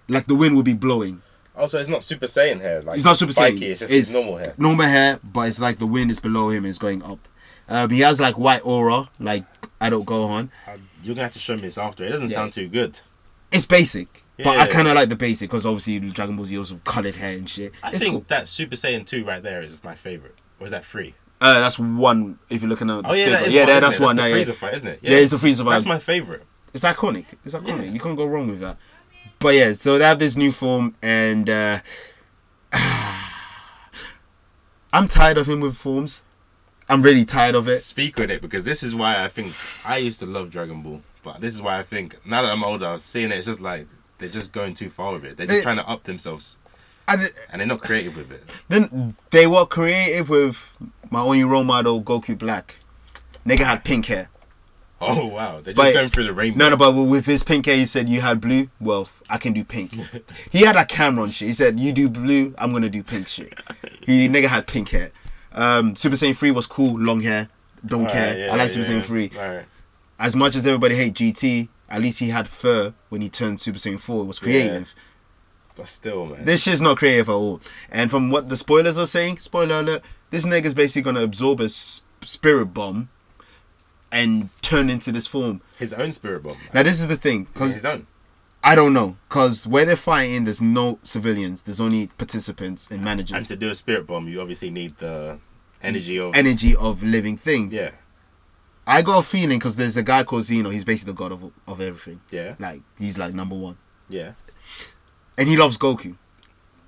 C: like the wind will be blowing.
A: Also, Oh, it's not Super Saiyan hair. Like
C: He's not super
A: spiky,
C: saiyan.
A: It's just his normal hair.
C: Normal hair, but it's like the wind is below him and it's going up. Um, he has like white aura, like adult Gohan.
A: Uh, You're gonna have to show me this after. It doesn't sound too good.
C: It's basic, but I
A: Yeah.
C: kind of like the basic because obviously Dragon Ball Z also colored hair and shit.
A: I
C: it's
A: think
C: cool.
A: that Super Saiyan two right there is my favorite. Or is that three?
C: Uh, that's one. If you're looking at the
A: Oh yeah,
C: figure.
A: that is
C: yeah,
A: one,
C: that-
A: isn't
C: that's
A: it?
C: one.
A: That's the
C: yeah, yeah.
A: freezer fight, isn't it?
C: Yeah, it's the freezer
A: That's
C: vibe.
A: my favorite.
C: It's iconic. It's iconic. You can't go wrong with that. But yeah, so they have this new form, and uh, I'm tired of him with forms. I'm really tired of it.
A: Speak with it because this is why I think I used to love Dragon Ball, but this is why I think now that I'm older, seeing it, it's just like they're just going too far with it. They're just
C: Eh.
A: trying to up themselves,
C: And it-
A: and they're not creative with it.
C: Then they were creative with my only role model, Goku Black. Nigga had pink hair.
A: Oh wow, they're just
C: But-
A: going through the rainbow.
C: No, no, but with his pink hair, he said, You had blue? Well, I can do pink. he had a Cameron shit. He said, You do blue, I'm gonna do pink shit. He nigga had pink hair. Um, Super Saiyan 3 was cool, long hair. Don't
A: Alright,
C: care.
A: yeah,
C: I like Super
A: yeah,
C: Saiyan 3.
A: alright.
C: As much as everybody hate GT, at least he had fur when he turned Super Saiyan 4. It was creative.
A: But still, man.
C: This shit's not creative at all. And from what the spoilers are saying, spoiler alert, this nigga's basically gonna absorb a s- spirit bomb and turn into this form.
A: his own spirit bomb. man.
C: Now this is the thing,
A: It's
C: because
A: his own.
C: I don't know, because where they're fighting, there's no civilians, there's only participants and
A: And
C: managers.
A: to do a spirit bomb, you obviously need the energy of
C: Energy of living things.
A: yeah.
C: I got a feeling because there's a guy called Zeno. He's basically the god of of everything.
A: Yeah.
C: like he's like number one,
A: Yeah.
C: and he loves Goku,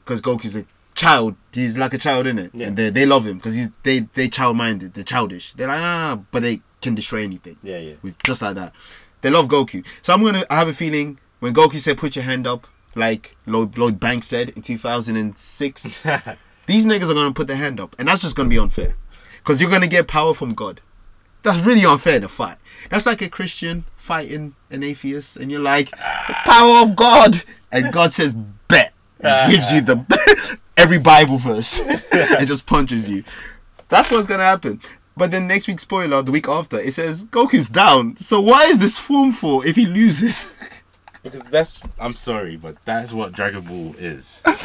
C: because Goku's a child. He's like a child in it,
A: Yeah.
C: and they they love him because he's they they child minded. They're childish. They're like ah, but they can destroy anything.
A: Yeah, yeah.
C: With just like that, they love Goku. So I'm gonna I have a feeling when Goku said put your hand up, like Lloyd Lloyd Banks said in 2006, these niggas are gonna put their hand up, and that's just gonna be unfair. because you're gonna get power from God. That's really unfair to fight. That's like a Christian fighting an atheist, and you're like, the power of God, and God says, bet,
A: Ah.
C: and gives you the every Bible verse, and just punches you. That's what's gonna happen. But then next week, spoiler, the week after, it says Goku's down. So why is this form for if he loses?
A: Because that's I'm sorry, but that's what Dragon Ball is.
C: But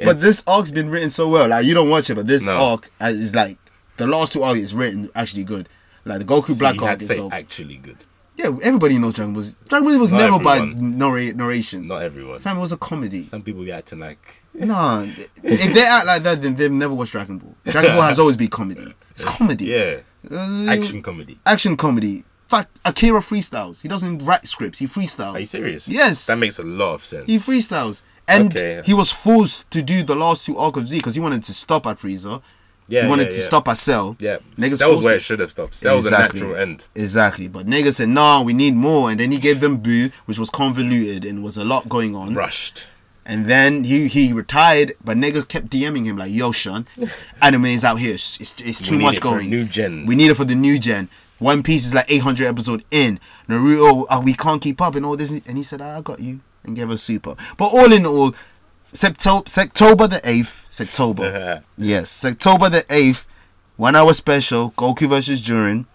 A: It's-
C: this arc's been written so well. Like you don't watch it, but this
A: No.
C: arc uh, is like the last two arcs is written actually good. Like the Goku
A: so
C: Black
A: you
C: arc
A: had to
C: is
A: say
C: dope.
A: actually good.
C: yeah, everybody knows Dragon Ball. Z. Dragon Ball Z was
A: Not
C: never by
A: everyone.
C: narra- narration.
A: Not everyone.
C: Fam, it was a comedy.
A: Some people be acting like
C: Nah, if they act like that, then they've never watched Dragon Ball. Dragon Ball has always been comedy. It's comedy.
A: yeah,
C: Uh,
A: action comedy.
C: Action comedy. In fact, Akira freestyles. He doesn't write scripts. He freestyles.
A: Are you serious?
C: Yes.
A: That makes a lot of sense.
C: He freestyles. And
A: Okay,
C: he
A: yes.
C: was forced to do the last two arc of Z because he wanted to stop at Frieza.
A: Yeah,
C: he wanted
A: yeah,
C: to
A: yeah.
C: stop at Cell.
A: Yeah,
C: Niggas
A: that was
C: forced
A: where
C: him.
A: it should have stopped. That was a natural end.
C: Exactly. But niggas said, nah, we need more. And then he gave them Boo, which was convoluted and was a lot going on.
A: Rushed.
C: And then he, he retired, but niggas kept DMing him like, yo, Sean, anime is out here. It's, it's, it's too
A: need
C: much
A: it for
C: going.
A: new gen."
C: We need it for the new gen. One Piece is like 800 episode in. Naruto, uh, we can't keep up and all this. And he said, I got you. And gave us Super. But all in all, Septo- Septober the 8th, Septober. yes, Septober the 8th, one hour special, Goku versus Jiren.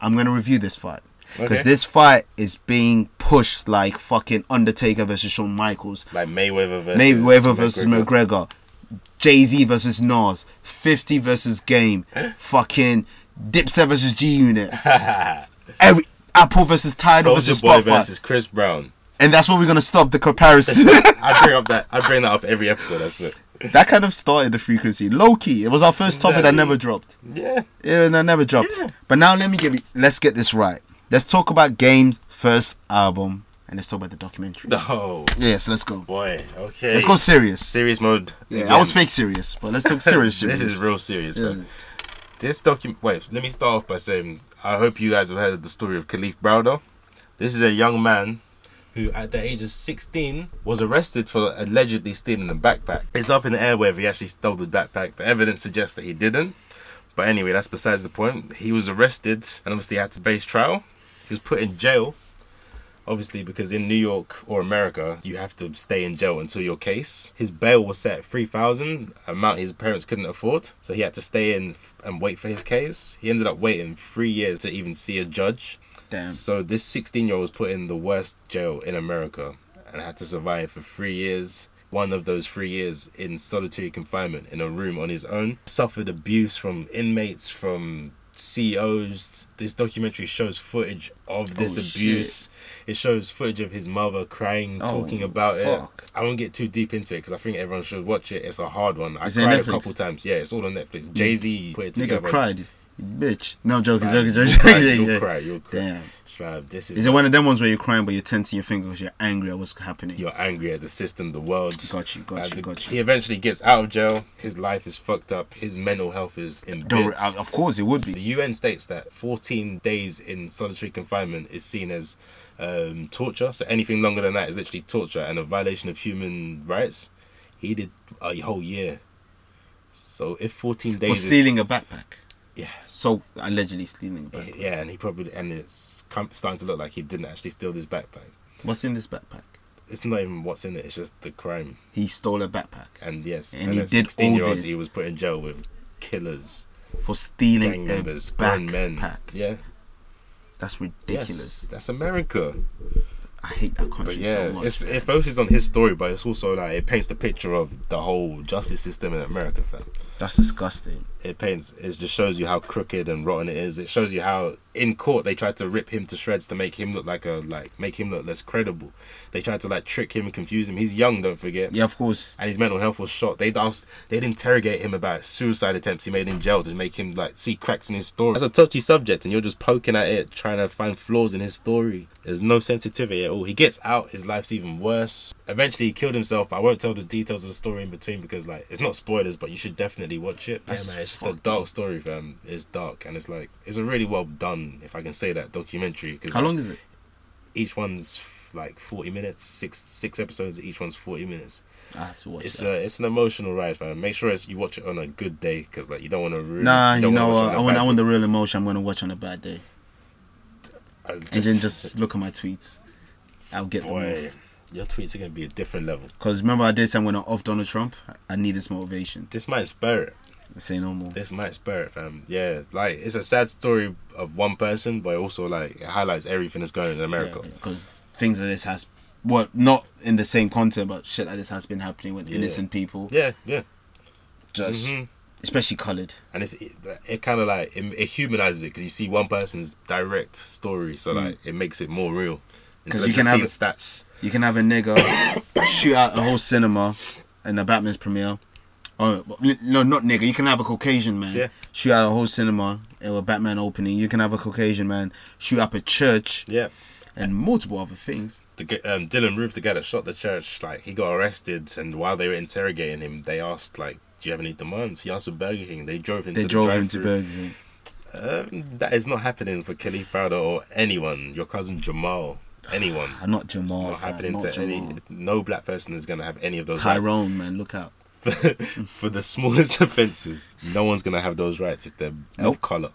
C: I'm going to review this fight. Because
A: Okay.
C: this fight is being pushed like fucking Undertaker versus Shawn Michaels.
A: Like Mayweather versus
C: Mayweather versus McGregor, Jay Z versus Nas, Fifty versus Game, fucking Dipset versus G Unit, every Apple versus Tidal versus
A: Soldier Boy
C: Spotify,
A: versus Chris Brown.
C: and that's where we're gonna stop the comparison.
A: I bring up that I bring that up every episode. That's what.
C: that kind of started the frequency. Low key, it was our first topic that never dropped.
A: Yeah.
C: Yeah, and I never dropped. But now let me give you. Let's get this right. Let's talk about Game's first album, and let's talk about the documentary.
A: No
C: Yes, let's go.
A: boy. Okay.
C: Let's go serious.
A: Serious mode.
C: Yeah, I
A: again.
C: was fake serious, but let's talk serious.
A: This
C: serious.
A: is real serious,
C: Yeah.
A: man. This document. Wait, let me start off by saying I hope you guys have heard of the story of Khalif Browder. This is a young man who, at the age of 16, was arrested for allegedly stealing a backpack. It's up in the air whether he actually stole the backpack. The evidence suggests that he didn't. But anyway, that's besides the point. He was arrested and obviously had to face trial. He was put in jail. Obviously, because in New York or America, you have to stay in jail until your case. His bail was set at three thousand, amount his parents couldn't afford, so he had to stay in f- and wait for his case. He ended up waiting three years to even see a judge.
C: Damn.
A: So this sixteen-year-old was put in the worst jail in America and had to survive for three years. One of those three years in solitary confinement in a room on his own, suffered abuse from inmates, from CEOs. This documentary shows footage of this
C: Oh, shit.
A: abuse. It shows footage of his mother crying,
C: Oh,
A: talking about
C: fuck.
A: it. I won't get too deep into it because I think everyone should watch it. It's a hard one. I
C: Is it
A: cried a
C: Netflix? Mm.
A: couple times. Yeah, it's all on Netflix. Jay Z put it together.
C: Nigga cried. Bitch. No joking, joking,
A: You'll
C: joking.
A: cry,
C: joking,
A: you'll
C: joking.
A: cry, you'll cry.
C: Damn.
A: Shrive, this is,
C: Is it one of them ones where you're crying but you're tensing your finger because you're angry at what's happening?
A: you're angry at the system, the world.
C: Got you, got
A: Like,
C: you,
A: the-
C: got you.
A: He eventually gets out of jail. His life is fucked up. His mental health is in
C: Don't-
A: bits.
C: uh, of course it would
A: The
C: be.
A: UN states that 14 days in solitary confinement is seen as um, torture. So anything longer than that is literally torture and a violation of human rights. He did a whole year. So if 14 days
C: For
A: is-
C: stealing a backpack.
A: Yeah.
C: So allegedly stealing a backpack.
A: yeah, and he probably and it's com- starting to look like he didn't actually steal this backpack.
C: What's in this backpack?
A: It's not even what's in it. It's just the crime.
C: He stole a backpack
A: And yes,
C: And he
A: at
C: did all
A: 16-year-old,
C: this.
A: He was put in jail with killers,
C: for stealing
A: gang
C: a
A: members, grown men.
C: uh, backpack.
A: Yeah,
C: That's
A: yes,
C: ridiculous.
A: that's America.
C: I hate that country
A: But yeah,
C: so much.
A: it's, it focuses on his story, but it's also like it paints the picture of the whole justice system in America, fam.
C: That's disgusting.
A: It paints, it just shows you how crooked and rotten it is. It shows you how in court they tried to rip him to shreds to make him look like a like make him look less credible. They tried to like trick him and confuse him. He's young, don't forget.
C: Yeah, of course.
A: And his mental health was shot. They'd asked, they'd interrogate him about suicide attempts he made in jail to make him like see cracks in his story. That's a touchy subject, and you're just poking at it, trying to find flaws in his story. There's no sensitivity at all. He gets out, his life's even worse. Eventually, he killed himself. But I won't tell the details of the story in between because like it's not spoilers, but you should definitely watch it.
C: That's
A: yeah, man, it's just a
C: fucked
A: dark story, fam. It's dark, and it's like it's a really well done, if I can say that, documentary. Cause,
C: How
A: like,
C: long is it?
A: Each one's like forty minutes, six six episodes. Each one's forty minutes.
C: I have to watch
A: It's
C: that.
A: a it's an emotional ride, fam. Make sure it's, you watch it on a good day because like you don't want to ruin.
C: Nah, you
A: don't
C: know
A: wanna watch it on
C: what? I
A: a
C: want,
A: bad-
C: I want the real emotion I'm going to watch on a bad day.
A: I
C: and then just look at my tweets. I'll get them
A: boy, your tweets are gonna be a different level.
C: Because remember, I did say I'm going to off Donald Trump. I need this motivation.
A: This might spur it.
C: Say no more.
A: This might spur it, fam. Yeah, like it's a sad story of one person, but also like it highlights everything that's going on in America.
C: Because things like this has, well, not in the same content, but shit like this has been happening with
A: Yeah.
C: innocent people.
A: Yeah, Mm-hmm. yeah.
C: Just, especially colored.
A: and it's it, it kind of like it, it humanizes it because you see one person's direct story, so like it makes it more real. Because you
C: 'Cause Mm. you
A: just
C: can
A: seeing
C: have
A: stats.
C: You can have a nigga shoot out a whole cinema in the Batman's premiere. Oh no, not nigga. You can have a Caucasian man
A: Yeah.
C: shoot out a whole cinema or a Batman opening. You can have a Caucasian man shoot up a church
A: Yeah,
C: and multiple other things.
A: the, g- um, Dylan Roof, the guy that shot the church, like he got arrested, and while they were interrogating him, they asked like, "Do you have any demands?" He asked for Burger King. They drove him.
C: They
A: to
C: drove
A: the
C: him to
A: drive-thru.
C: Burger King.
A: Um, that is not happening for Khalif Browder or anyone. Your cousin Jamal, anyone.
C: Ah, not Jamal,
A: It's not
C: fam,
A: happening
C: not
A: to any.
C: Jamal.
A: No black person is gonna have any of those. rights.
C: Tyrone, man, look out.
A: for the smallest offences, no one's gonna have those rights if they're of color.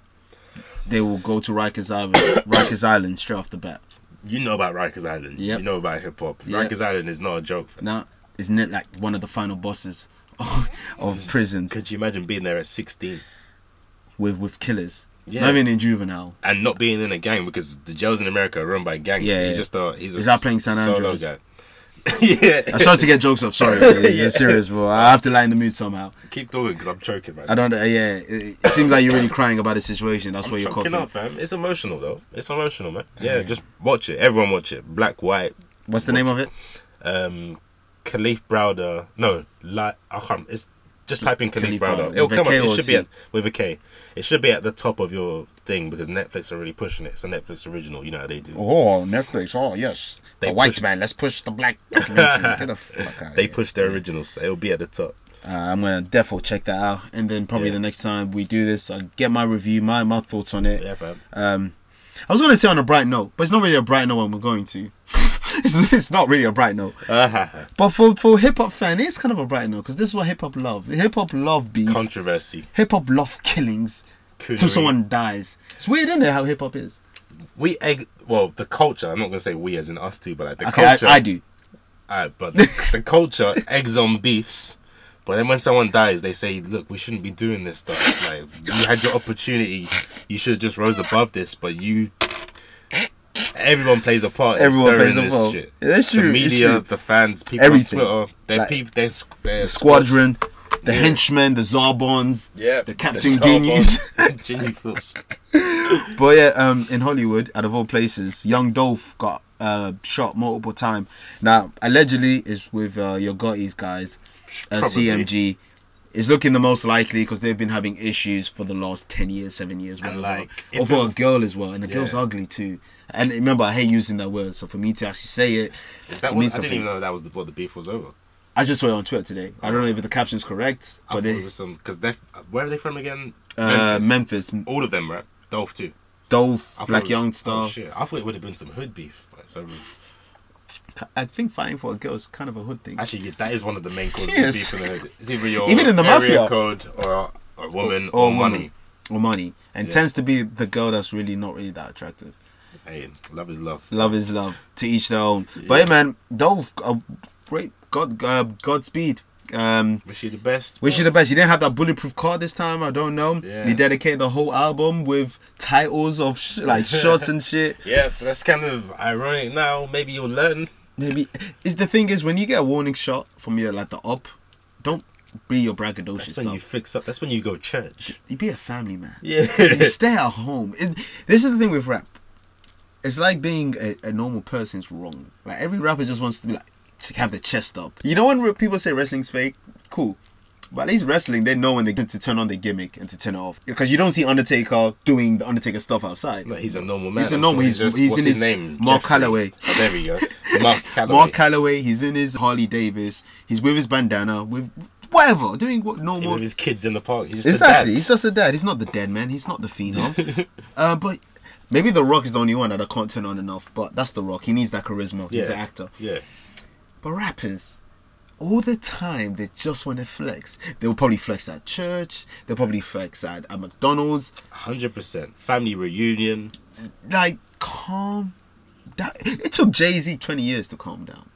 C: They will go to Rikers Island, Rikers Island straight off the bat.
A: You know about Rikers Island.
C: Yep.
A: You know about hip hop.
C: Yep.
A: Rikers Island is not a joke. fam.
C: Now, isn't it like one of the final bosses of, of prisons
A: Could you imagine being there at 16
C: with with killers?
A: Yeah.
C: Not even in juvenile.
A: and not being in a gang because the jails in America are run by gangs?
C: Yeah,
A: he's
C: yeah.
A: just a he's a
C: Is that playing San
A: solo
C: Andreas?
A: guy. yeah,
C: I started to get jokes off. Sorry, it's it's serious, bro. I have to lighten the mood somehow.
A: keep talking because I'm choking, man.
C: I don't. Uh, yeah, it, it seems like you're really crying about the situation. That's why you're
A: choking
C: coughing.
A: up, fam. It's emotional though. It's emotional, man. Yeah, just watch it. Everyone watch it. Black, white,
C: What's the name of it?
A: um, Khalif Browder. No, like I can't. It's just type in Khalif,
C: Khalif
A: Browder.
C: Browder.
A: It'll
C: With a
A: come up.
C: K
A: It
C: or
A: should
C: C?
A: be at, with a K. It should be at the top of your thing because Netflix are really pushing it. It's a Netflix original. You know how they do.
C: Oh, Netflix. Oh, yes.
A: They white push-
C: man. Let's push the black. documentary. Get the fuck out.
A: They push their originals, so it'll be at the top.
C: Uh, I'm gonna definitely check that out, and then probably
A: Yeah.
C: the next time we do this, I'll get my review, my my thoughts on it.
A: Yeah, fam.
C: Um, I was gonna say on a bright note, but it's not really a bright note. When we're going to, it's, it's not really a bright note. But for for hip hop fan, it's kind of a bright note because this is what hip hop love. Hip hop love beef.
A: Controversy.
C: hip hop love killings till
A: Coonery.
C: someone dies. It's weird, isn't it? How hip hop is.
A: We egg. Well, the culture. I'm not gonna say we as in us two, but like the
C: Okay, I,
A: culture.
C: I do.
A: Alright, but the, the culture eggs on beefs. But then when someone dies, they say, "Look, we shouldn't be doing this stuff. Like you had your opportunity. You should have just rose above this. But you, everyone plays a part. in
C: Everyone
A: stirring
C: plays a
A: this
C: role.
A: Shit.
C: Yeah, that's
A: The
C: true, it's
A: media,
C: true.
A: the fans, people
C: Everything.
A: on Twitter, their
C: Like,
A: people, their, s- their
C: Squadron,
A: squads.
C: the
A: Yeah.
C: henchmen, the Zarbons,
A: yeah,
C: the Captain Genius.
A: Ginny Phillips.
C: But yeah, um, in Hollywood, out of all places, Young Dolph got uh, shot multiple time. Now, allegedly, it's with uh, your Gotti's guys, uh,
A: Probably.
C: CMG. It's looking the most likely because they've been having issues for the last ten years, seven years, whatever.
A: like, if
C: Over a
A: it-
C: girl as well, and the girl's
A: Yeah.
C: ugly too. And remember, I hate using that word, so for me to actually say it,
A: Is that
C: it
A: what, I
C: means
A: didn't
C: something.
A: even know that was the, what the beef was over.
C: I just saw it on Twitter today. I don't know if the caption's correct,
A: I
C: but
A: thought
C: they,
A: it was some because they where are they from again?
C: uh, Memphis,
A: All of them, right? Dolph too.
C: Dolph,
A: I thought it
C: Black
A: was-
C: Young
A: Oh,
C: Star.
A: shit. I thought it would have been some hood beef. But it's over.
C: I think fighting for a girl is kind of a hood thing.
A: Actually, yeah, that is one of the main causes
C: Yes.
A: of beef in the hood. It's either your
C: Even in the
A: area
C: mafia.
A: code or a woman or,
C: or
A: money.
C: money or money and
A: Yeah.
C: tends to be the girl that's really not really that attractive
A: Hey, love is love.
C: love is love to each their own but hey man Dolph uh, great God uh, Godspeed um
A: Wish you the best.
C: Wish you the best. You didn't have that bulletproof card this time. I don't know.
A: Yeah.
C: They dedicated the whole album with titles of sh- like shots and shit.
A: Yeah, that's kind of ironic now. Maybe you'll learn.
C: Maybe is the thing is when you get a warning shot from your like the up, don't be your braggadocious
A: That's when
C: stuff.
A: you fix up. That's when you go church.
C: you be a family man.
A: Yeah.
C: you stay at home. It, this is the thing with rap. It's like being a, a normal person's wrong. Like every rapper just wants to be like to have the chest up. You know when re- people say wrestling's fake, cool. But at least wrestling, they know when they get to turn on their gimmick and to turn it off. Because you don't see Undertaker doing the Undertaker stuff outside.
A: No, he's a normal man.
C: He's a
A: I'm
C: normal-
A: sure
C: he's- he's
A: what's
C: in his Mark Calloway.
A: Oh, there we go. Mark Calloway.
C: Mark Calloway, he's in his Harley Davis. He's with his bandana, with whatever, doing what normal.
A: With his kids in the park. He's just
C: Exactly.
A: a dad.
C: He's just a dad. He's not the dead man. He's not the phenom. uh, but Maybe The Rock is the only one that I can't turn on enough, but that's The Rock. He needs that charisma. He's
A: Yeah.
C: an actor.
A: Yeah.
C: But rappers, all the time, they just want to flex. They'll probably flex at church. They'll probably flex at, at McDonald's.
A: 100%. Family reunion.
C: Like, calm down. It took Jay Z 20 years to calm down.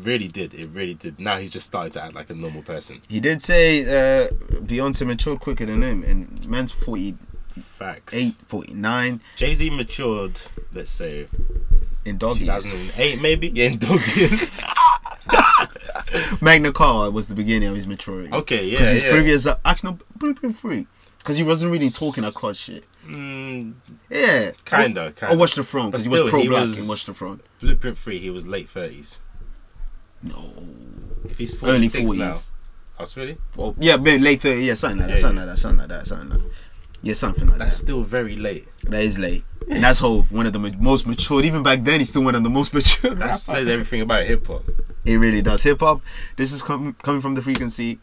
A: Really did. It really did. Now he's just started to act like a normal person.
C: He did say uh, Beyonce matured quicker than him, and man's 48,
A: Facts.
C: 49
A: Jay Z matured, let's say,
C: in dog years.
A: 2008 maybe? Yeah, in dog years.
C: Magna Carta was the beginning of his maturity.
A: Okay, yeah,
C: Because his
A: yeah.
C: previous uh, actually no, Blueprint Free, because he wasn't really talking that crud shit.
A: Mm,
C: Yeah,
A: Kinda,
C: Or-
A: kinda.
C: Or Watch the Throne
A: But
C: because he was
A: still,
C: pro
A: he
C: black
A: was-
C: in Watch the Throne.
A: Blueprint 3, he was late 30s.
C: No,
A: If he's
C: early
A: 46 now.
C: forties.
A: Oh, really?
C: Well, yeah, maybe late thirties. Yeah, something like that.
A: Yeah,
C: something like that. Something like that. Something like that. Yeah, something like
A: That's
C: that.
A: still very late.
C: That is late. And that's Hope, one of the ma- most matured. Even back then, he's still one of the most matured.
A: That
C: rappers.
A: says everything about hip hop.
C: It really does. Hip hop. This is com- coming from the frequency.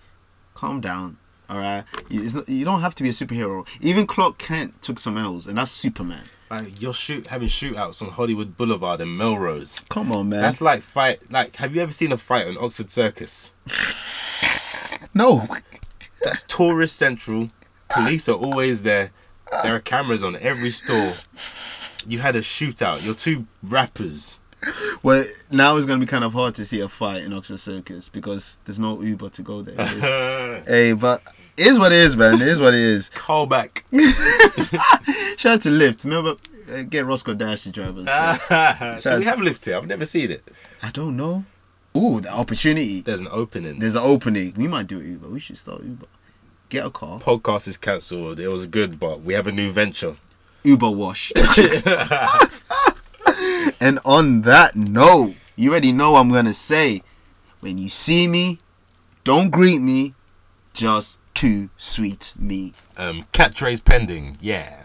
C: Calm down. All right. You- It's not, you don't have to be a superhero. Even Clark Kent took some L's, and that's Superman.
A: Like you're shoot having shootouts on Hollywood Boulevard and Melrose.
C: Come on, man.
A: That's like fight. Like, have you ever seen a fight on Oxford Circus?
C: no.
A: That's tourist central. Police are always there. There are cameras on every store. You had a shootout. You're two rappers.
C: Well, now it's gonna be kind of hard to see a fight in Oxford Circus because there's no Uber to go there. hey, but it is what it is, man. It is what it is.
A: Call back.
C: Shout out to Lyft. Remember, uh, get Roscoe Dash to drive us. there.
A: Do we have Lyft here? I've never seen it.
C: I don't know. Ooh, the opportunity.
A: There's an opening.
C: There's an opening. We might do Uber. We should start Uber. Get a car.
A: Podcast is cancelled. It was good, but we have a new venture.
C: Uber wash. and on that note, you already know I'm gonna say when you see me, don't greet me, just too sweet me.
A: Um, catchphrase pending. Yeah.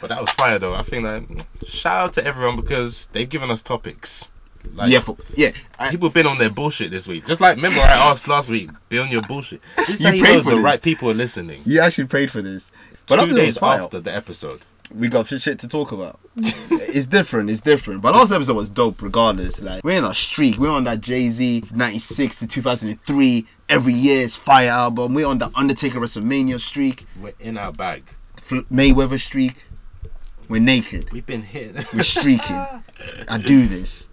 A: but that was fire though. I think that shout out to everyone because they've given us topics. Like,
C: Yeah, for, yeah. I,
A: People have been on their bullshit this week. Just like remember I asked last week, be on your bullshit. This is
C: You
A: how you
C: prayed
A: know
C: for
A: the
C: this.
A: right people are listening.
C: you actually prayed for this.
A: Two days
C: after.
A: after the episode.
C: we got shit to talk about. it's different, it's different. But last episode was dope regardless. Like we're in a streak. We're on that Jay-Z 96 to 2003 every year's fire album. We're on the Undertaker WrestleMania streak,
A: We're in our bag.
C: Fl- Mayweather streak. We're naked.
A: We've been hit.
C: We're streaking. I do this.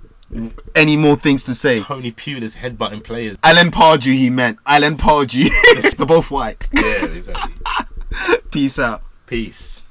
C: Any more things to say?
A: Tony Pulis headbutting players.
C: Alan Pardew he meant. Alan Pardew. They're both white.
A: Yeah, exactly.
C: Peace out.
A: Peace.